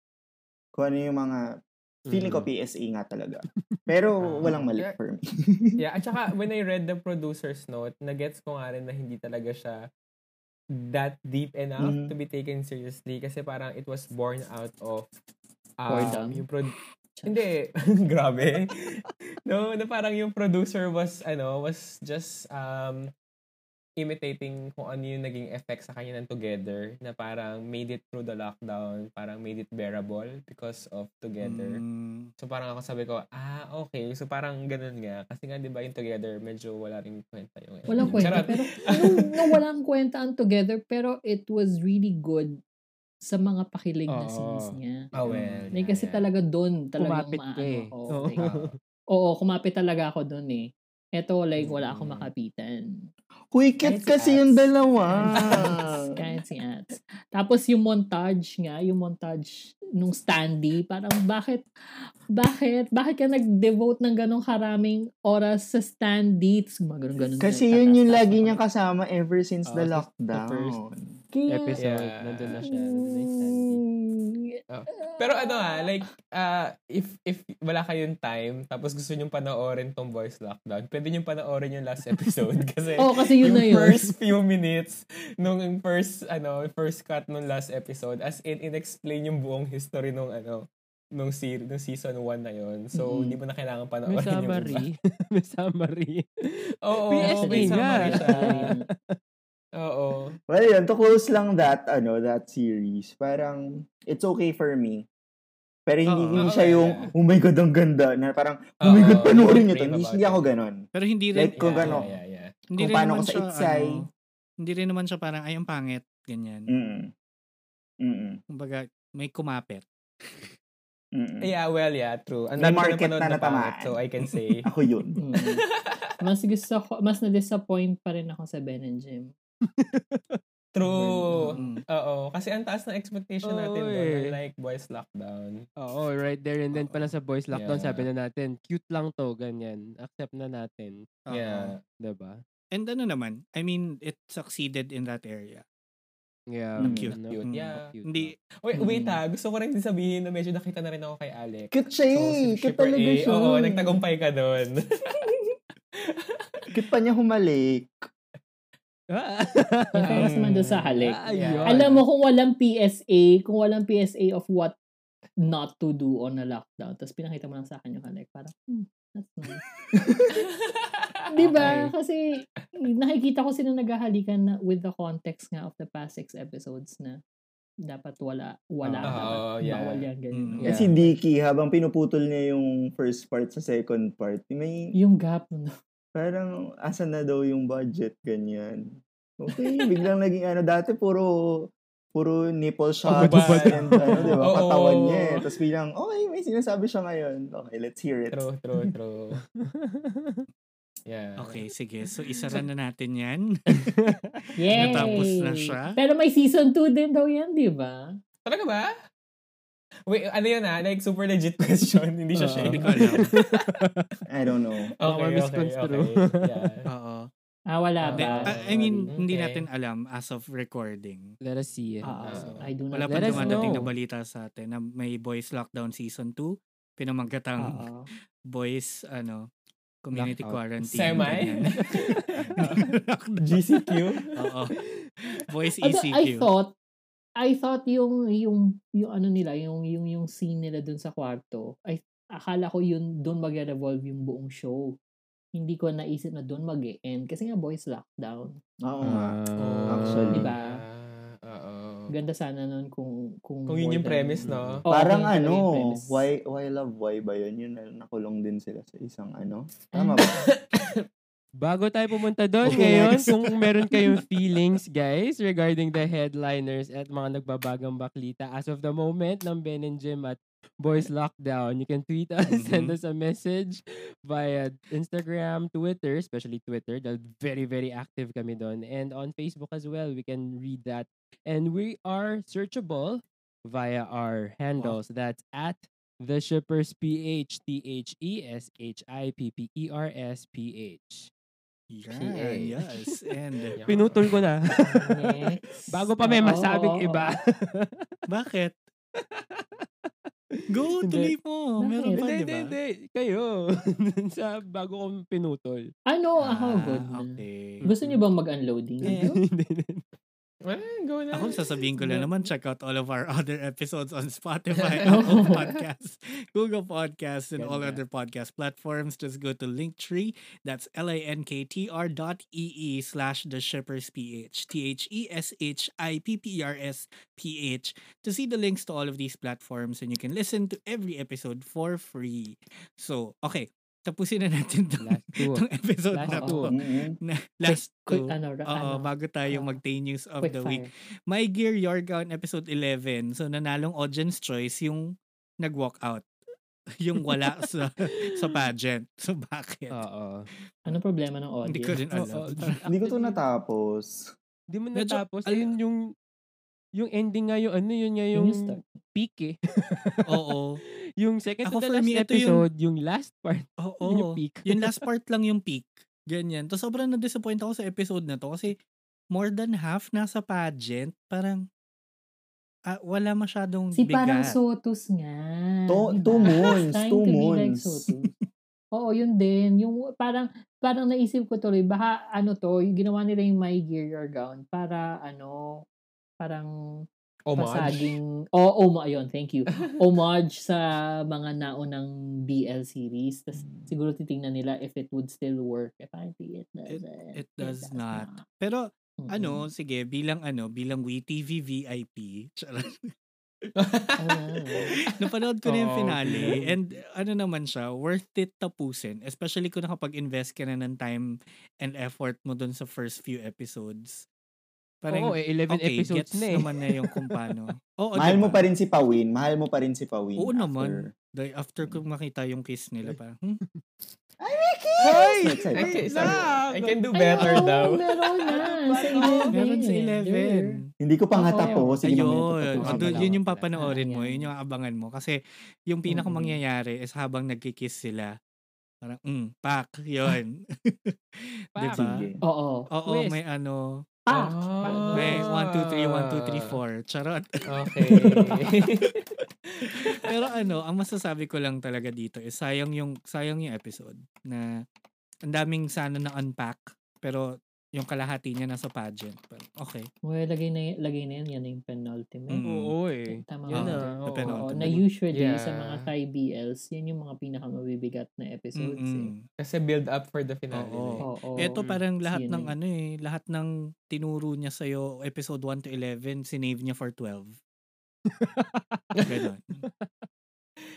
Speaker 3: Kung ano yung mga feeling ko
Speaker 6: Mhm.
Speaker 3: PSA nga talaga. Pero
Speaker 1: Ah.
Speaker 3: walang mali
Speaker 1: Yeah.
Speaker 3: for me.
Speaker 1: yeah, at saka when I read the producer's note, nagets ko nga rin na hindi talaga siya that deep enough
Speaker 3: Mhm.
Speaker 1: to be taken seriously kasi parang it was born out of um,
Speaker 2: Boredom?
Speaker 1: yung pro- hindi grabe no na parang yung producer was ano was just um imitating kung ano yung naging effect sa kanya ng together na parang made it through the lockdown parang made it bearable because of together
Speaker 5: Mm,
Speaker 1: So parang ako sabi ko, ah, okay. So parang ganun nga. Kasi nga, di ba, yung together, medyo wala rin kwenta yung...
Speaker 2: Walang kwenta.
Speaker 1: Charot.
Speaker 2: Pero, no, no, walang kwenta ang together, pero it was really good sa mga pakilig na
Speaker 6: Oo.
Speaker 2: scenes niya.
Speaker 1: Ah, well.
Speaker 2: Like, Mm. Eh, kasi
Speaker 1: yeah.
Speaker 2: talaga doon, talagang
Speaker 6: Kumapit
Speaker 2: maano
Speaker 6: ka eh.
Speaker 2: ako.
Speaker 6: Oo.
Speaker 2: Like, oo, kumapit talaga ako doon eh. Eto, like, wala akong
Speaker 1: Mm.
Speaker 2: makapitan.
Speaker 3: Uy, cute
Speaker 1: Kahit si
Speaker 3: kasi
Speaker 1: Ats.
Speaker 3: yung dalawa. Ah.
Speaker 2: Kaya si Ats. Tapos yung montage nga, yung montage nung standee, parang bakit, bakit, bakit ka nag-devote ng ganong karaming oras sa standee? Tapos mga ganun-ganun.
Speaker 3: Kasi yun
Speaker 2: tatas-tatas
Speaker 3: yung lagi
Speaker 2: ako.
Speaker 3: niya kasama ever since the
Speaker 6: Ah, since the
Speaker 3: lockdown.
Speaker 6: first
Speaker 2: Kaya-
Speaker 6: Episode,
Speaker 1: Yeah.
Speaker 6: nandun na siya. Nandun na yung Sandy.
Speaker 2: Mm,
Speaker 1: Pero ano ha, like, ah, if if wala kayong time, tapos gusto nyong panoorin tong Boys Lockdown, pwede nyong panoorin yung last episode. kasi
Speaker 2: Oh, kasi yun
Speaker 1: yung
Speaker 2: na yun.
Speaker 1: first few minutes nung yung first, ano, first cut nung last episode, as in, in-explain yung buong history nung, ano, nung, ser- nung season 1 na yun. So,
Speaker 2: Mm.
Speaker 1: hindi mo na kailangan
Speaker 6: May
Speaker 1: panoorin yung iba.
Speaker 6: summary. may summary.
Speaker 1: Oo,
Speaker 6: PSA
Speaker 1: may
Speaker 6: nga.
Speaker 1: summary siya. Oo.
Speaker 3: Well, yun, to close lang that, ano, that series. Parang, it's okay for me. Pero hindi,
Speaker 5: Oo,
Speaker 3: hindi
Speaker 1: oo,
Speaker 3: siya
Speaker 1: yeah.
Speaker 3: yung, oh my God, ang ganda. Na parang, oh my God,
Speaker 1: Oo,
Speaker 3: panoorin nyo to.
Speaker 1: complain
Speaker 3: Hindi,
Speaker 1: about
Speaker 3: hindi ako
Speaker 1: it.
Speaker 3: ganon.
Speaker 5: Pero hindi rin,
Speaker 3: Like, kung
Speaker 1: Yeah,
Speaker 3: ano,
Speaker 1: Yeah, yeah, yeah.
Speaker 5: hindi
Speaker 3: kung
Speaker 5: rin
Speaker 3: paano
Speaker 5: naman
Speaker 3: ko sa
Speaker 5: siya,
Speaker 3: itsay.
Speaker 5: ano, hindi rin naman siya parang, ay, ang pangit. Ganyan.
Speaker 3: Mm. Mm.
Speaker 5: Kumbaga, may kumapit.
Speaker 3: Mm.
Speaker 1: Yeah, well, yeah, true. Ang dami
Speaker 3: May
Speaker 1: ko
Speaker 3: market
Speaker 1: napanood
Speaker 3: na
Speaker 1: na pangit,
Speaker 3: natamaan.
Speaker 1: So, I can say,
Speaker 3: Ako yun.
Speaker 2: Mm. mas gusto ko, mas na-disappoint pa rin ako sa Ben and Jim.
Speaker 1: true.
Speaker 5: Mm.
Speaker 1: Oo. Kasi ang taas ng expectation natin
Speaker 6: Oo,
Speaker 1: doon.
Speaker 6: eh.
Speaker 1: Unlike Boys Lockdown.
Speaker 6: Oo, right there and then pala sa boys lockdown,
Speaker 1: Yeah.
Speaker 6: sabi na natin, cute lang to, ganyan. Accept na natin.
Speaker 5: Oo.
Speaker 1: Yeah.
Speaker 6: 'Di ba?
Speaker 5: And ano naman, I mean, it succeeded in that area.
Speaker 6: Yeah.
Speaker 2: Ang
Speaker 5: cute.
Speaker 6: ano,
Speaker 1: Cute.
Speaker 6: ang
Speaker 1: Yeah.
Speaker 6: cute
Speaker 5: Hindi,
Speaker 1: Wait,
Speaker 2: Mm.
Speaker 1: wait ha. Gusto ko rin din sabihin na medyo nakita na rin ako kay Alex.
Speaker 3: Cute siya eh.
Speaker 1: si
Speaker 3: Cute
Speaker 1: Shipper
Speaker 3: talaga
Speaker 1: A,
Speaker 3: siya.
Speaker 1: Oo, nagtagumpay ka doon.
Speaker 3: Cute pa niya humalik.
Speaker 6: Ah!
Speaker 2: Yung fairness naman doon
Speaker 1: Mm.
Speaker 2: sa halik.
Speaker 6: Ah, ayun.
Speaker 2: Alam mo kung walang PSA, kung walang PSA of what not to do on a lockdown, tapos pinakita mo lang sa akin yung halik, parang, hmm, that's nice. Di ba? Kasi nakikita ko sila naghahalikan na with the context nga of the past six episodes na dapat wala, wala,
Speaker 6: Oo,
Speaker 2: dapat
Speaker 1: Ah, yeah.
Speaker 2: bawal yan, ganyan.
Speaker 5: Mm,
Speaker 6: Yeah.
Speaker 3: At si Dicky, habang pinuputol niya yung first part sa second part, may
Speaker 2: Yung gap, no?
Speaker 3: parang asa na daw yung budget, ganyan. Okay, biglang naging ano, dati puro puro nipple shots
Speaker 1: Pagubad.
Speaker 3: and ano, di ba,
Speaker 1: Oo.
Speaker 3: katawan niya eh. Tapos biglang, okay, may sinasabi siya ngayon. Okay, let's hear it.
Speaker 1: True, true, true. Yeah.
Speaker 5: okay, sige. So, isara na natin yan.
Speaker 2: Yay!
Speaker 5: Natapos na siya?
Speaker 2: Pero may season 2 din daw yan, di ba?
Speaker 1: Talaga ba? Wait, ano yun ah? Like, super legit question. Hindi siya
Speaker 6: Oo.
Speaker 1: shady. Oh,
Speaker 5: Hindi ko alam.
Speaker 3: I don't know.
Speaker 1: Okay,
Speaker 6: Baka
Speaker 1: okay,
Speaker 6: misconstrue.
Speaker 1: okay. Yeah.
Speaker 5: Oo.
Speaker 2: Ah,
Speaker 1: Ah,
Speaker 2: wala
Speaker 5: Hindi,
Speaker 2: ba?
Speaker 1: Ah,
Speaker 5: I- I mean,
Speaker 1: okay.
Speaker 5: hindi natin alam as of recording.
Speaker 6: Let us see it.
Speaker 2: Ah,
Speaker 1: so,
Speaker 2: I do not
Speaker 5: Wala pa
Speaker 6: Let us
Speaker 5: dumadating na
Speaker 6: know.
Speaker 5: balita sa atin na may boys lockdown season 2, pinamagatang
Speaker 2: Oo.
Speaker 5: boys ano community
Speaker 6: Lockout.
Speaker 5: quarantine.
Speaker 1: Semi?
Speaker 5: ganyan. Lockdown.
Speaker 1: GCQ?
Speaker 5: Oo. Boys E
Speaker 2: Although, I
Speaker 5: ECQ.
Speaker 2: thought, I thought yung, yung, yung ano nila, yung, yung, yung scene nila dun sa kwarto, I, akala ko yun, dun mag-revolve yung buong show. Hindi ko naisip na dun mag-end. Kasi nga, boys lockdown.
Speaker 3: Oo nga.
Speaker 6: Ah,
Speaker 3: actually.
Speaker 2: Diba?
Speaker 1: Ah, Oo.
Speaker 2: Ganda sana nun kung, kung,
Speaker 1: Kung yun
Speaker 2: more
Speaker 1: yung
Speaker 2: than-
Speaker 1: premise, no?
Speaker 2: Oo,
Speaker 3: Parang
Speaker 2: kung yun
Speaker 3: ano,
Speaker 2: talaga Oh, yung premise.
Speaker 3: why why love why ba yun? Yun na- nakulong din sila sa isang ano. Tama ba?
Speaker 6: Bago tayo pumunta doon
Speaker 3: Okay,
Speaker 6: ngayon,
Speaker 3: next.
Speaker 6: kung meron kayong feelings, guys, regarding the headliners at mga nagbabagang baklita as of the moment ng Ben and Jim at Boys Lockdown, you can tweet us, send
Speaker 5: Mhm.
Speaker 6: us a message via Instagram, Twitter, especially Twitter. Dahil very, very active kami doon. And on Facebook as well, we can read that. And we are searchable via our handles. That's at the shippers P H T H E S H I P P E R S P H.
Speaker 5: Yan, yes. And
Speaker 6: Pinutol ko na.
Speaker 2: Next.
Speaker 6: Bago pa may
Speaker 2: Oo,
Speaker 6: masabing
Speaker 2: oo,
Speaker 6: iba.
Speaker 5: bakit? Go,
Speaker 6: Hindi.
Speaker 5: tuloy mo. Meron pa, di
Speaker 6: hindi, hindi,
Speaker 5: ba?
Speaker 6: hindi. Kayo. sa bago kong pinutol.
Speaker 2: oo. Ano, ako
Speaker 5: Ah,
Speaker 2: good na.
Speaker 5: Okay.
Speaker 2: Gusto niyo bang mag-unloading?
Speaker 5: Eh,
Speaker 6: Hindi, hindi.
Speaker 1: Ah, go na.
Speaker 5: Ako sasabihin ko lang naman, check out all of our other episodes on Spotify,
Speaker 2: Oo.
Speaker 5: Apple Podcasts, Google Podcasts, and all other
Speaker 6: Ganda.
Speaker 5: podcast platforms. Just go to Linktree. That's L-I-N-K-T-R dot E-E slash The Shippers P-H. E T-H-E-S-H-I-P-P-E-R-S P-H to see the links to all of these platforms and you can listen to every episode for free. So, okay. Tapusin na natin itong,
Speaker 6: Last two.
Speaker 5: itong episode
Speaker 6: Last
Speaker 5: na to.
Speaker 6: two.
Speaker 3: Mm-mm.
Speaker 5: Na, last
Speaker 2: Quick,
Speaker 5: two.
Speaker 2: ano, ra-
Speaker 5: Oo,
Speaker 2: ano,
Speaker 5: bago tayo
Speaker 2: ah,
Speaker 5: mag-day news of
Speaker 2: quick
Speaker 5: the week.
Speaker 2: fire.
Speaker 5: My Gear Your Gown episode 11. So nanalong audience choice yung nag-walk out. yung wala sa sa pageant. So bakit?
Speaker 6: Oo.
Speaker 2: Anong Ano problema ng audience?
Speaker 5: Hindi ko rin alam.
Speaker 6: Oo.
Speaker 3: Hindi ko to natapos.
Speaker 6: Hindi mo
Speaker 5: Medyo,
Speaker 6: natapos.
Speaker 5: al-
Speaker 6: Ayun yung yung ending nga yung ano yun nga
Speaker 2: Yun
Speaker 6: yung
Speaker 2: yung start.
Speaker 6: peak eh.
Speaker 5: Oo.
Speaker 6: yung second
Speaker 5: Ako,
Speaker 6: to the
Speaker 5: for
Speaker 6: last
Speaker 5: me, ito yung-
Speaker 6: episode, yung... last part,
Speaker 5: Oo.
Speaker 6: yun yung peak.
Speaker 5: Yung last part lang yung peak. Ganyan. Tapos sobrang na-disappoint ako sa episode na to kasi more than half nasa pageant. Parang ah, wala masyadong
Speaker 2: Si parang
Speaker 5: bigat.
Speaker 2: Sotus nga.
Speaker 3: To-
Speaker 2: diba?
Speaker 3: two moons,
Speaker 2: Trying
Speaker 3: two
Speaker 2: to be like
Speaker 3: moons.
Speaker 2: Sotus. Oo, yun din. Yung parang parang naisip ko tuloy, baka ano to, yung ginawa nila yung My Gear Your Gown para ano, parang
Speaker 1: Homage.
Speaker 2: pasaging, oo, oh, oh, ayun, thank you. Homage sa mga naunang BL series. Tas siguro titingnan nila if it would still work. Apparently, it doesn't.
Speaker 5: Mm. it does not. Pero
Speaker 2: Mm-mm.
Speaker 5: ano, sige, bilang ano, bilang WeTV VIP, charot.
Speaker 2: Oo nga.
Speaker 5: napanood ko na
Speaker 3: Oh,
Speaker 5: yung
Speaker 1: Oo.
Speaker 5: finale and ano naman siya, worth it tapusin. Especially kung nakapag-invest ka na ng time and effort mo dun sa first few episodes.
Speaker 6: Oo,
Speaker 5: Parang,
Speaker 6: eh, 11
Speaker 5: okay,
Speaker 6: episodes
Speaker 5: gets
Speaker 6: na eh.
Speaker 5: naman na yung kung paano. Oo,
Speaker 3: Mahal mo
Speaker 5: diba?
Speaker 3: pa rin si Pawin. Mahal mo pa rin si Pawin.
Speaker 5: Oo naman.
Speaker 3: after-
Speaker 5: Dahil after ko makita yung kiss nila, parang, hmm,
Speaker 3: Ay,
Speaker 1: I can,
Speaker 3: excited.
Speaker 1: sorry, I can do
Speaker 2: Ay,
Speaker 1: better
Speaker 2: oo,
Speaker 1: daw.
Speaker 2: Meron na. sa 11.
Speaker 6: Ah,
Speaker 5: meron sa 11.
Speaker 3: Hindi ko pa nga
Speaker 2: Oo.
Speaker 3: tapos. Sige, mamaya
Speaker 5: Ayun.
Speaker 3: tatapusin
Speaker 5: O,
Speaker 3: ko
Speaker 5: dun-
Speaker 3: lang.
Speaker 5: yun yung papanoorin mo.
Speaker 2: Ayan.
Speaker 5: Yun yung abangan mo. Kasi yung pinaka
Speaker 2: Mm.
Speaker 5: mangyayari is habang nagkikiss sila, parang, mm, pak, yun.
Speaker 6: Pak.
Speaker 5: diba?
Speaker 3: Sige.
Speaker 2: Oo.
Speaker 5: Oo,
Speaker 6: Twist.
Speaker 5: may ano,
Speaker 2: Pa!
Speaker 1: Ah.
Speaker 5: may 1, 2, 3, 1, 2, 3, 4. Charot.
Speaker 1: Okay.
Speaker 5: Pero ano, ang masasabi ko lang talaga dito is sayang yung, sayang yung episode na ang daming sana na unpack, pero yung kalahati niya nasa pageant. Pero, okay.
Speaker 2: Well, lagay na, y- lagay na yun. Yan na yung penultimate.
Speaker 5: Mm. ah,
Speaker 6: Oo eh.
Speaker 2: Tama ka
Speaker 6: Yun na.
Speaker 2: dyan.
Speaker 6: oo.
Speaker 5: The penultimate.
Speaker 2: Oo, na usually sa
Speaker 1: Yeah.
Speaker 2: mga Thai BLs, yan yung mga pinakamabibigat na episodes. eh.
Speaker 5: Mm-mm.
Speaker 1: Kasi build up for the finale.
Speaker 5: Oo.
Speaker 1: eh.
Speaker 2: Oo.
Speaker 5: Mm, Eto
Speaker 1: Mm,
Speaker 5: parang lahat
Speaker 2: yun
Speaker 5: ng
Speaker 2: eh.
Speaker 5: ano eh, lahat ng tinuro niya sa'yo, episode 1 to 11, sinave niya for 12. Ganon.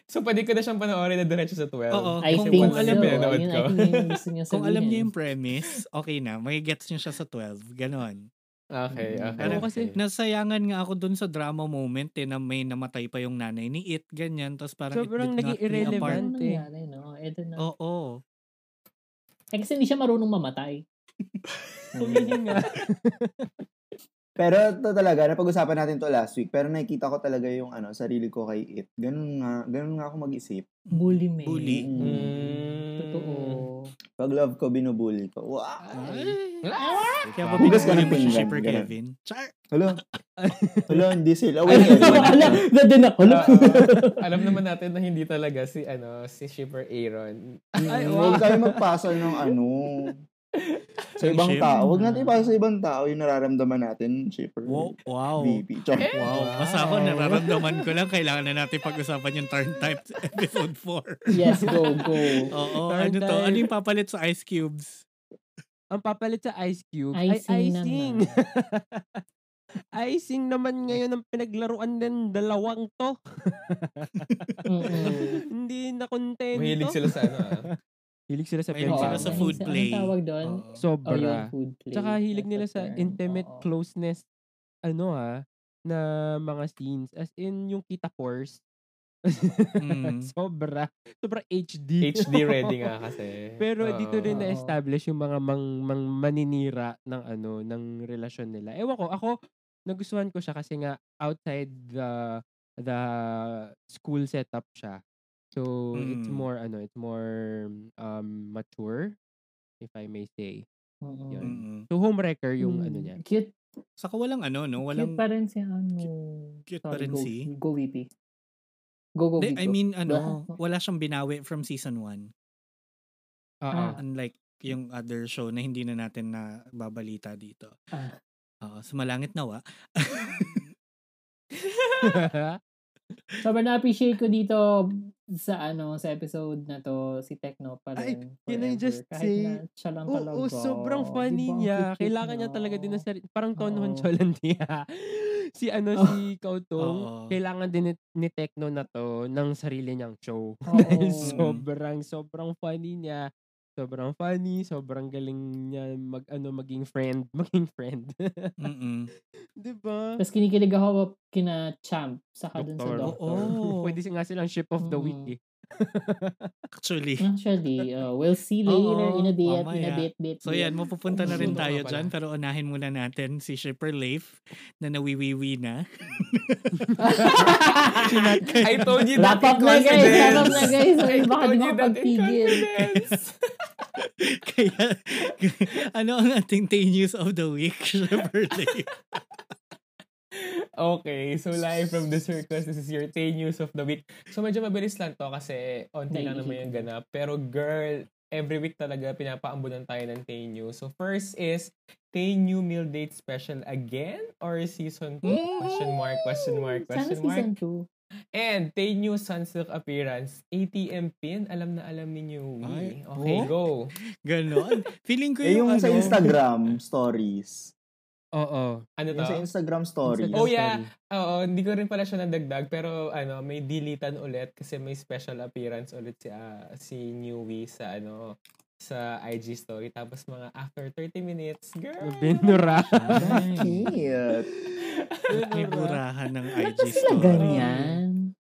Speaker 1: So, pwede ko na siyang panoorin na diretso sa 12.
Speaker 5: Oo.
Speaker 2: I
Speaker 5: Kung
Speaker 2: think so.
Speaker 5: alam
Speaker 2: Alam
Speaker 5: mo,
Speaker 1: pinanood
Speaker 2: yun, I
Speaker 1: ko.
Speaker 2: think yun yung gusto niya sabihin.
Speaker 5: Kung alam niya yung premise, okay na. May gets niya siya sa 12. Ganon.
Speaker 1: Okay, okay.
Speaker 5: Parang
Speaker 1: okay.
Speaker 6: kasi
Speaker 5: Nasayangan nga ako dun sa drama moment eh, na may namatay pa yung nanay ni It, ganyan. Tapos parang it
Speaker 6: Sobrang
Speaker 5: did not play a
Speaker 6: naging
Speaker 2: Ano
Speaker 5: part.
Speaker 6: irrelevant.
Speaker 2: nang nangyari, no? Eto na.
Speaker 5: Oo.
Speaker 2: Eh, kasi hindi siya marunong mamatay.
Speaker 6: Yun nga.
Speaker 3: Pero to talaga, napag-usapan natin to last week. Pero nakikita ko talaga yung ano, sarili ko kay It. Ganun nga, ganun nga ako mag-isip.
Speaker 2: Bully, man.
Speaker 5: Bully.
Speaker 1: Mm.
Speaker 2: Totoo.
Speaker 3: Pag love ko, binubully ko. Wow!
Speaker 5: Kaya ba
Speaker 3: Hugas ka
Speaker 5: pinagpili mo
Speaker 3: ng
Speaker 5: siya
Speaker 3: pinggan,
Speaker 5: shipper
Speaker 3: ganon.
Speaker 5: Kevin? Char!
Speaker 3: Hello? Hello, hindi sila. Wait,
Speaker 2: Wala, na din ako.
Speaker 1: Ah, ah, alam naman natin na hindi talaga si ano si Shipper Aaron.
Speaker 3: Ay, Huwag Mm, tayo magpasa ng ano. Sa ibang
Speaker 5: Ship?
Speaker 3: tao. Huwag natin ipasa sa ibang tao yung nararamdaman natin, shipper.
Speaker 5: Wow. Eh, wow.
Speaker 3: VP. Char.
Speaker 5: Wow. Basta ako,
Speaker 1: Wow.
Speaker 5: nararamdaman ko lang, kailangan na natin pag-usapan yung turn type episode 4.
Speaker 2: Yes, go, go.
Speaker 5: Oo,
Speaker 6: Turn
Speaker 5: ano to?
Speaker 6: type.
Speaker 5: Ano yung papalit sa ice cubes?
Speaker 6: Ang papalit sa ice cube ay
Speaker 2: Icing
Speaker 6: icing. icing naman ngayon ang pinaglaruan ng dalawang to.
Speaker 2: Mm-mm.
Speaker 6: Hindi na kontento.
Speaker 1: Mahilig sila sa ano. ah.
Speaker 6: Hilig sila sa
Speaker 5: Mahilig
Speaker 2: Oo,
Speaker 5: sila sa
Speaker 2: mahilig
Speaker 5: food
Speaker 2: sa-
Speaker 5: play.
Speaker 2: Anong tawag doon? Oh,
Speaker 5: Oo.
Speaker 2: yung
Speaker 6: Sobra.
Speaker 2: food Oh, play.
Speaker 6: Tsaka hilig
Speaker 2: That's
Speaker 6: nila
Speaker 2: the
Speaker 6: sa
Speaker 2: term.
Speaker 6: intimate
Speaker 2: Oo.
Speaker 6: closeness ano ha na mga scenes as in yung kita course.
Speaker 5: Mm.
Speaker 6: Sobra. Sobra HD.
Speaker 1: HD ready nga ah, kasi.
Speaker 6: Pero dito rin eh.
Speaker 2: Oo.
Speaker 6: na-establish yung mga mang, mang maninira ng ano ng relasyon nila. Ewan ko, ako nagustuhan ko siya kasi nga outside the the school setup siya. So it's
Speaker 5: Mm.
Speaker 6: more ano, it's more um mature if I may say.
Speaker 2: Mm-mm.
Speaker 6: Yun.
Speaker 5: Mm-mm.
Speaker 6: So homewrecker yung ano
Speaker 2: Mm,
Speaker 6: niya.
Speaker 2: Cute,
Speaker 5: Mm-hmm. Saka walang ano, no?
Speaker 2: cute
Speaker 5: Walang...
Speaker 2: pa rin si ano.
Speaker 5: cute pa
Speaker 2: Sorry, go,
Speaker 5: rin si-
Speaker 2: Go, VP. Go, go, VP.
Speaker 5: Hindi, I mean, ano,
Speaker 2: Ba-
Speaker 5: wala siyang binawi from season 1.
Speaker 6: Oo.
Speaker 2: Ah.
Speaker 5: Unlike yung other show na hindi na natin na babalita dito.
Speaker 2: Ah.
Speaker 5: Oo, sumalangit nawa.
Speaker 2: Ah. Sobrang na-appreciate ko dito sa ano sa episode na to si Tekno pa
Speaker 6: Ay,
Speaker 2: rin.
Speaker 6: can I
Speaker 2: forever.
Speaker 6: just
Speaker 2: Kahit
Speaker 6: say,
Speaker 2: na siya lang talaga.
Speaker 6: Oo, sobrang
Speaker 2: Di
Speaker 6: funny
Speaker 2: ba? Ang
Speaker 6: niya.
Speaker 2: cute-cute
Speaker 6: Kailangan niya talaga din ng sarili. Parang Ton
Speaker 2: Oo.
Speaker 6: Honcholan niya. si ano,
Speaker 2: Oh.
Speaker 6: si Kautong,
Speaker 5: Oo.
Speaker 6: kailangan din ni, ni Tekno na to ng sarili niyang show.
Speaker 2: oh. Oo.
Speaker 6: Dahil sobrang, sobrang funny niya. Sobrang funny, sobrang galing niya mag, ano, maging friend. Maging friend.
Speaker 5: Mm-mm.
Speaker 6: Di ba?
Speaker 2: Tapos kinikilig ako kina Champ saka dun sa
Speaker 6: Doctor.
Speaker 2: Doctor.
Speaker 5: Oo.
Speaker 6: Pwede nga silang ship of the week
Speaker 2: Mm.
Speaker 6: eh.
Speaker 5: Actually.
Speaker 2: Actually, uh, we'll see later
Speaker 5: Oo,
Speaker 2: in a bit, in a
Speaker 5: mamaya.
Speaker 2: bit, bit.
Speaker 5: So yan, mapupunta na rin
Speaker 1: Sundo ka
Speaker 5: tayo
Speaker 1: pala.
Speaker 5: dyan. Pero unahin muna natin si Shipper Leif na nawiwiwi na.
Speaker 1: I told you that
Speaker 2: Wrap up
Speaker 1: in
Speaker 2: na guys,
Speaker 1: confidence.
Speaker 2: wrap up na guys. Sorry,
Speaker 1: I
Speaker 2: baka di
Speaker 1: told
Speaker 2: mo
Speaker 1: you that in
Speaker 2: mapagpigil.
Speaker 1: confidence.
Speaker 5: Kaya, ano ang ating 10 news of the week, Shipper Leif?
Speaker 1: Okay, so live from the circus, this is your 10 news of the week. So medyo mabilis lang to kasi onti lang naman yung ganap. Pero girl, every week talaga pinapaambunan tayo ng 10 news. So first is 10 new meal date special again or season 2?
Speaker 5: Hmm,
Speaker 1: Question mark, question mark,
Speaker 2: Sana
Speaker 1: question mark.
Speaker 2: season 2.
Speaker 1: And 10 new Sunsilk appearance, ATM pin, alam na alam ni
Speaker 5: Ay,
Speaker 1: Newy. Okay,
Speaker 5: oh.
Speaker 1: go.
Speaker 5: Ganon. Feeling ko
Speaker 3: Eh,
Speaker 5: yung,
Speaker 3: yung sa
Speaker 5: ano,
Speaker 3: Instagram stories.
Speaker 6: Oo.
Speaker 1: Ano
Speaker 3: Yung
Speaker 1: to?
Speaker 3: sa Instagram stories.
Speaker 6: Instagram
Speaker 1: Oh, yeah.
Speaker 6: story.
Speaker 1: Oo, hindi ko rin pala siya nadagdag pero ano, may dilitan ulit kasi may special appearance ulit si ah, si Newy sa ano sa IG story tapos mga after 30 minutes, girl.
Speaker 6: Binura.
Speaker 3: Cute.
Speaker 5: May burahan ng
Speaker 2: Ba't
Speaker 5: IG
Speaker 2: ba sila
Speaker 5: story.
Speaker 2: ganyan?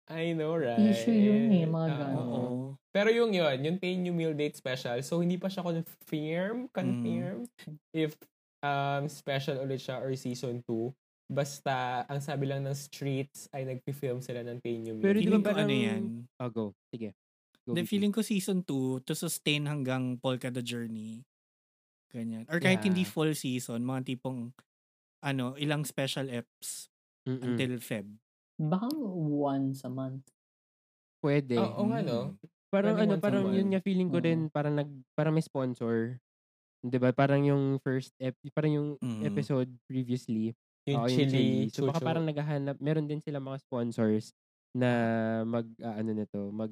Speaker 1: I know, right?
Speaker 2: Issue yun eh, mga
Speaker 1: Oo.
Speaker 2: ganon.
Speaker 5: Oo.
Speaker 1: Pero yung yun, yung Pain New Meal Date Special, so hindi pa siya confirm, confirm if um, special ulit siya or season 2. Basta, ang sabi lang ng streets ay nagpi-film sila ng Pain New Meal
Speaker 6: Pero
Speaker 1: Date.
Speaker 6: di ba
Speaker 5: Feeling ko
Speaker 6: parang-
Speaker 5: ano yan.
Speaker 6: Oh, go. Sige. Go,
Speaker 5: The
Speaker 6: Vicky.
Speaker 5: feeling ko season 2 to sustain hanggang Polka the Journey. Ganyan. Or kahit
Speaker 1: Yeah.
Speaker 5: hindi full season, mga tipong ano, ilang special eps
Speaker 6: Mm-mm.
Speaker 5: until Feb.
Speaker 2: Baka once a month.
Speaker 6: Pwede.
Speaker 1: Oo oh, nga, no?
Speaker 6: Parang
Speaker 1: Pwedeng
Speaker 6: ano,
Speaker 1: once a
Speaker 6: parang yun
Speaker 1: month.
Speaker 6: nga feeling ko
Speaker 2: Oo.
Speaker 6: rin, parang nag, parang may sponsor. 'Di ba? Parang yung first, ep, parang yung
Speaker 5: Mm.
Speaker 6: episode previously.
Speaker 1: Yung
Speaker 6: oo,
Speaker 1: chili.
Speaker 6: So baka
Speaker 1: chuchu.
Speaker 6: parang naghahanap, meron din sila mga sponsors na mag, ah, ano nito, mag,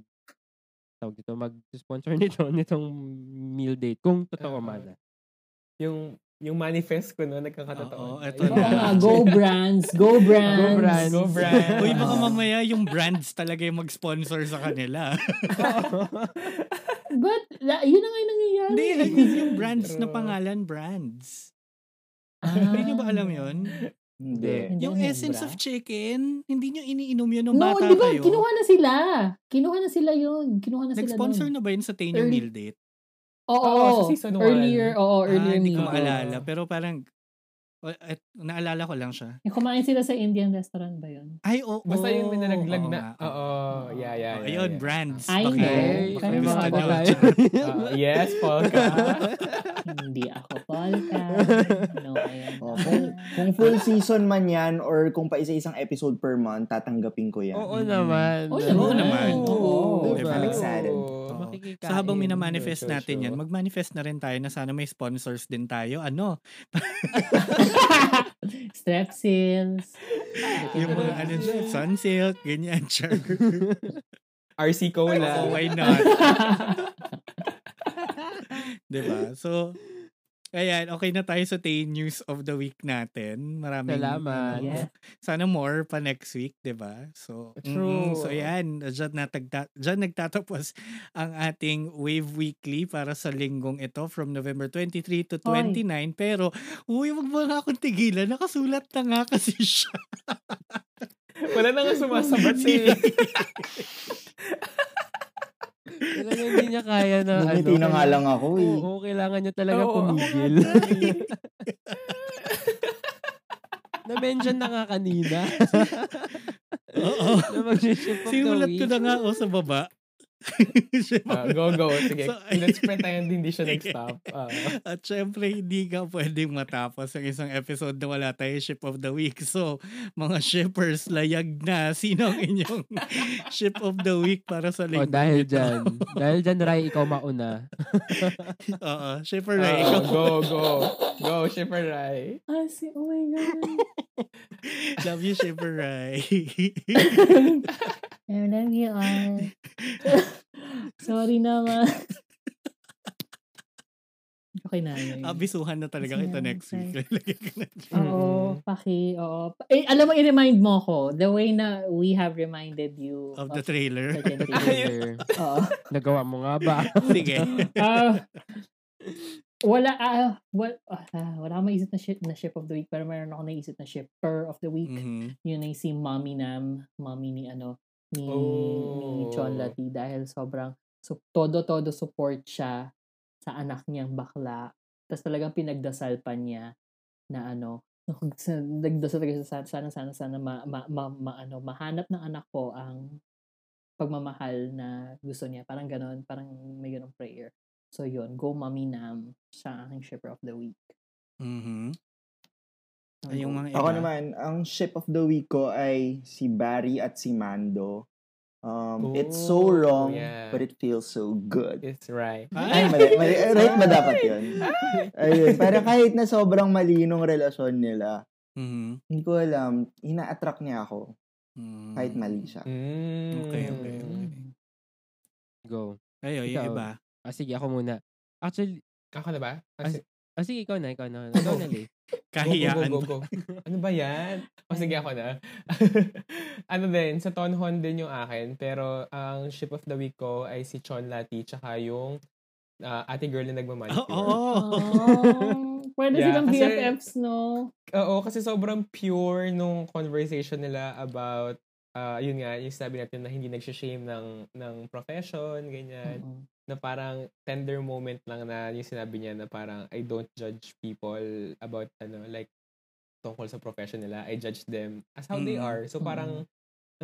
Speaker 6: tawag dito, mag-sponsor nito, nitong meal date. Kung
Speaker 1: Oo.
Speaker 6: totoo man. ah.
Speaker 1: yung yung manifest ko no, nagkakatotoo.
Speaker 5: Oo, eto
Speaker 2: Oo nga, go brands! Go brands!
Speaker 6: Go brands.
Speaker 1: Go brands.
Speaker 5: Uy, baka mamaya yung brands talaga yung mag-sponsor sa kanila.
Speaker 2: But, la- yun na nga yung nangyayari.
Speaker 5: Hindi, I mean, yung brands na
Speaker 1: True.
Speaker 5: pangalan, brands.
Speaker 2: Ah.
Speaker 5: Hindi nyo ba alam yun?
Speaker 6: Ah.
Speaker 3: Hindi.
Speaker 2: Hindi
Speaker 5: Yung
Speaker 2: na
Speaker 5: essence
Speaker 2: bra.
Speaker 5: of chicken, hindi nyo iniinom yun nung
Speaker 2: No,
Speaker 5: bata
Speaker 2: di ba?
Speaker 5: kayo.
Speaker 2: Kinuha na sila. Kinuha na sila yun. Kinuha na sila
Speaker 5: Nag-sponsor
Speaker 2: nun.
Speaker 5: na ba yun sa Tenyo
Speaker 2: Early-
Speaker 5: Meal Date?
Speaker 2: Oo,
Speaker 1: Oo,
Speaker 2: oo.
Speaker 1: sa season one.
Speaker 2: earlier, oo, earlier
Speaker 5: ah, hindi
Speaker 2: meal.
Speaker 5: ko
Speaker 1: meal.
Speaker 5: maalala.
Speaker 1: Oo.
Speaker 5: Pero parang, well, et, naalala ko lang siya.
Speaker 2: Eh, Kumain sila sa Indian restaurant ba yun?
Speaker 5: Ay, oo.
Speaker 1: Basta yung may nalaglag
Speaker 5: Oo
Speaker 1: na.
Speaker 5: nga.
Speaker 1: Oo, yeah, yeah, yeah.
Speaker 5: Ayun,
Speaker 1: yeah.
Speaker 5: brands.
Speaker 2: Ay,
Speaker 5: Baka-
Speaker 2: no.
Speaker 5: baka
Speaker 2: Ay,
Speaker 5: gusto
Speaker 2: mga
Speaker 5: nyo.
Speaker 6: tayo.
Speaker 1: Ah, yes, Polka.
Speaker 2: hindi ako, Polka. No, ayan.
Speaker 3: Oh, kung, kung full season man yan or kung pa isa-isang episode per month, tatanggapin ko yan.
Speaker 6: Oo naman.
Speaker 2: Oo
Speaker 5: Oo naman.
Speaker 2: Oo.
Speaker 6: Diba?
Speaker 3: I'm excited.
Speaker 5: Oo.
Speaker 6: Makikikain.
Speaker 5: So habang minamanifest
Speaker 1: Sure, sure,
Speaker 5: natin
Speaker 1: sure.
Speaker 5: yan, mag-manifest na rin tayo na sana may sponsors din tayo. Ano?
Speaker 2: Strepsils.
Speaker 5: Yung mga ano na, Sunsilk, ganyan, char.
Speaker 1: RC
Speaker 5: Oo,
Speaker 1: Cola.
Speaker 5: why not? diba? So, ayan, okay na tayo sa 10 news of the week natin. Maraming ano,
Speaker 6: Salamat.
Speaker 2: Yeah.
Speaker 5: sana more pa next week, 'di ba? So, mm,
Speaker 1: True.
Speaker 5: so 'yan, diyan natagta diyan nagtatapos ang ating Wave Weekly para sa linggong ito from November 23 to 29. Pero, uy, wag mo nga akong tigilan. Nakasulat na nga kasi siya.
Speaker 1: Wala na nga sumasabat eh.
Speaker 5: Sila.
Speaker 6: Talagang hindi niya kaya na ano.
Speaker 3: Ngumiti na nga
Speaker 6: kailangan-
Speaker 3: lang ako eh.
Speaker 6: Oo, kailangan niya talaga
Speaker 1: Oo, ako nga
Speaker 6: pumigil. Na-mention na nga kanina.
Speaker 5: Oo.
Speaker 6: na mag-ship of
Speaker 5: Sinulat
Speaker 6: the
Speaker 5: ko na
Speaker 6: week.
Speaker 5: nga o sa baba.
Speaker 1: Ah, go, go. Sige.
Speaker 5: So,
Speaker 1: Let's pretend hindi siya nag-stop. Ah.
Speaker 5: At syempre, hindi ka pwedeng matapos ang isang episode na wala tayo ship of the week. So, mga shippers, layag na. Sino ang inyong ship of the week para sa
Speaker 6: Oh,
Speaker 5: linggo?
Speaker 6: dahil
Speaker 5: nito?
Speaker 6: dyan. dahil dyan, Rai, ikaw mauna.
Speaker 5: Oo, shipper na
Speaker 1: Ah,
Speaker 5: ikaw.
Speaker 1: go, go. Go, Shipper Rai.
Speaker 2: Ah,
Speaker 3: Ano?
Speaker 2: si, oh my God.
Speaker 5: Love you, shipper Rai.
Speaker 2: I love you all. Sorry naman. okay na yun.
Speaker 5: Abisuhan na talaga kita next week. Lalagay ko na dyan.
Speaker 2: Oo, paki, oo. Pa- Eh, alam mo, i-remind mo ko, the way na we have reminded you
Speaker 5: Of the trailer.
Speaker 2: certain things.
Speaker 6: Either,
Speaker 2: Oo.
Speaker 6: Nagawa mo nga ba?
Speaker 5: Sige.
Speaker 2: Ah, wala, ah, wala, ah, wala akong maisip na ship, na ship of the week, pero meron ako naisip na shipper of the week.
Speaker 5: Mhm.
Speaker 2: Yun ay si Mommy Nam, mommy ni, ano, ni, ni Chon
Speaker 1: Oh.
Speaker 2: Lati dahil sobrang, so, todo-todo support siya sa anak niyang bakla. Tapos talagang pinagdasal pa niya na ano, nagdasal talaga siya, "Sana- sana, sana, sana, ma, ma, ma, ma- ano, mahanap ng anak ko ang pagmamahal na gusto niya. Parang ganon, parang may ganong prayer. So yun, go mommy nam, siya ang aking shipper of the week.
Speaker 5: Mhm. Ay, yung mga
Speaker 3: Ako
Speaker 5: Mm-hmm. iba.
Speaker 3: naman, ang ship of the week ko ay si Barry at si Mando. Um, it's so
Speaker 1: Oh,
Speaker 3: wrong,
Speaker 1: yeah.
Speaker 3: but it feels so good.
Speaker 1: It's right.
Speaker 3: Ay, mali, mali, right ba dapat yun?
Speaker 1: Ah!
Speaker 3: Ayun, para kahit na sobrang malinong relasyon nila,
Speaker 5: Mhm.
Speaker 3: hindi ko alam, ina-attract niya ako
Speaker 5: Mhm.
Speaker 3: kahit mali siya.
Speaker 1: Mm.
Speaker 5: Okay, okay, okay.
Speaker 6: Go.
Speaker 5: Kayo, yung
Speaker 6: Ikaw.
Speaker 5: iba.
Speaker 6: Ah, sige, ako muna. Actually,
Speaker 1: Ako na ba? Ah,
Speaker 6: Ah,
Speaker 1: si-
Speaker 6: ah, sige, ikaw na, ikaw na. Ikaw na, Lay.
Speaker 5: Kahiyaan
Speaker 1: go, go, go, go,
Speaker 5: ba?
Speaker 1: go. Ano ba yan? O sige ako na. ano din, sa Tonhon din yung akin. Pero ang ship of the week ko ay si Chon Lati tsaka yung ah, ate girl na
Speaker 5: Oo.
Speaker 1: nagmamanicure.
Speaker 2: Oh, pwede
Speaker 1: Yeah,
Speaker 2: silang
Speaker 1: kasi-
Speaker 2: BFFs, no?
Speaker 1: Oo, kasi sobrang pure nung conversation nila about ah, yun nga, yung sabi natin na hindi nagsishame ng, ng profession, ganyan.
Speaker 5: Hmm.
Speaker 2: Oo.
Speaker 1: na parang tender moment lang na yung sinabi niya na parang I don't judge people about ano like tungkol sa profession nila I judge them as how they
Speaker 5: Mm.
Speaker 1: are so
Speaker 2: Mm.
Speaker 1: parang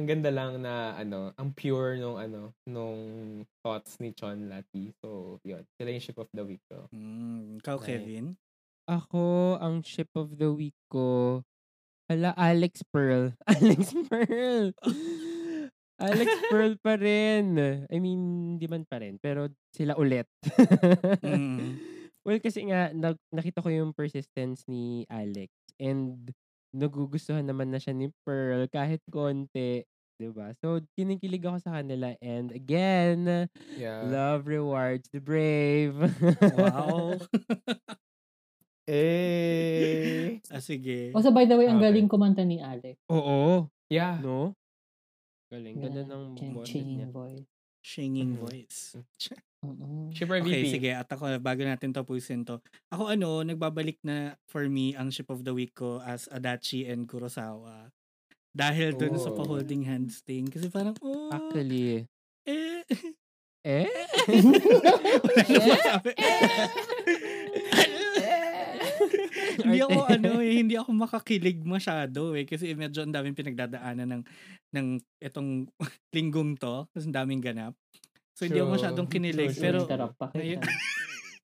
Speaker 1: ang ganda lang na ano ang pure nung ano nung thoughts ni Chon Lati so yun sila yung ship of the week oh. ko
Speaker 5: Mm, ikaw,
Speaker 1: Right.
Speaker 5: Kevin?
Speaker 6: Ako, ang ship of the week ko, ala Alex Pearl. Alex Pearl! Alex Pearl pa rin. I mean, di man pa rin. Pero sila ulit.
Speaker 5: Mm.
Speaker 6: Well, kasi nga, nag- nakita ko yung persistence ni Alex. And nagugustuhan naman na siya ni Pearl kahit konti. 'di ba? So, kinikilig ako sa kanila. And again,
Speaker 5: Ah.
Speaker 1: yeah
Speaker 6: love rewards the brave.
Speaker 5: Wow.
Speaker 1: eh
Speaker 5: ah, sige.
Speaker 2: Also, by the way, ang
Speaker 1: Okay.
Speaker 2: galing kumanta ni Alex.
Speaker 6: Oo.
Speaker 1: yeah
Speaker 6: No? Galing. Ganda ng
Speaker 2: Ching,
Speaker 6: boses niya.
Speaker 2: ching, boy. Mm-hmm.
Speaker 5: Singing
Speaker 1: Mhm.
Speaker 5: voice.
Speaker 2: Mm-mm.
Speaker 1: shipper
Speaker 5: Okay,
Speaker 1: VP
Speaker 5: sige. At ako, bago natin tapusin to. Ako ano, nagbabalik na for me ang ship of the week ko as Adachi and Kurosawa. Dahil dun sa
Speaker 1: Oh.
Speaker 5: pa-holding hands thing. Kasi parang, oh,
Speaker 6: Actually,
Speaker 5: eh.
Speaker 6: eh?
Speaker 5: Wala na masabi. hindi ako
Speaker 6: Arte.
Speaker 5: ano eh, hindi ako makakilig masyado eh kasi medyo ang daming pinagdadaanan ng ng etong linggong to kasi ang daming ganap. So hindi ako
Speaker 1: True.
Speaker 5: masyadong kinilig
Speaker 1: True,
Speaker 5: pero
Speaker 1: true.
Speaker 2: Tarap pa kita.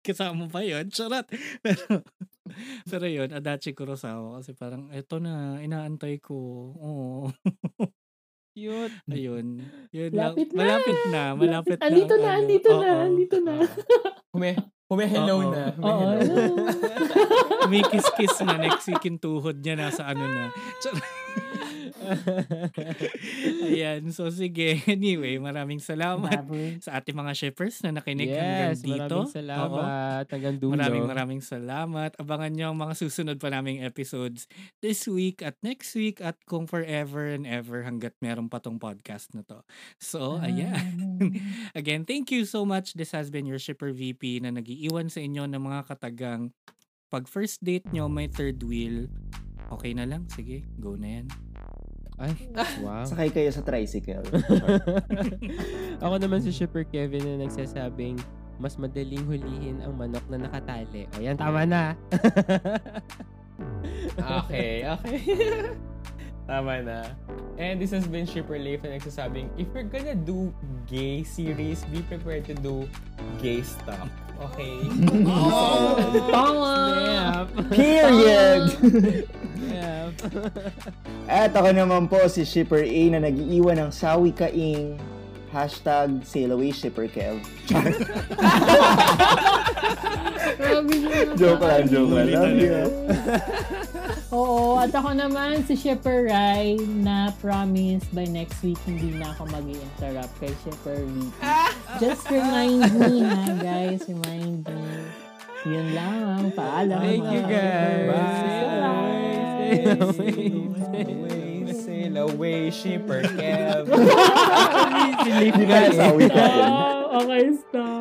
Speaker 5: kasama pa yun. Charot. Pero, pero yun, Adachi Kurosawa kasi parang eto na, inaantay ko. Oo.
Speaker 6: Cute.
Speaker 5: Ayun. Yun
Speaker 2: Lapit na.
Speaker 5: Malapit na. ah, Malapit na.
Speaker 2: Andito na,
Speaker 5: Ano,
Speaker 2: andito na,
Speaker 5: oo.
Speaker 2: andito na.
Speaker 1: hume hume hello
Speaker 5: Oo.
Speaker 1: na hume
Speaker 2: Oo,
Speaker 1: hello
Speaker 2: hello.
Speaker 5: May kiss-kiss na next week yung tuhod niya nasa ano na. Ayan. So sige. Anyway, maraming salamat
Speaker 2: Baboy.
Speaker 5: sa ating mga shippers na nakinig hanggang
Speaker 6: yes,
Speaker 5: dito.
Speaker 6: maraming salamat. Hanggang dulo.
Speaker 5: Maraming maraming salamat. Abangan nyo ang mga susunod pa naming episodes this week at next week at kung forever and ever hanggat meron pa tong podcast na to. So, Oh, ayan. Again, thank you so much. This has been your shipper VP na nagiiwan sa inyo ng mga katagang pag first date nyo may third wheel, okay na lang. Sige, go na yan.
Speaker 6: Ay, wow.
Speaker 3: Sakay kayo sa tricycle.
Speaker 6: Ako naman si Shipper Kevin na nagsasabing mas madaling hulihin ang manok na nakatali. O yan, tama na.
Speaker 1: Okay, okay. Tama na. And this has been Shipper Leif na nagsasabing, if you're gonna do gay series, be prepared to do gay stuff. Okay?
Speaker 6: Oh!
Speaker 2: Tama!
Speaker 6: Snap!
Speaker 3: Period!
Speaker 6: Snap!
Speaker 3: At ako naman po si Shipper A na nag-iiwan ng sawi kaing hashtag sail away shipper Kev. Char.
Speaker 2: Grabe yun.
Speaker 3: joke lang, joke lang. Love you.
Speaker 2: Oo, at ako naman si Shipper Rai na promise by next week hindi na ako mag interrupt kay Shipper Lee. Just remind me ha guys, remind me. Yun lang, paalam.
Speaker 6: Thank you
Speaker 2: mga
Speaker 6: guys!
Speaker 2: Bye.
Speaker 6: Sail away, sail away.
Speaker 1: Away, sail away, Shipper Kev.
Speaker 3: Hindi ka sawi kain.
Speaker 2: Oh, okay, stop.